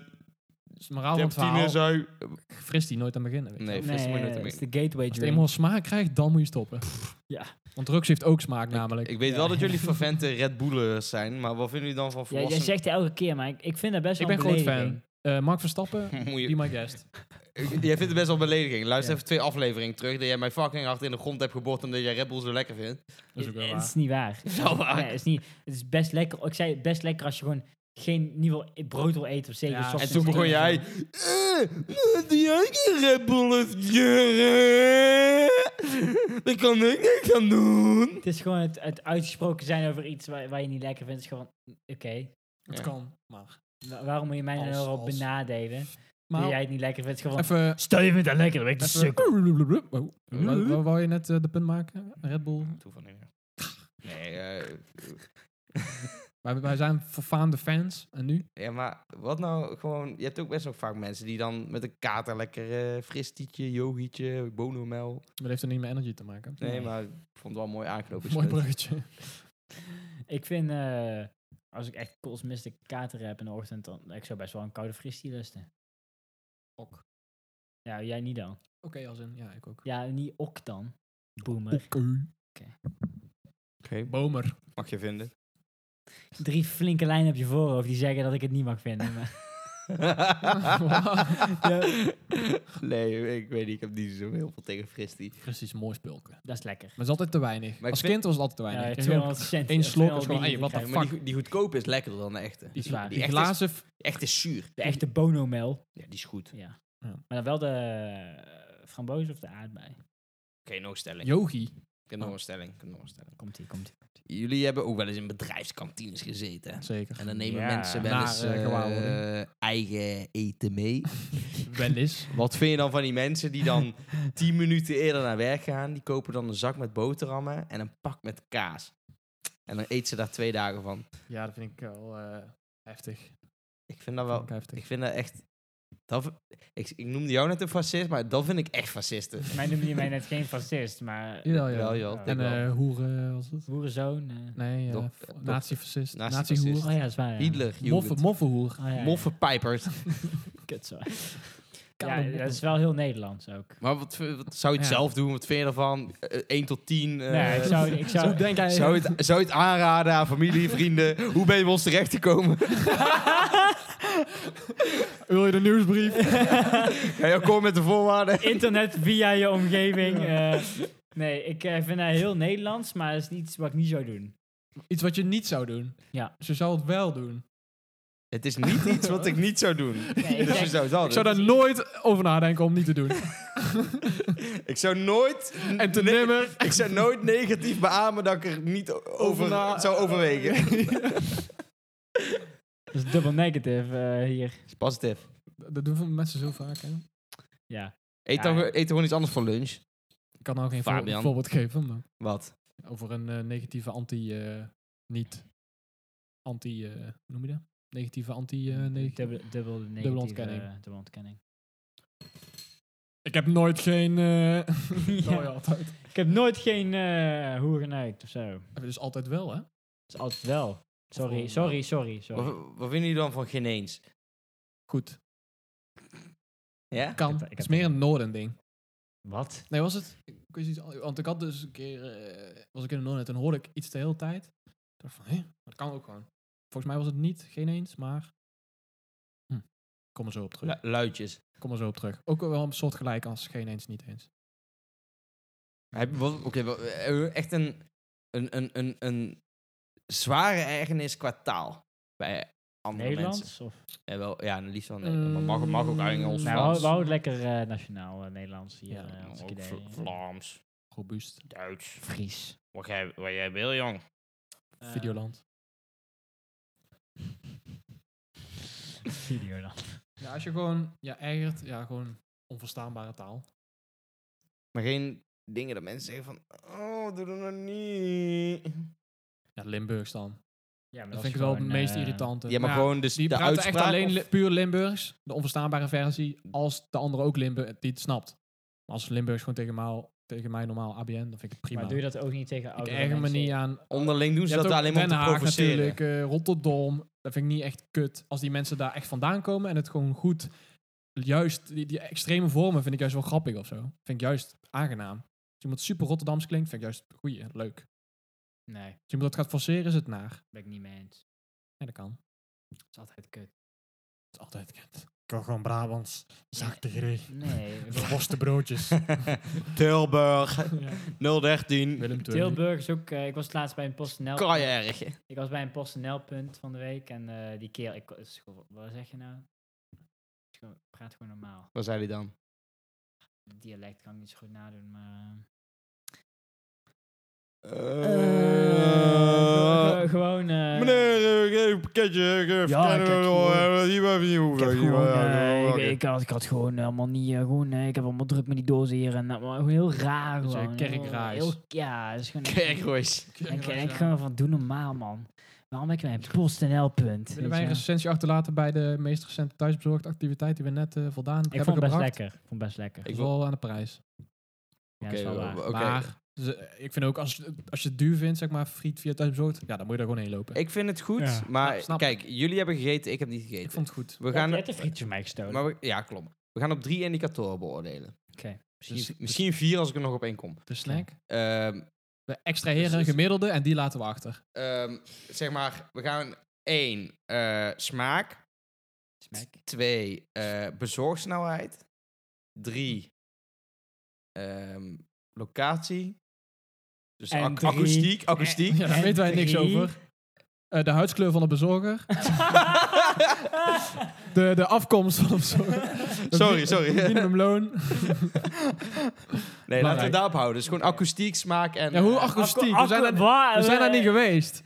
Speaker 1: is maar al aan het verhaal.
Speaker 3: terpentine, zui.
Speaker 1: Fristie, nooit aan beginnen. Weet je.
Speaker 3: Nee,
Speaker 1: wel.
Speaker 3: fris moet je
Speaker 2: het
Speaker 3: nooit
Speaker 2: is de gateway
Speaker 1: Als het eenmaal
Speaker 2: drink.
Speaker 1: smaak krijgt, dan moet je stoppen.
Speaker 2: ja.
Speaker 1: Want drugs heeft ook smaak namelijk.
Speaker 3: Ik weet
Speaker 2: Ja.
Speaker 3: wel dat jullie fervente Red Bullers zijn, maar wat vinden jullie dan van
Speaker 2: Ja, jij
Speaker 3: volwassenen?
Speaker 2: zegt het elke keer, maar ik, ik vind dat best
Speaker 1: Ik
Speaker 2: wel
Speaker 1: ben
Speaker 2: een
Speaker 1: groot fan.
Speaker 2: belediging.
Speaker 1: Eh Mark Verstappen,
Speaker 3: Moet je-
Speaker 1: be my guest.
Speaker 3: Jij vindt het best wel een belediging. Luister
Speaker 1: Ja.
Speaker 3: even twee afleveringen terug dat jij mij fucking hard in de grond hebt geboord omdat jij Red Bull zo lekker vindt.
Speaker 1: Dat is ook wel
Speaker 2: Het
Speaker 1: waar.
Speaker 2: is niet waar.
Speaker 3: Zo waar.
Speaker 2: Nee, het is niet. Het is best lekker. Ik zei het best lekker als je gewoon geen in ieder geval eh, brood wil eten of zeker.
Speaker 1: Ja,
Speaker 2: saus
Speaker 1: en
Speaker 3: En
Speaker 2: of
Speaker 3: toen
Speaker 2: zo.
Speaker 3: begon jij... "Eh, Doe jij geen Red Bull of Jerry? Daar kan ik niks aan doen.
Speaker 2: Het is gewoon het, het uitgesproken zijn over iets waar, waar je niet lekker vindt. Het is gewoon, oké,
Speaker 1: Het
Speaker 3: Ja.
Speaker 1: kan, maar...
Speaker 2: wa- waarom moet je mij nou
Speaker 1: Als-
Speaker 2: erop
Speaker 1: als-
Speaker 2: benadelen?
Speaker 1: Maar
Speaker 2: dat jij het niet lekker vindt. Het is gewoon,
Speaker 1: even...
Speaker 2: stel je vindt dat lekker, dan ben ik de
Speaker 1: even
Speaker 2: sukkel.
Speaker 1: Oh, wou- wou- Wou je net eh, de punt maken? Red Bull?
Speaker 3: Nee, eh,
Speaker 1: Wij, wij zijn verfaamde fans. En nu?
Speaker 3: ja, maar wat nou gewoon... Je hebt ook best wel vaak mensen die dan met een kater lekker eh fristietje, yogietje, bonomel.
Speaker 1: Maar dat heeft er niet met energy te maken.
Speaker 3: Nee,
Speaker 2: Nee.
Speaker 3: maar ik vond het wel mooi aangeknopen.
Speaker 1: Mooi bruggetje.
Speaker 2: Ik vind, eh, als ik echt kosmistic kater heb in de ochtend, dan ik zou best wel een koude fristie lusten.
Speaker 1: Ok.
Speaker 2: Ja, jij niet dan.
Speaker 1: Oké, als in. Ja, ik ook.
Speaker 2: Ja, niet ok dan. Boomer.
Speaker 1: Oké.
Speaker 3: Oké,
Speaker 1: Bomer.
Speaker 3: mag je vinden.
Speaker 2: Drie flinke lijnen op je voorhoofd die zeggen dat ik het niet mag vinden. maar- Ja.
Speaker 3: Nee, ik weet niet. Ik heb niet zo heel veel tegen Fristie.
Speaker 1: Precies, mooi spulken.
Speaker 2: Dat is lekker.
Speaker 1: Maar het is altijd te weinig.
Speaker 3: Maar ik
Speaker 1: Als
Speaker 3: vind-
Speaker 1: kind was het altijd te weinig.
Speaker 2: Ja,
Speaker 1: Ik kreeg
Speaker 2: 200 cent.
Speaker 1: één slok is
Speaker 2: 200
Speaker 1: gewoon, hey, wat de
Speaker 2: milliliter.
Speaker 1: fuck?
Speaker 3: maar die, die goedkope is lekkerder dan de echte.
Speaker 1: Die,
Speaker 2: is
Speaker 1: die
Speaker 2: waar.
Speaker 3: Die echt is-
Speaker 1: glazen... f-
Speaker 3: De echte is zuur.
Speaker 2: De echte bonomel.
Speaker 3: Ja, die is goed. Oké,
Speaker 2: Ja.
Speaker 1: Ja.
Speaker 2: Maar dan wel de eh, framboos of de aardbei.
Speaker 3: nog een stelling.
Speaker 1: Yogi.
Speaker 3: Ik heb nog een stelling. Ik heb nog een stelling.
Speaker 2: Komt ie, komt ie.
Speaker 3: Jullie hebben ook wel eens in bedrijfskantines gezeten. hè?
Speaker 1: Zeker.
Speaker 3: En dan nemen
Speaker 2: Ja.
Speaker 3: mensen wel
Speaker 1: Naar,
Speaker 3: eens
Speaker 1: eh,
Speaker 3: eh,
Speaker 1: gewaarwording.
Speaker 3: eigen eten mee.
Speaker 1: Wel eens.
Speaker 3: Wat vind je dan van die mensen die dan 10 minuten eerder naar werk gaan? Die kopen dan een zak met boterhammen en een pak met kaas. En dan eet ze daar twee dagen van.
Speaker 1: Ja, dat vind ik wel eh, heftig.
Speaker 3: Ik vind dat wel.
Speaker 1: Vind ik heftig.
Speaker 3: Ik vind dat echt. Dat, v- ik, ik noemde jou net een fascist, maar dat vind ik echt fascisten.
Speaker 2: Volgens mij noemde je mij net geen fascist, maar
Speaker 1: Jawel, ja.
Speaker 3: Wel, jawel,
Speaker 2: Ja.
Speaker 3: ik
Speaker 1: En
Speaker 3: denk wel.
Speaker 1: eh hoeren was het?
Speaker 2: boerenzoon. eh.
Speaker 1: Nee,
Speaker 3: Dok-
Speaker 1: eh
Speaker 3: eh, dok-
Speaker 1: nazi-fascist.
Speaker 3: nazi-fascist.
Speaker 1: Nazi-hoer.
Speaker 2: Oh ja, dat is waar. ja.
Speaker 3: Hitler,
Speaker 1: Moffen-
Speaker 3: Moffen,
Speaker 1: Moffenhoer.
Speaker 2: Oh ja, ja.
Speaker 3: moffen pijpers.
Speaker 2: Kut, zo. Ja,
Speaker 1: Kale
Speaker 2: dat is
Speaker 1: moppen.
Speaker 2: wel heel Nederlands ook.
Speaker 3: Maar wat, v- wat zou je het
Speaker 1: Ja.
Speaker 3: zelf doen? Wat vind je ervan? 1 tot 10? eh,
Speaker 2: nee, ik zou... Ik zou
Speaker 1: Hoe denk jij?
Speaker 3: zou, je het, zou je het aanraden aan familie, vrienden? Hoe ben je bij ons terecht gekomen?
Speaker 1: Wil je de nieuwsbrief?
Speaker 3: Ga je ook komen met de voorwaarden?
Speaker 2: internet via je omgeving. eh. nee, ik eh, vind dat heel Nederlands, maar dat is iets wat ik niet zou doen.
Speaker 1: Iets wat je niet zou doen.
Speaker 2: Ja.
Speaker 1: Ze zou het wel doen.
Speaker 3: Het is niet iets wat ik niet zou doen.
Speaker 2: Nee, ik
Speaker 3: Dus je
Speaker 2: denk-
Speaker 3: zou het wel
Speaker 1: Ik zou
Speaker 3: doen.
Speaker 1: daar nooit over nadenken om niet te doen.
Speaker 3: Ik zou nooit...
Speaker 1: En te
Speaker 3: ne-
Speaker 1: nimmer.
Speaker 3: Ik zou nooit negatief beamen dat ik er niet o- over
Speaker 1: na-
Speaker 3: zou overwegen.
Speaker 2: Dat is dubbel negative eh, hier.
Speaker 3: Is Positief.
Speaker 1: Dat doen mensen zo vaak, hè?
Speaker 2: Ja.
Speaker 3: Eet,
Speaker 2: Ja.
Speaker 3: dan, ge- eet gewoon iets anders voor lunch.
Speaker 1: Ik kan nou geen voor-
Speaker 3: Fabian.
Speaker 1: voorbeeld geven, maar
Speaker 3: Wat?
Speaker 1: over een eh, negatieve anti... eh, niet... Anti... eh, hoe noem je dat? Negatieve anti... eh, neg-
Speaker 2: dubbel, dubbel negatieve,
Speaker 1: ontkenning.
Speaker 2: eh, dubbel ontkenning.
Speaker 1: ik heb nooit geen... eh
Speaker 2: Ja.
Speaker 1: oh ja, altijd.
Speaker 2: Ik heb nooit geen eh hoeren neukt of zo.
Speaker 1: Dus altijd wel, hè?
Speaker 2: Dat is altijd wel. Sorry, sorry, sorry, sorry.
Speaker 3: Wat, wat vinden jullie dan van geen eens?
Speaker 1: Goed.
Speaker 3: Ja?
Speaker 1: Kan.
Speaker 2: Ik heb- ik
Speaker 1: het
Speaker 2: heb-
Speaker 1: is meer een noorden ding.
Speaker 2: Wat?
Speaker 1: Nee, was het? Ik wist iets anders. Want ik had dus een keer, eh, was ik in de Noordnet en hoorde ik iets de hele tijd. Ik dacht van, hé, dat kan ook gewoon. Volgens mij was het niet, geen eens, maar... Hm. Kom er zo op terug.
Speaker 3: Lu- luidjes.
Speaker 1: Kom er zo op terug. Ook wel een soort gelijk als geen eens, niet eens.
Speaker 3: Heb je- wat- Oké, wel- eh, echt een, een, een, een, een zware ergernis qua taal bij andere mensen.
Speaker 2: Nederlands? Of?
Speaker 3: Ja, wel, ja, en liefst wel Nederlands. Maar mag, mag ook eigenlijk ons
Speaker 1: Nou,
Speaker 2: Nou, we
Speaker 3: Frans.
Speaker 2: houden het lekker eh, nationaal eh, Nederlands hier.
Speaker 1: Ja,
Speaker 2: eh,
Speaker 3: Ja,
Speaker 2: als ik
Speaker 3: ook
Speaker 2: idee.
Speaker 3: Vla- Vlaams,
Speaker 1: Robuust.
Speaker 3: Duits.
Speaker 2: Fries.
Speaker 3: Wat jij, wat jij wil, jong.
Speaker 1: Eh, Videoland.
Speaker 2: Eh, Video dan.
Speaker 1: Ja, als je gewoon, ja, ergert, ja, gewoon onverstaanbare taal.
Speaker 3: Maar geen dingen dat mensen zeggen van... Oh, doe dat nou niet.
Speaker 1: Ja, Limburgs dan.
Speaker 2: Ja, maar
Speaker 1: Dat, vind ik wel het meest
Speaker 2: eh,
Speaker 1: irritante.
Speaker 3: Ja, maar
Speaker 1: eh, ja,
Speaker 3: gewoon dus
Speaker 1: Die
Speaker 3: de
Speaker 1: praten
Speaker 3: uitspraak...
Speaker 1: echt alleen
Speaker 3: of-
Speaker 1: li- puur Limburgs, de onverstaanbare versie, als de andere ook Limburg, die het snapt. Maar als Limburgs gewoon tegen, maal, tegen mij normaal ABN, dan vind ik het prima.
Speaker 2: Maar doe je dat ook niet tegen
Speaker 1: ik
Speaker 2: oudere
Speaker 1: erger me
Speaker 2: mensen?
Speaker 1: niet aan...
Speaker 3: Onderling doen
Speaker 1: Je
Speaker 3: ze
Speaker 1: hebt
Speaker 3: dat
Speaker 1: ook
Speaker 3: alleen maar om
Speaker 1: Den
Speaker 3: te
Speaker 1: Haag
Speaker 3: provoceren.
Speaker 1: natuurlijk, eh, Rotterdam. Dat vind ik niet echt kut. Als die mensen daar echt vandaan komen en het gewoon goed... Juist, die, die extreme vormen vind ik juist wel grappig of zo. Vind ik juist aangenaam. Als iemand super Rotterdams klinkt, vind ik juist goeie, leuk. Als
Speaker 2: Nee,
Speaker 1: iemand dat gaat forceren, is het naar.
Speaker 2: ben ik niet mee eens.
Speaker 1: Ja, dat kan.
Speaker 2: Dat is altijd kut.
Speaker 1: Dat is altijd kut. Ik wil gewoon Brabants. Zaktegerig.
Speaker 2: Nee. ik bedoel,
Speaker 1: Verroste broodjes.
Speaker 3: Tilburg, 013.
Speaker 1: Willem II.
Speaker 2: Tilburg is ook... eh, ik was laatst bij een PostNL...
Speaker 3: Kan je erg. hè?
Speaker 2: Ik was bij een PostNL-punt van de week. En eh, die keer... Ik, is gewoon- wat zeg je nou? Is gewoon- Praat gewoon normaal.
Speaker 3: Wat zei hij dan?
Speaker 2: Dialect kan ik niet zo goed nadoen, maar... eh, Eh, ge- gewoon. eh,
Speaker 3: Meneer, geef een pakketje. Geef
Speaker 2: Ja, ik heb
Speaker 1: eh,
Speaker 2: gewoon-
Speaker 3: Hier hebben we niet
Speaker 2: Ik, heb
Speaker 3: hoeven. hier
Speaker 2: gewoon,
Speaker 3: hebben we
Speaker 2: eh,
Speaker 3: niet
Speaker 2: ik,
Speaker 3: hoeven.
Speaker 2: ik had, ik had gewoon helemaal niet. eh, gewoon, eh, ik heb allemaal druk met die dozen hier. En, dat, maar gewoon heel raar.
Speaker 1: Dat is
Speaker 2: Gewoon,
Speaker 1: een kerkraais.
Speaker 2: Heel- heel- ja, dat is gewoon.
Speaker 3: Kerkroos.
Speaker 2: En ik ik gewoon van doe normaal, man. Waarom ben ik mijn PostNL-punt?
Speaker 1: Willen wij een recensie achterlaten bij de meest recente thuisbezorgde activiteit die we net eh, voldaan
Speaker 2: Ik
Speaker 1: hebben
Speaker 2: vond het best
Speaker 1: gebracht?
Speaker 2: lekker. Ik vond het best lekker.
Speaker 1: Ik wil aan de prijs.
Speaker 2: Ja,
Speaker 3: Oké,
Speaker 2: dat is wel waar.
Speaker 3: oké.
Speaker 1: Maar ze- ik vind ook, als, als je het duur vindt, zeg maar, friet via thuisbezorgd, ja, dan moet je er gewoon heen lopen. Ik,
Speaker 3: Ik vind het goed,
Speaker 2: Ja.
Speaker 1: Ja,
Speaker 3: maar
Speaker 1: snap
Speaker 3: kijk, jullie hebben gegeten, ik heb niet gegeten.
Speaker 1: vond het goed.
Speaker 3: we
Speaker 2: Gaan
Speaker 3: gaan,
Speaker 2: je hebt een frietje van mij gestolen.
Speaker 3: maar we- ja, klopt. We gaan op drie indicatoren beoordelen.
Speaker 2: Oké.
Speaker 3: Misschien,
Speaker 1: Dus-
Speaker 3: misschien vier als ik er nog op één kom.
Speaker 1: De snack.
Speaker 3: Ehm,
Speaker 1: We extraheren een
Speaker 3: Dus-
Speaker 1: gemiddelde en die laten we achter.
Speaker 3: ehm, zeg maar, we gaan één, eh, smaak.
Speaker 2: Smaak.
Speaker 3: Twee, eh, bezorgsnelheid. Drie, ehm, locatie. Dus
Speaker 2: En
Speaker 3: ac-
Speaker 2: drie-
Speaker 3: akoestiek, akoestiek.
Speaker 1: Ja, daar
Speaker 2: En
Speaker 1: weten wij niks
Speaker 2: drie.
Speaker 1: over. Eh, de huidskleur van de bezorger. De, de afkomst van de bezorger.
Speaker 3: Sorry, sorry.
Speaker 1: Het minimumloon.
Speaker 2: Ah,
Speaker 3: nee, laten we
Speaker 1: Belangrijk.
Speaker 3: het daarop houden. Dus gewoon akoestiek, smaak en...
Speaker 1: Ja, hoe
Speaker 3: eh,
Speaker 1: akoestiek?
Speaker 2: Akko-
Speaker 1: We zijn,
Speaker 2: akko-
Speaker 1: er,
Speaker 2: wa-
Speaker 1: we zijn daar
Speaker 2: eh,
Speaker 1: niet geweest.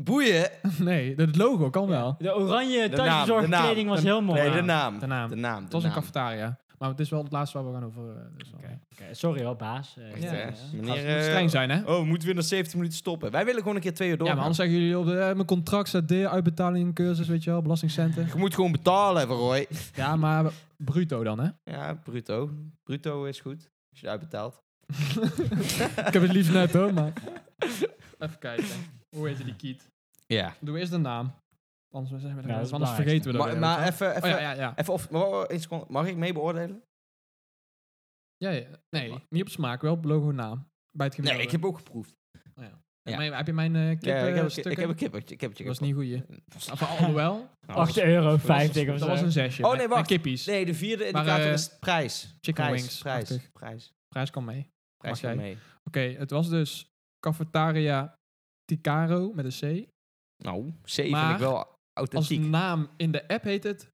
Speaker 3: Boeien.
Speaker 1: Nee, het logo kan wel.
Speaker 2: De oranje
Speaker 3: De naam, de naam.
Speaker 2: thuiszorgkleding was
Speaker 3: De-
Speaker 2: heel mooi.
Speaker 3: Nee, de
Speaker 2: Ja.
Speaker 3: naam.
Speaker 1: De naam.
Speaker 3: De naam.
Speaker 1: Het was een cafetaria. Maar het is wel het laatste waar we gaan over. eh, dus wel.
Speaker 2: Oké, oké. Sorry hoor, baas. Eh,
Speaker 3: Echt,
Speaker 1: Ja,
Speaker 3: hè?
Speaker 1: ja.
Speaker 3: Meneer,
Speaker 1: Het moet
Speaker 3: eh,
Speaker 1: streng zijn, hè?
Speaker 3: Oh, we moeten weer na 70 minuten stoppen. Wij willen gewoon een keer twee uur door.
Speaker 1: ja, maar anders zeggen jullie op de, eh, mijn contract staat D, uitbetaling, cursus, weet je wel, belastingcenten.
Speaker 3: Je moet gewoon betalen, even, Roy.
Speaker 1: ja, maar bruto dan, hè?
Speaker 3: Ja, bruto. Bruto is goed. Als je het uitbetaalt.
Speaker 1: Ik heb het liefst net, hoor, maar... Even kijken. Hoe heette die kiet?
Speaker 3: Ja.
Speaker 1: Doe eerst de naam. Anders, zeggen we dat
Speaker 2: Ja, dat is
Speaker 1: anders
Speaker 2: belangrijk.
Speaker 1: vergeten we dat
Speaker 3: Maar,
Speaker 1: weer,
Speaker 3: maar
Speaker 1: weet
Speaker 3: even...
Speaker 1: je
Speaker 3: even
Speaker 1: wel. Oh ja, ja, ja.
Speaker 3: Even of, mag, mag ik mee beoordelen?
Speaker 1: ja, ja. Nee, niet op smaak, wel op logo naam. Bij het
Speaker 3: Nee,
Speaker 1: gemiddelde.
Speaker 3: ik heb ook geproefd.
Speaker 1: Oh, ja.
Speaker 3: Ja.
Speaker 1: Mijn- heb je mijn eh kip,
Speaker 3: Ja, ik, heb,
Speaker 1: eh,
Speaker 3: een ki- ik
Speaker 1: stukken?
Speaker 3: heb een kippertje. kippertje
Speaker 1: Dat was niet goed, je. Of alhoewel...
Speaker 2: 8,50 euro of
Speaker 1: Dat was
Speaker 2: zo.
Speaker 1: een zesje.
Speaker 3: Oh, nee, wacht.
Speaker 1: En kippies.
Speaker 3: Nee, de vierde
Speaker 1: eh, Maar,
Speaker 3: indicator
Speaker 1: eh,
Speaker 3: is prijs.
Speaker 1: chicken
Speaker 3: prijs,
Speaker 1: wings,
Speaker 3: Prijs, prijs,
Speaker 1: achtig.
Speaker 3: prijs.
Speaker 1: Prijs kan mee. Mag
Speaker 3: gaat
Speaker 1: jij?
Speaker 3: mee.
Speaker 1: Oké, het was dus Cafetaria Ticaro met een C.
Speaker 3: Nou, C vind
Speaker 1: Maar-
Speaker 3: ik wel
Speaker 1: Als
Speaker 3: authentiek.
Speaker 1: naam in de app heet het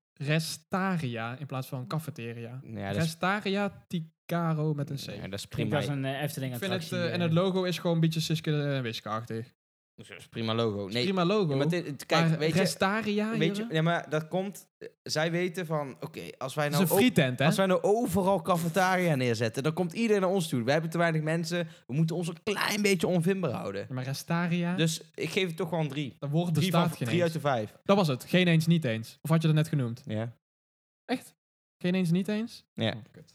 Speaker 1: Restaria in plaats van Cafeteria.
Speaker 3: Ja, dat is,
Speaker 1: Restaria Ticaro met een C.
Speaker 3: ja, dat is
Speaker 2: Ik
Speaker 3: prima.
Speaker 2: was een eh, Efteling
Speaker 1: Ik vind het,
Speaker 2: attractie,
Speaker 1: eh, en het
Speaker 2: eh.
Speaker 1: logo is gewoon een beetje Siske en Wiske-achtig.
Speaker 3: Dat is prima logo. Nee,
Speaker 1: Prima logo.
Speaker 3: ja, maar dit- het- kijk,
Speaker 1: maar
Speaker 3: weet je,
Speaker 1: Restaria,
Speaker 3: weet je...
Speaker 1: heren?
Speaker 3: Ja, maar dat komt... eh, Zij weten van, oké, als wij
Speaker 1: Het is
Speaker 3: nou...
Speaker 1: een
Speaker 3: ook-
Speaker 1: frietent, hè?
Speaker 3: Als wij nou overal cafetaria neerzetten, dan komt iedereen naar ons toe. We hebben te weinig mensen. We moeten ons een klein beetje onvindbaar houden.
Speaker 1: Ja, Maar Restaria,
Speaker 3: Dus ik geef het toch gewoon drie.
Speaker 1: dat woord
Speaker 3: Drie, van,
Speaker 1: bestaat geen
Speaker 3: drie uit
Speaker 1: eens.
Speaker 3: de vijf.
Speaker 1: Dat was het. Geen eens, niet eens. Of had je dat net genoemd?
Speaker 3: Ja.
Speaker 1: Echt? Geen eens, niet eens?
Speaker 3: Ja.
Speaker 1: Oh, kut.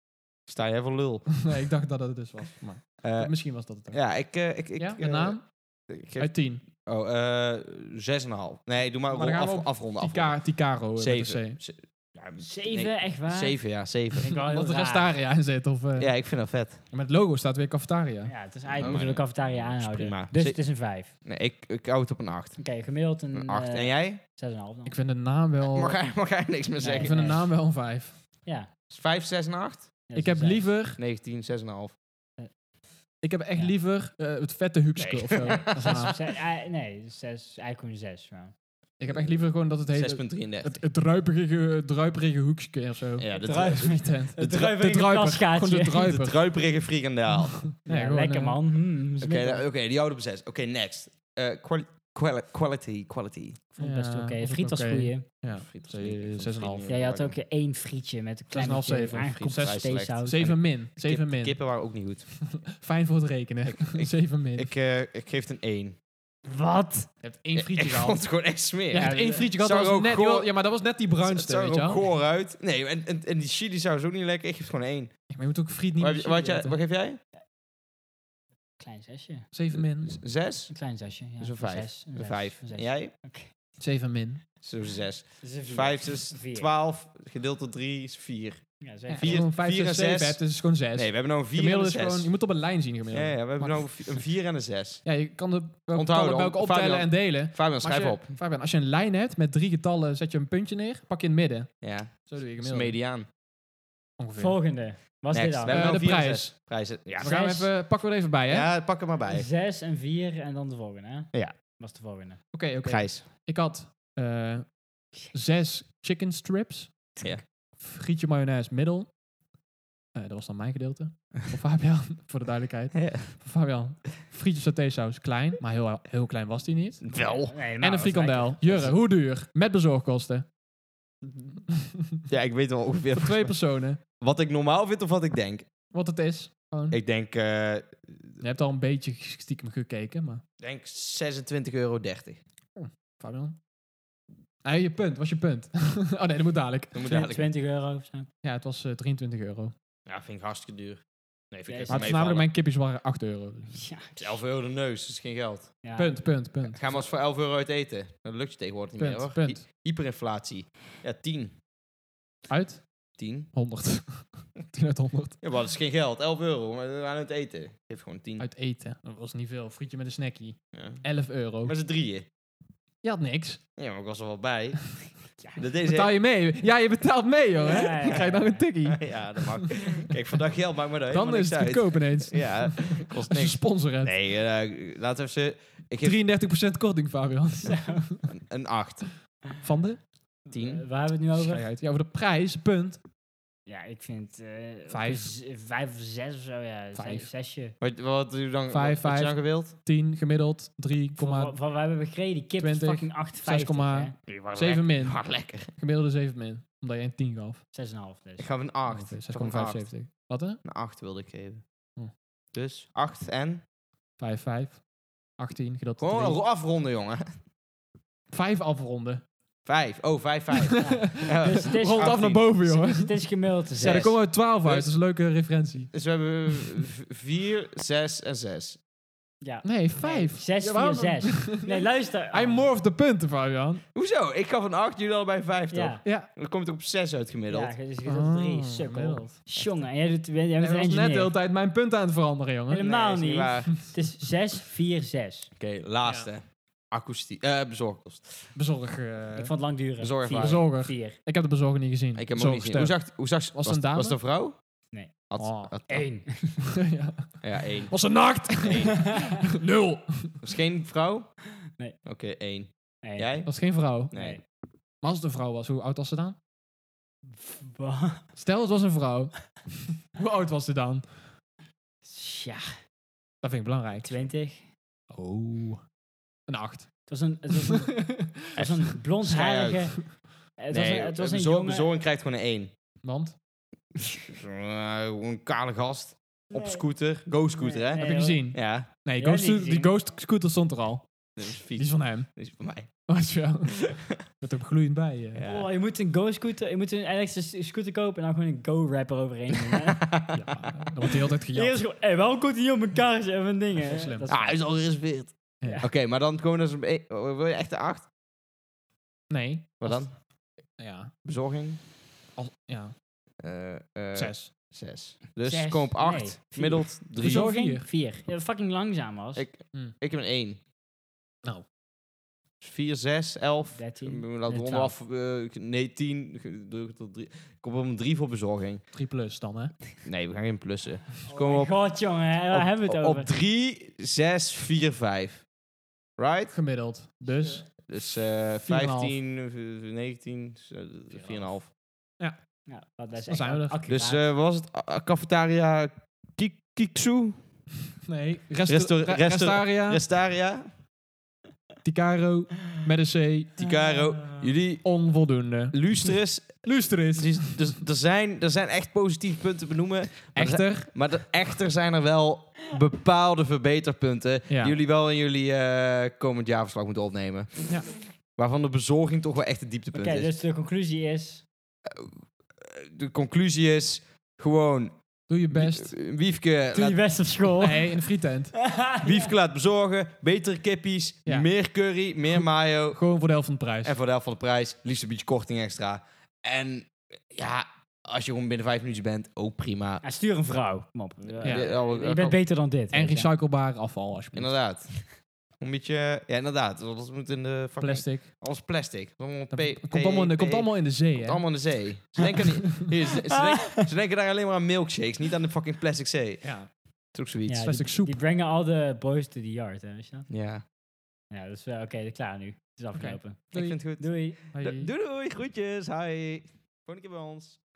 Speaker 3: Sta jij voor lul?
Speaker 1: nee, ik dacht dat het dus was. Maar
Speaker 3: Eh,
Speaker 1: misschien was dat het ook.
Speaker 3: ja, ik... eh, ik, ik
Speaker 1: ja,
Speaker 3: eh,
Speaker 1: een naam?
Speaker 3: Ik geef,
Speaker 1: Uit tien.
Speaker 3: Oh, eh 6,5. Nee, doe maar,
Speaker 1: Maar dan gaan
Speaker 3: rol-
Speaker 1: we
Speaker 3: af-
Speaker 1: op
Speaker 3: afronden. afronden.
Speaker 1: Tica, Ticaro. eh, met een
Speaker 3: Zeven.
Speaker 2: Oh,
Speaker 1: C.
Speaker 3: Ze- ja,
Speaker 2: Zeven,
Speaker 3: nee,
Speaker 2: echt waar?
Speaker 3: Zeven, ja,
Speaker 2: Dat
Speaker 3: zeven.
Speaker 2: vind ik wel heel
Speaker 1: Omdat de
Speaker 2: raar.
Speaker 1: Restaria in zit. Of, eh,
Speaker 3: ja, ik vind dat vet.
Speaker 1: Met het logo staat weer cafetaria.
Speaker 2: Ja, het is
Speaker 3: Oh,
Speaker 2: eigenlijk moeten we de
Speaker 3: maar-
Speaker 2: cafetaria
Speaker 3: is
Speaker 2: aanhouden.
Speaker 3: prima.
Speaker 2: Dus
Speaker 3: Ze-
Speaker 2: het is een 5.
Speaker 3: Nee, ik, ik hou het op een 8.
Speaker 2: Oké, gemiddeld
Speaker 3: Een
Speaker 2: een,
Speaker 3: 8.
Speaker 2: eh,
Speaker 3: en jij?
Speaker 2: 6,5 dan.
Speaker 1: Ik vind de naam wel...
Speaker 3: Mag jij, mag jij niks meer
Speaker 2: Nee.
Speaker 1: ik
Speaker 3: zeggen?
Speaker 1: vind de naam wel een 5.
Speaker 2: ja.
Speaker 3: 5, 6 en 8?
Speaker 2: ja, dus,
Speaker 1: ik
Speaker 2: eh, dat
Speaker 1: heb
Speaker 2: is een zes.
Speaker 1: liever...
Speaker 3: 19, 6,5.
Speaker 1: Ik heb echt
Speaker 2: Ja.
Speaker 1: liever eh, het vette Hupske
Speaker 3: Nee.
Speaker 1: of zo. als naam.
Speaker 2: Zes- eh, nee, zes, eigenlijk een 6. Maar.
Speaker 1: Ik heb echt liever gewoon dat het hele...
Speaker 3: 6,33.
Speaker 1: Het, het druiperige, druiperige hoekske of zo.
Speaker 3: Ja, de,
Speaker 2: druif.
Speaker 3: dru-
Speaker 1: De,
Speaker 2: Het druiperige kaskaatje.
Speaker 1: Gewoon de
Speaker 3: de
Speaker 1: druiper.
Speaker 3: druiperige frikandaal. Oké,
Speaker 1: Nee,
Speaker 2: Ja,
Speaker 1: gewoon,
Speaker 2: lekker
Speaker 1: eh,
Speaker 2: man. Hmm, is lekker.
Speaker 3: nou, oké, die houden op 6. Oké, next. Eh, quali- quali- quality, quality.
Speaker 2: Ik vond het best
Speaker 1: Ja,
Speaker 2: oké.
Speaker 1: was het
Speaker 2: friet was
Speaker 1: oké.
Speaker 2: goeie.
Speaker 1: Ja,
Speaker 3: Friet was
Speaker 1: zee-
Speaker 3: niet- ik vond
Speaker 1: zes en
Speaker 3: friet
Speaker 1: half.
Speaker 3: niet
Speaker 2: Ja, je had ook
Speaker 3: lekker.
Speaker 2: één frietje met een klein
Speaker 1: 6,5,
Speaker 2: beetje
Speaker 1: zeven.
Speaker 2: aangekoekte
Speaker 3: Friet vrij slecht.
Speaker 2: steeksaus.
Speaker 1: 7 min. 7
Speaker 3: Kip-
Speaker 1: min.
Speaker 3: Kippen waren ook niet goed.
Speaker 1: Fijn voor het rekenen.
Speaker 3: ik-
Speaker 1: 7 min.
Speaker 3: Ik, eh, ik geef het een 1.
Speaker 2: Wat?
Speaker 1: Je hebt één frietje
Speaker 3: ik vond
Speaker 1: gehad.
Speaker 3: het gewoon echt
Speaker 1: Je
Speaker 3: smerig.
Speaker 1: hebt één frietje gehad.
Speaker 3: Zag
Speaker 1: dat was
Speaker 3: ook
Speaker 1: net-
Speaker 3: goor-
Speaker 1: Ja, maar dat was net die
Speaker 3: het
Speaker 1: bruinste,
Speaker 3: zag
Speaker 1: weet
Speaker 3: er
Speaker 1: je
Speaker 3: ook
Speaker 1: wel.
Speaker 3: goor uit. Nee, en, en, en die chili saus ook niet lekker. Ik geef het gewoon een 1.
Speaker 1: Ja, Maar je moet ook friet niet
Speaker 3: Wat,
Speaker 1: meer
Speaker 3: heb je- wat, jij-
Speaker 1: eten.
Speaker 3: wat geef jij?
Speaker 2: Klein zesje.
Speaker 1: 7 min.
Speaker 3: 6?
Speaker 2: Een klein zesje. Ja.
Speaker 3: Dus een vijf.
Speaker 2: zes,
Speaker 3: Een
Speaker 2: zes,
Speaker 3: 5.
Speaker 2: een zes.
Speaker 3: En jij?
Speaker 1: 7 min.
Speaker 3: Zo 6.
Speaker 2: Dus een vier.
Speaker 3: 5 is
Speaker 2: Vier.
Speaker 3: 12, gedeeld door 3 is 4.
Speaker 2: Ja,
Speaker 1: Ja,
Speaker 2: zes.
Speaker 1: vier,
Speaker 3: Vier-
Speaker 1: gewoon 5
Speaker 3: vier en
Speaker 1: en 7
Speaker 3: zes.
Speaker 1: hebt, dus is gewoon 6.
Speaker 3: Nee, we hebben nou een 4 en
Speaker 1: gemiddelde
Speaker 3: een
Speaker 1: is gewoon...
Speaker 3: 6.
Speaker 1: Je moet op een lijn zien
Speaker 3: Ja,
Speaker 1: gemiddelde.
Speaker 3: ja, we hebben
Speaker 1: Maar-
Speaker 3: nou een vi- een 4 en een 6.
Speaker 1: Ja, je kan de welke
Speaker 3: Onthouden,
Speaker 1: getallen bij elkaar
Speaker 3: Fabian.
Speaker 1: optellen en delen.
Speaker 3: Fabian,
Speaker 1: als
Speaker 3: schrijf
Speaker 1: je,
Speaker 3: op.
Speaker 1: Fabian, als je een lijn hebt met drie getallen, zet je een puntje neer, pak je in het midden.
Speaker 3: Ja, dat
Speaker 1: Zo doe je
Speaker 3: is de
Speaker 1: gemiddeld.
Speaker 3: mediaan.
Speaker 1: Ongeveer.
Speaker 2: Volgende. Was
Speaker 3: Next.
Speaker 2: dit
Speaker 3: We hebben
Speaker 2: dan?
Speaker 1: Eh,
Speaker 3: nou
Speaker 1: de
Speaker 3: vier en
Speaker 1: prijs.
Speaker 3: zes. Prijzen. Ja,
Speaker 1: We gaan
Speaker 2: Zes.
Speaker 1: even, pakken we er even bij, hè?
Speaker 3: ja, pak hem maar bij.
Speaker 2: Zes en vier en dan de volgende. hè?
Speaker 3: Ja.
Speaker 2: Was de volgende.
Speaker 1: Oké, oké.
Speaker 3: Prijs.
Speaker 1: Ik had eh, zes chicken strips,
Speaker 3: Ja.
Speaker 1: frietje mayonaise middel. Eh, dat was dan mijn gedeelte. Voor Fabian, voor de duidelijkheid. Voor Fabian, frietje satésaus klein, maar heel, heel klein was die niet.
Speaker 3: Wel.
Speaker 2: Nee, nou,
Speaker 1: en een
Speaker 2: dat is
Speaker 1: frikandel.
Speaker 2: lekker.
Speaker 1: Jurre, hoe duur? Met bezorgkosten.
Speaker 3: Ja, ik weet wel ongeveer
Speaker 1: voor twee personen.
Speaker 3: wat ik normaal vind of wat ik denk.
Speaker 1: Wat het is. Gewoon.
Speaker 3: Ik denk, eh
Speaker 1: Je hebt al een beetje stiekem gekeken, maar...
Speaker 3: denk 26,30 euro.
Speaker 1: Fabian? Ah, je punt. Was je punt? oh nee, dat moet dadelijk.
Speaker 3: Noem het
Speaker 2: Twi-
Speaker 3: dadelijk.
Speaker 2: 20 euro of zo.
Speaker 1: Ja, het was eh, 23 euro.
Speaker 3: Ja, vind ik hartstikke duur. Nee, vind ik
Speaker 2: Ja,
Speaker 1: Maar
Speaker 2: Maar
Speaker 3: echt
Speaker 1: het voornamelijk
Speaker 3: meevallen.
Speaker 1: mijn kipjes waren 8 euro. Dus
Speaker 2: Ja.
Speaker 3: 11 euro de neus, dat is geen geld.
Speaker 2: ja.
Speaker 1: Punt, punt, punt.
Speaker 3: Ga maar eens voor 11 euro uit eten. Dat lukt je tegenwoordig niet meer
Speaker 1: Punt,
Speaker 3: hoor. Hy-
Speaker 1: punt.
Speaker 3: Hyperinflatie. Ja, 10.
Speaker 1: Uit?
Speaker 3: 10?
Speaker 1: 100. 10 uit 100.
Speaker 3: Ja, maar dat is geen geld. 11 euro, maar we gaan het eten. Geef gewoon 10.
Speaker 1: Uit eten. Dat was niet veel. Frietje met een snackie.
Speaker 3: Ja.
Speaker 1: 11 euro.
Speaker 3: Met z'n drieën.
Speaker 1: Je had niks.
Speaker 3: Ja, maar ik was er wel bij.
Speaker 2: Ja.
Speaker 3: Dat deze
Speaker 1: Betaal je mee? Ja, je betaalt mee, joh. hè?
Speaker 2: Ja, ja, ja.
Speaker 1: Krijg je dan een tikkie?
Speaker 3: Ja, dat mag. Kijk, vandaag geld maakt me daar
Speaker 1: Dan
Speaker 3: helemaal
Speaker 1: is
Speaker 3: niks
Speaker 1: het
Speaker 3: uit.
Speaker 1: goedkoop ineens.
Speaker 3: Ja, kost
Speaker 1: Als je
Speaker 3: niks.
Speaker 1: sponsor hebt.
Speaker 3: Nee, eh, laten we ze... Ik geef
Speaker 1: 33% korting, Fabian.
Speaker 3: een- een 8.
Speaker 1: Van de?
Speaker 3: 10.
Speaker 2: Eh, Waar hebben we het nu over?
Speaker 1: Schrijf uit. Ja, over de prijs. Punt.
Speaker 2: Ja, ik vind... eh,
Speaker 1: Vijf.
Speaker 2: z- Vijf of zes of zo, ja.
Speaker 1: Vijf.
Speaker 2: Zes, zesje.
Speaker 3: Wat, wat, doe je dan,
Speaker 1: Vijf,
Speaker 3: wat had je
Speaker 1: vijf.
Speaker 3: dan gewild?
Speaker 1: 10 gemiddeld. 3,
Speaker 2: Van, van, van waar hebben we gekregen? Die kip is
Speaker 1: 20,
Speaker 2: fucking 8,50.
Speaker 1: 6,5.
Speaker 2: hè?
Speaker 1: 7 min.
Speaker 3: Ah, lekker.
Speaker 1: Gemiddelde 7 min. Omdat je een 10 gaf.
Speaker 2: 6,5 dus.
Speaker 3: Ik gaf een
Speaker 1: Oh,
Speaker 3: 8. Ik gaf een 8.
Speaker 1: 6,75. Wat hè?
Speaker 3: Een 8 wilde ik geven.
Speaker 1: Hm.
Speaker 3: Dus 8 en...
Speaker 1: 5, 5. 18 gedeeld door
Speaker 3: Gewoon
Speaker 1: drie.
Speaker 3: een afronden, jongen.
Speaker 1: 5 afronden.
Speaker 3: 5. Oh, 5, 5.
Speaker 2: Dus het is
Speaker 1: Rond af
Speaker 3: 18.
Speaker 1: naar boven, jongen.
Speaker 2: Dus het is gemiddeld te
Speaker 1: Ja, daar
Speaker 2: zes.
Speaker 1: komen we 12 uit.
Speaker 3: Dus-
Speaker 1: Dat is een leuke referentie.
Speaker 3: Dus we hebben 4, 6 en 6.
Speaker 2: Ja.
Speaker 1: Nee, 5.
Speaker 2: Nee, Zes, vier, zes. Nee, Oh. luister.
Speaker 1: Hij morft de punten, Fabian.
Speaker 3: Hoezo? Ik gaf een 8, jullie allebei 5, toch?
Speaker 2: Ja.
Speaker 1: Ja.
Speaker 3: Dan komt het op 6 uit gemiddeld.
Speaker 2: Ja, dus gemiddeld drie.
Speaker 1: Oh,
Speaker 2: Sukkel.
Speaker 1: gemiddeld.
Speaker 2: Jongen, en jij, doet, jij bent
Speaker 1: Hij
Speaker 2: een
Speaker 1: was net de hele
Speaker 2: engineer.
Speaker 1: tijd mijn punten aan het veranderen, jongen.
Speaker 2: Helemaal
Speaker 3: is
Speaker 2: niet.
Speaker 3: waar.
Speaker 2: Het is 6, 4, 6.
Speaker 3: Oké, laatste. Akoestie. Eh, bezorgkost.
Speaker 1: Bezorg. eh,
Speaker 2: Ik vond het lang duren.
Speaker 3: Zorg
Speaker 2: Vier.
Speaker 3: waar.
Speaker 1: Bezorger. Oh.
Speaker 2: Vier.
Speaker 1: Ik heb de bezorger niet gezien.
Speaker 3: Ik heb hem
Speaker 1: Zo
Speaker 3: ook niet gezien. Hoe
Speaker 1: gesteld.
Speaker 3: zag, hoe zag
Speaker 1: Was het een dame?
Speaker 3: Was het een vrouw?
Speaker 2: Nee.
Speaker 3: Had,
Speaker 1: Oh.
Speaker 3: had-
Speaker 2: Eén.
Speaker 1: ja.
Speaker 3: Ja, één.
Speaker 1: Was een nacht. Nul.
Speaker 3: Was geen vrouw?
Speaker 2: Nee.
Speaker 3: Oké, één.
Speaker 2: Eén.
Speaker 3: Jij?
Speaker 1: Was geen vrouw.
Speaker 3: Nee.
Speaker 1: Maar als het een vrouw was, hoe oud was ze dan?
Speaker 2: Wa-
Speaker 1: Stel, het was een vrouw. hoe oud was ze dan?
Speaker 2: Ja,
Speaker 1: Dat vind ik belangrijk.
Speaker 2: 20.
Speaker 1: Oh. Een acht.
Speaker 2: Het was een, het was een, het was een blondharige... Het was
Speaker 3: nee,
Speaker 2: een, het was een
Speaker 3: Eh, bezor-
Speaker 2: jongen...
Speaker 3: bezorging krijgt gewoon een één.
Speaker 1: Want?
Speaker 3: Eh, een kale gast. Op
Speaker 2: Nee.
Speaker 3: scooter. Go scooter,
Speaker 2: Nee,
Speaker 3: hè?
Speaker 2: nee.
Speaker 1: heb je
Speaker 2: hoor.
Speaker 1: gezien?
Speaker 3: Ja.
Speaker 1: Nee,
Speaker 2: Jij
Speaker 1: Ghost,
Speaker 2: niet gezien.
Speaker 1: die Ghost Scooter stond er al.
Speaker 3: Dat is
Speaker 1: Die
Speaker 3: fiets.
Speaker 1: is van hem.
Speaker 3: Dat is van mij.
Speaker 1: Wat ja. Met er gloeiend bij. eh.
Speaker 3: Ja.
Speaker 2: Oh, je moet een go-scooter... Je moet een elektrische scooter kopen en dan gewoon een go-rapper overheen doen. hè?
Speaker 1: Ja, dan wordt hij altijd gejat.
Speaker 2: Eerst gewoon... Hé, waarom komt hij niet op elkaar en van dingen?
Speaker 1: Dat is slim.
Speaker 2: Dat is-
Speaker 3: Ah, hij is al gereserveerd.
Speaker 1: Ja.
Speaker 2: Ja.
Speaker 3: Oké, maar dan gewoon als een... eh, Wil je echt de 8?
Speaker 1: Nee.
Speaker 3: Wat
Speaker 1: Als-
Speaker 3: dan?
Speaker 1: Ja.
Speaker 3: Bezorging?
Speaker 1: Als, ja.
Speaker 3: Eh, eh,
Speaker 1: Zes.
Speaker 3: 6. Dus
Speaker 2: Zes.
Speaker 3: kom op 8.
Speaker 2: Nee, vier.
Speaker 3: Gemiddeld 3.
Speaker 1: Verzorging.
Speaker 2: Verzorging?
Speaker 1: vier.
Speaker 2: Vier. Ja, dat fucking langzaam was.
Speaker 3: Ik,
Speaker 2: hmm.
Speaker 1: Hm.
Speaker 3: ik heb een Dus 1.
Speaker 1: Nou.
Speaker 3: 4, 6, 11.
Speaker 2: 13.
Speaker 3: Laat
Speaker 2: Nee,
Speaker 3: ronden af. eh, nee, 10. ge- druk tot drie. Ik kom op een 3 voor bezorging.
Speaker 1: 3 plus dan, hè?
Speaker 3: Nee, we gaan geen plussen. Dus
Speaker 2: Oh
Speaker 3: komen
Speaker 2: mijn
Speaker 3: we op,
Speaker 2: god, jongen. Waar
Speaker 3: op,
Speaker 2: hebben we het
Speaker 3: op
Speaker 2: over?
Speaker 3: 3, 6, 4, 5. Right?
Speaker 1: Gemiddeld. Dus.
Speaker 3: Dus eh 15, v- v- 19, z- eh, 4,5.
Speaker 2: Ja, Nou, dat is
Speaker 1: Dan zijn we er.
Speaker 3: Dus eh, wat was het? A- a- cafetaria Kik- Kiksu?
Speaker 1: Nee. Rest
Speaker 3: Restaur-
Speaker 1: Re-
Speaker 3: restaur-
Speaker 1: Restaria.
Speaker 3: Restaria?
Speaker 1: Ticaro. Met een C.
Speaker 3: eh, Ticaro?
Speaker 2: Ah.
Speaker 3: Jullie
Speaker 1: Onvoldoende.
Speaker 3: lustrus.
Speaker 1: Luister eens.
Speaker 3: Dus, dus er, zijn, er zijn echt positieve punten te benoemen.
Speaker 1: Echter.
Speaker 3: Maar de, echter zijn er wel bepaalde verbeterpunten.
Speaker 1: Ja.
Speaker 3: Die jullie wel in jullie eh, komend jaarverslag moeten opnemen.
Speaker 1: Ja.
Speaker 3: Waarvan de bezorging toch wel echt het dieptepunt
Speaker 2: Oké,
Speaker 3: is.
Speaker 2: dus de conclusie is...
Speaker 3: De conclusie is gewoon...
Speaker 1: Doe je best.
Speaker 3: Wie- eh, Wiefke,
Speaker 2: Doe
Speaker 3: laat
Speaker 2: je best op school.
Speaker 1: Nee, in de frietent.
Speaker 3: Biefke laat bezorgen, betere kippies,
Speaker 1: Ja.
Speaker 3: meer curry, meer mayo.
Speaker 1: Gewoon voor de helft van de prijs.
Speaker 3: En voor de helft van de prijs, liefst een beetje korting extra. En ja, als je gewoon binnen vijf minuten bent, ook prima.
Speaker 2: Ja, stuur een vrouw. Kom op. Ja.
Speaker 1: Ja.
Speaker 3: Ja, al-
Speaker 2: Je bent beter dan dit.
Speaker 1: En
Speaker 2: weet je.
Speaker 1: recyclebaar afval, alsjeblieft.
Speaker 3: Inderdaad. Een beetje, ja inderdaad, dat moet in de... fucking-
Speaker 1: Plastic.
Speaker 3: Alles plastic. Allemaal
Speaker 1: Dat
Speaker 3: P-
Speaker 1: komt, allemaal in de,
Speaker 3: P-
Speaker 1: komt allemaal in de zee,
Speaker 3: komt
Speaker 1: hè?
Speaker 3: allemaal in de zee. Ze denken, niet- hier, ze, ze denken, ze denken daar alleen maar aan milkshakes, niet aan de fucking plastic zee. Dat
Speaker 1: Ja.
Speaker 3: is ook zoiets.
Speaker 2: Ja,
Speaker 1: plastic soep.
Speaker 2: Die brengen al de boys to the yard, hè, weet je dat?
Speaker 3: Ja.
Speaker 2: Ja, dus eh, oké, klaar nu. Het is afgelopen.
Speaker 3: Ik
Speaker 1: Doei.
Speaker 3: vind het goed.
Speaker 2: Doei.
Speaker 1: Hoi.
Speaker 3: Doei, doei, groetjes, hi. Volgende keer bij ons.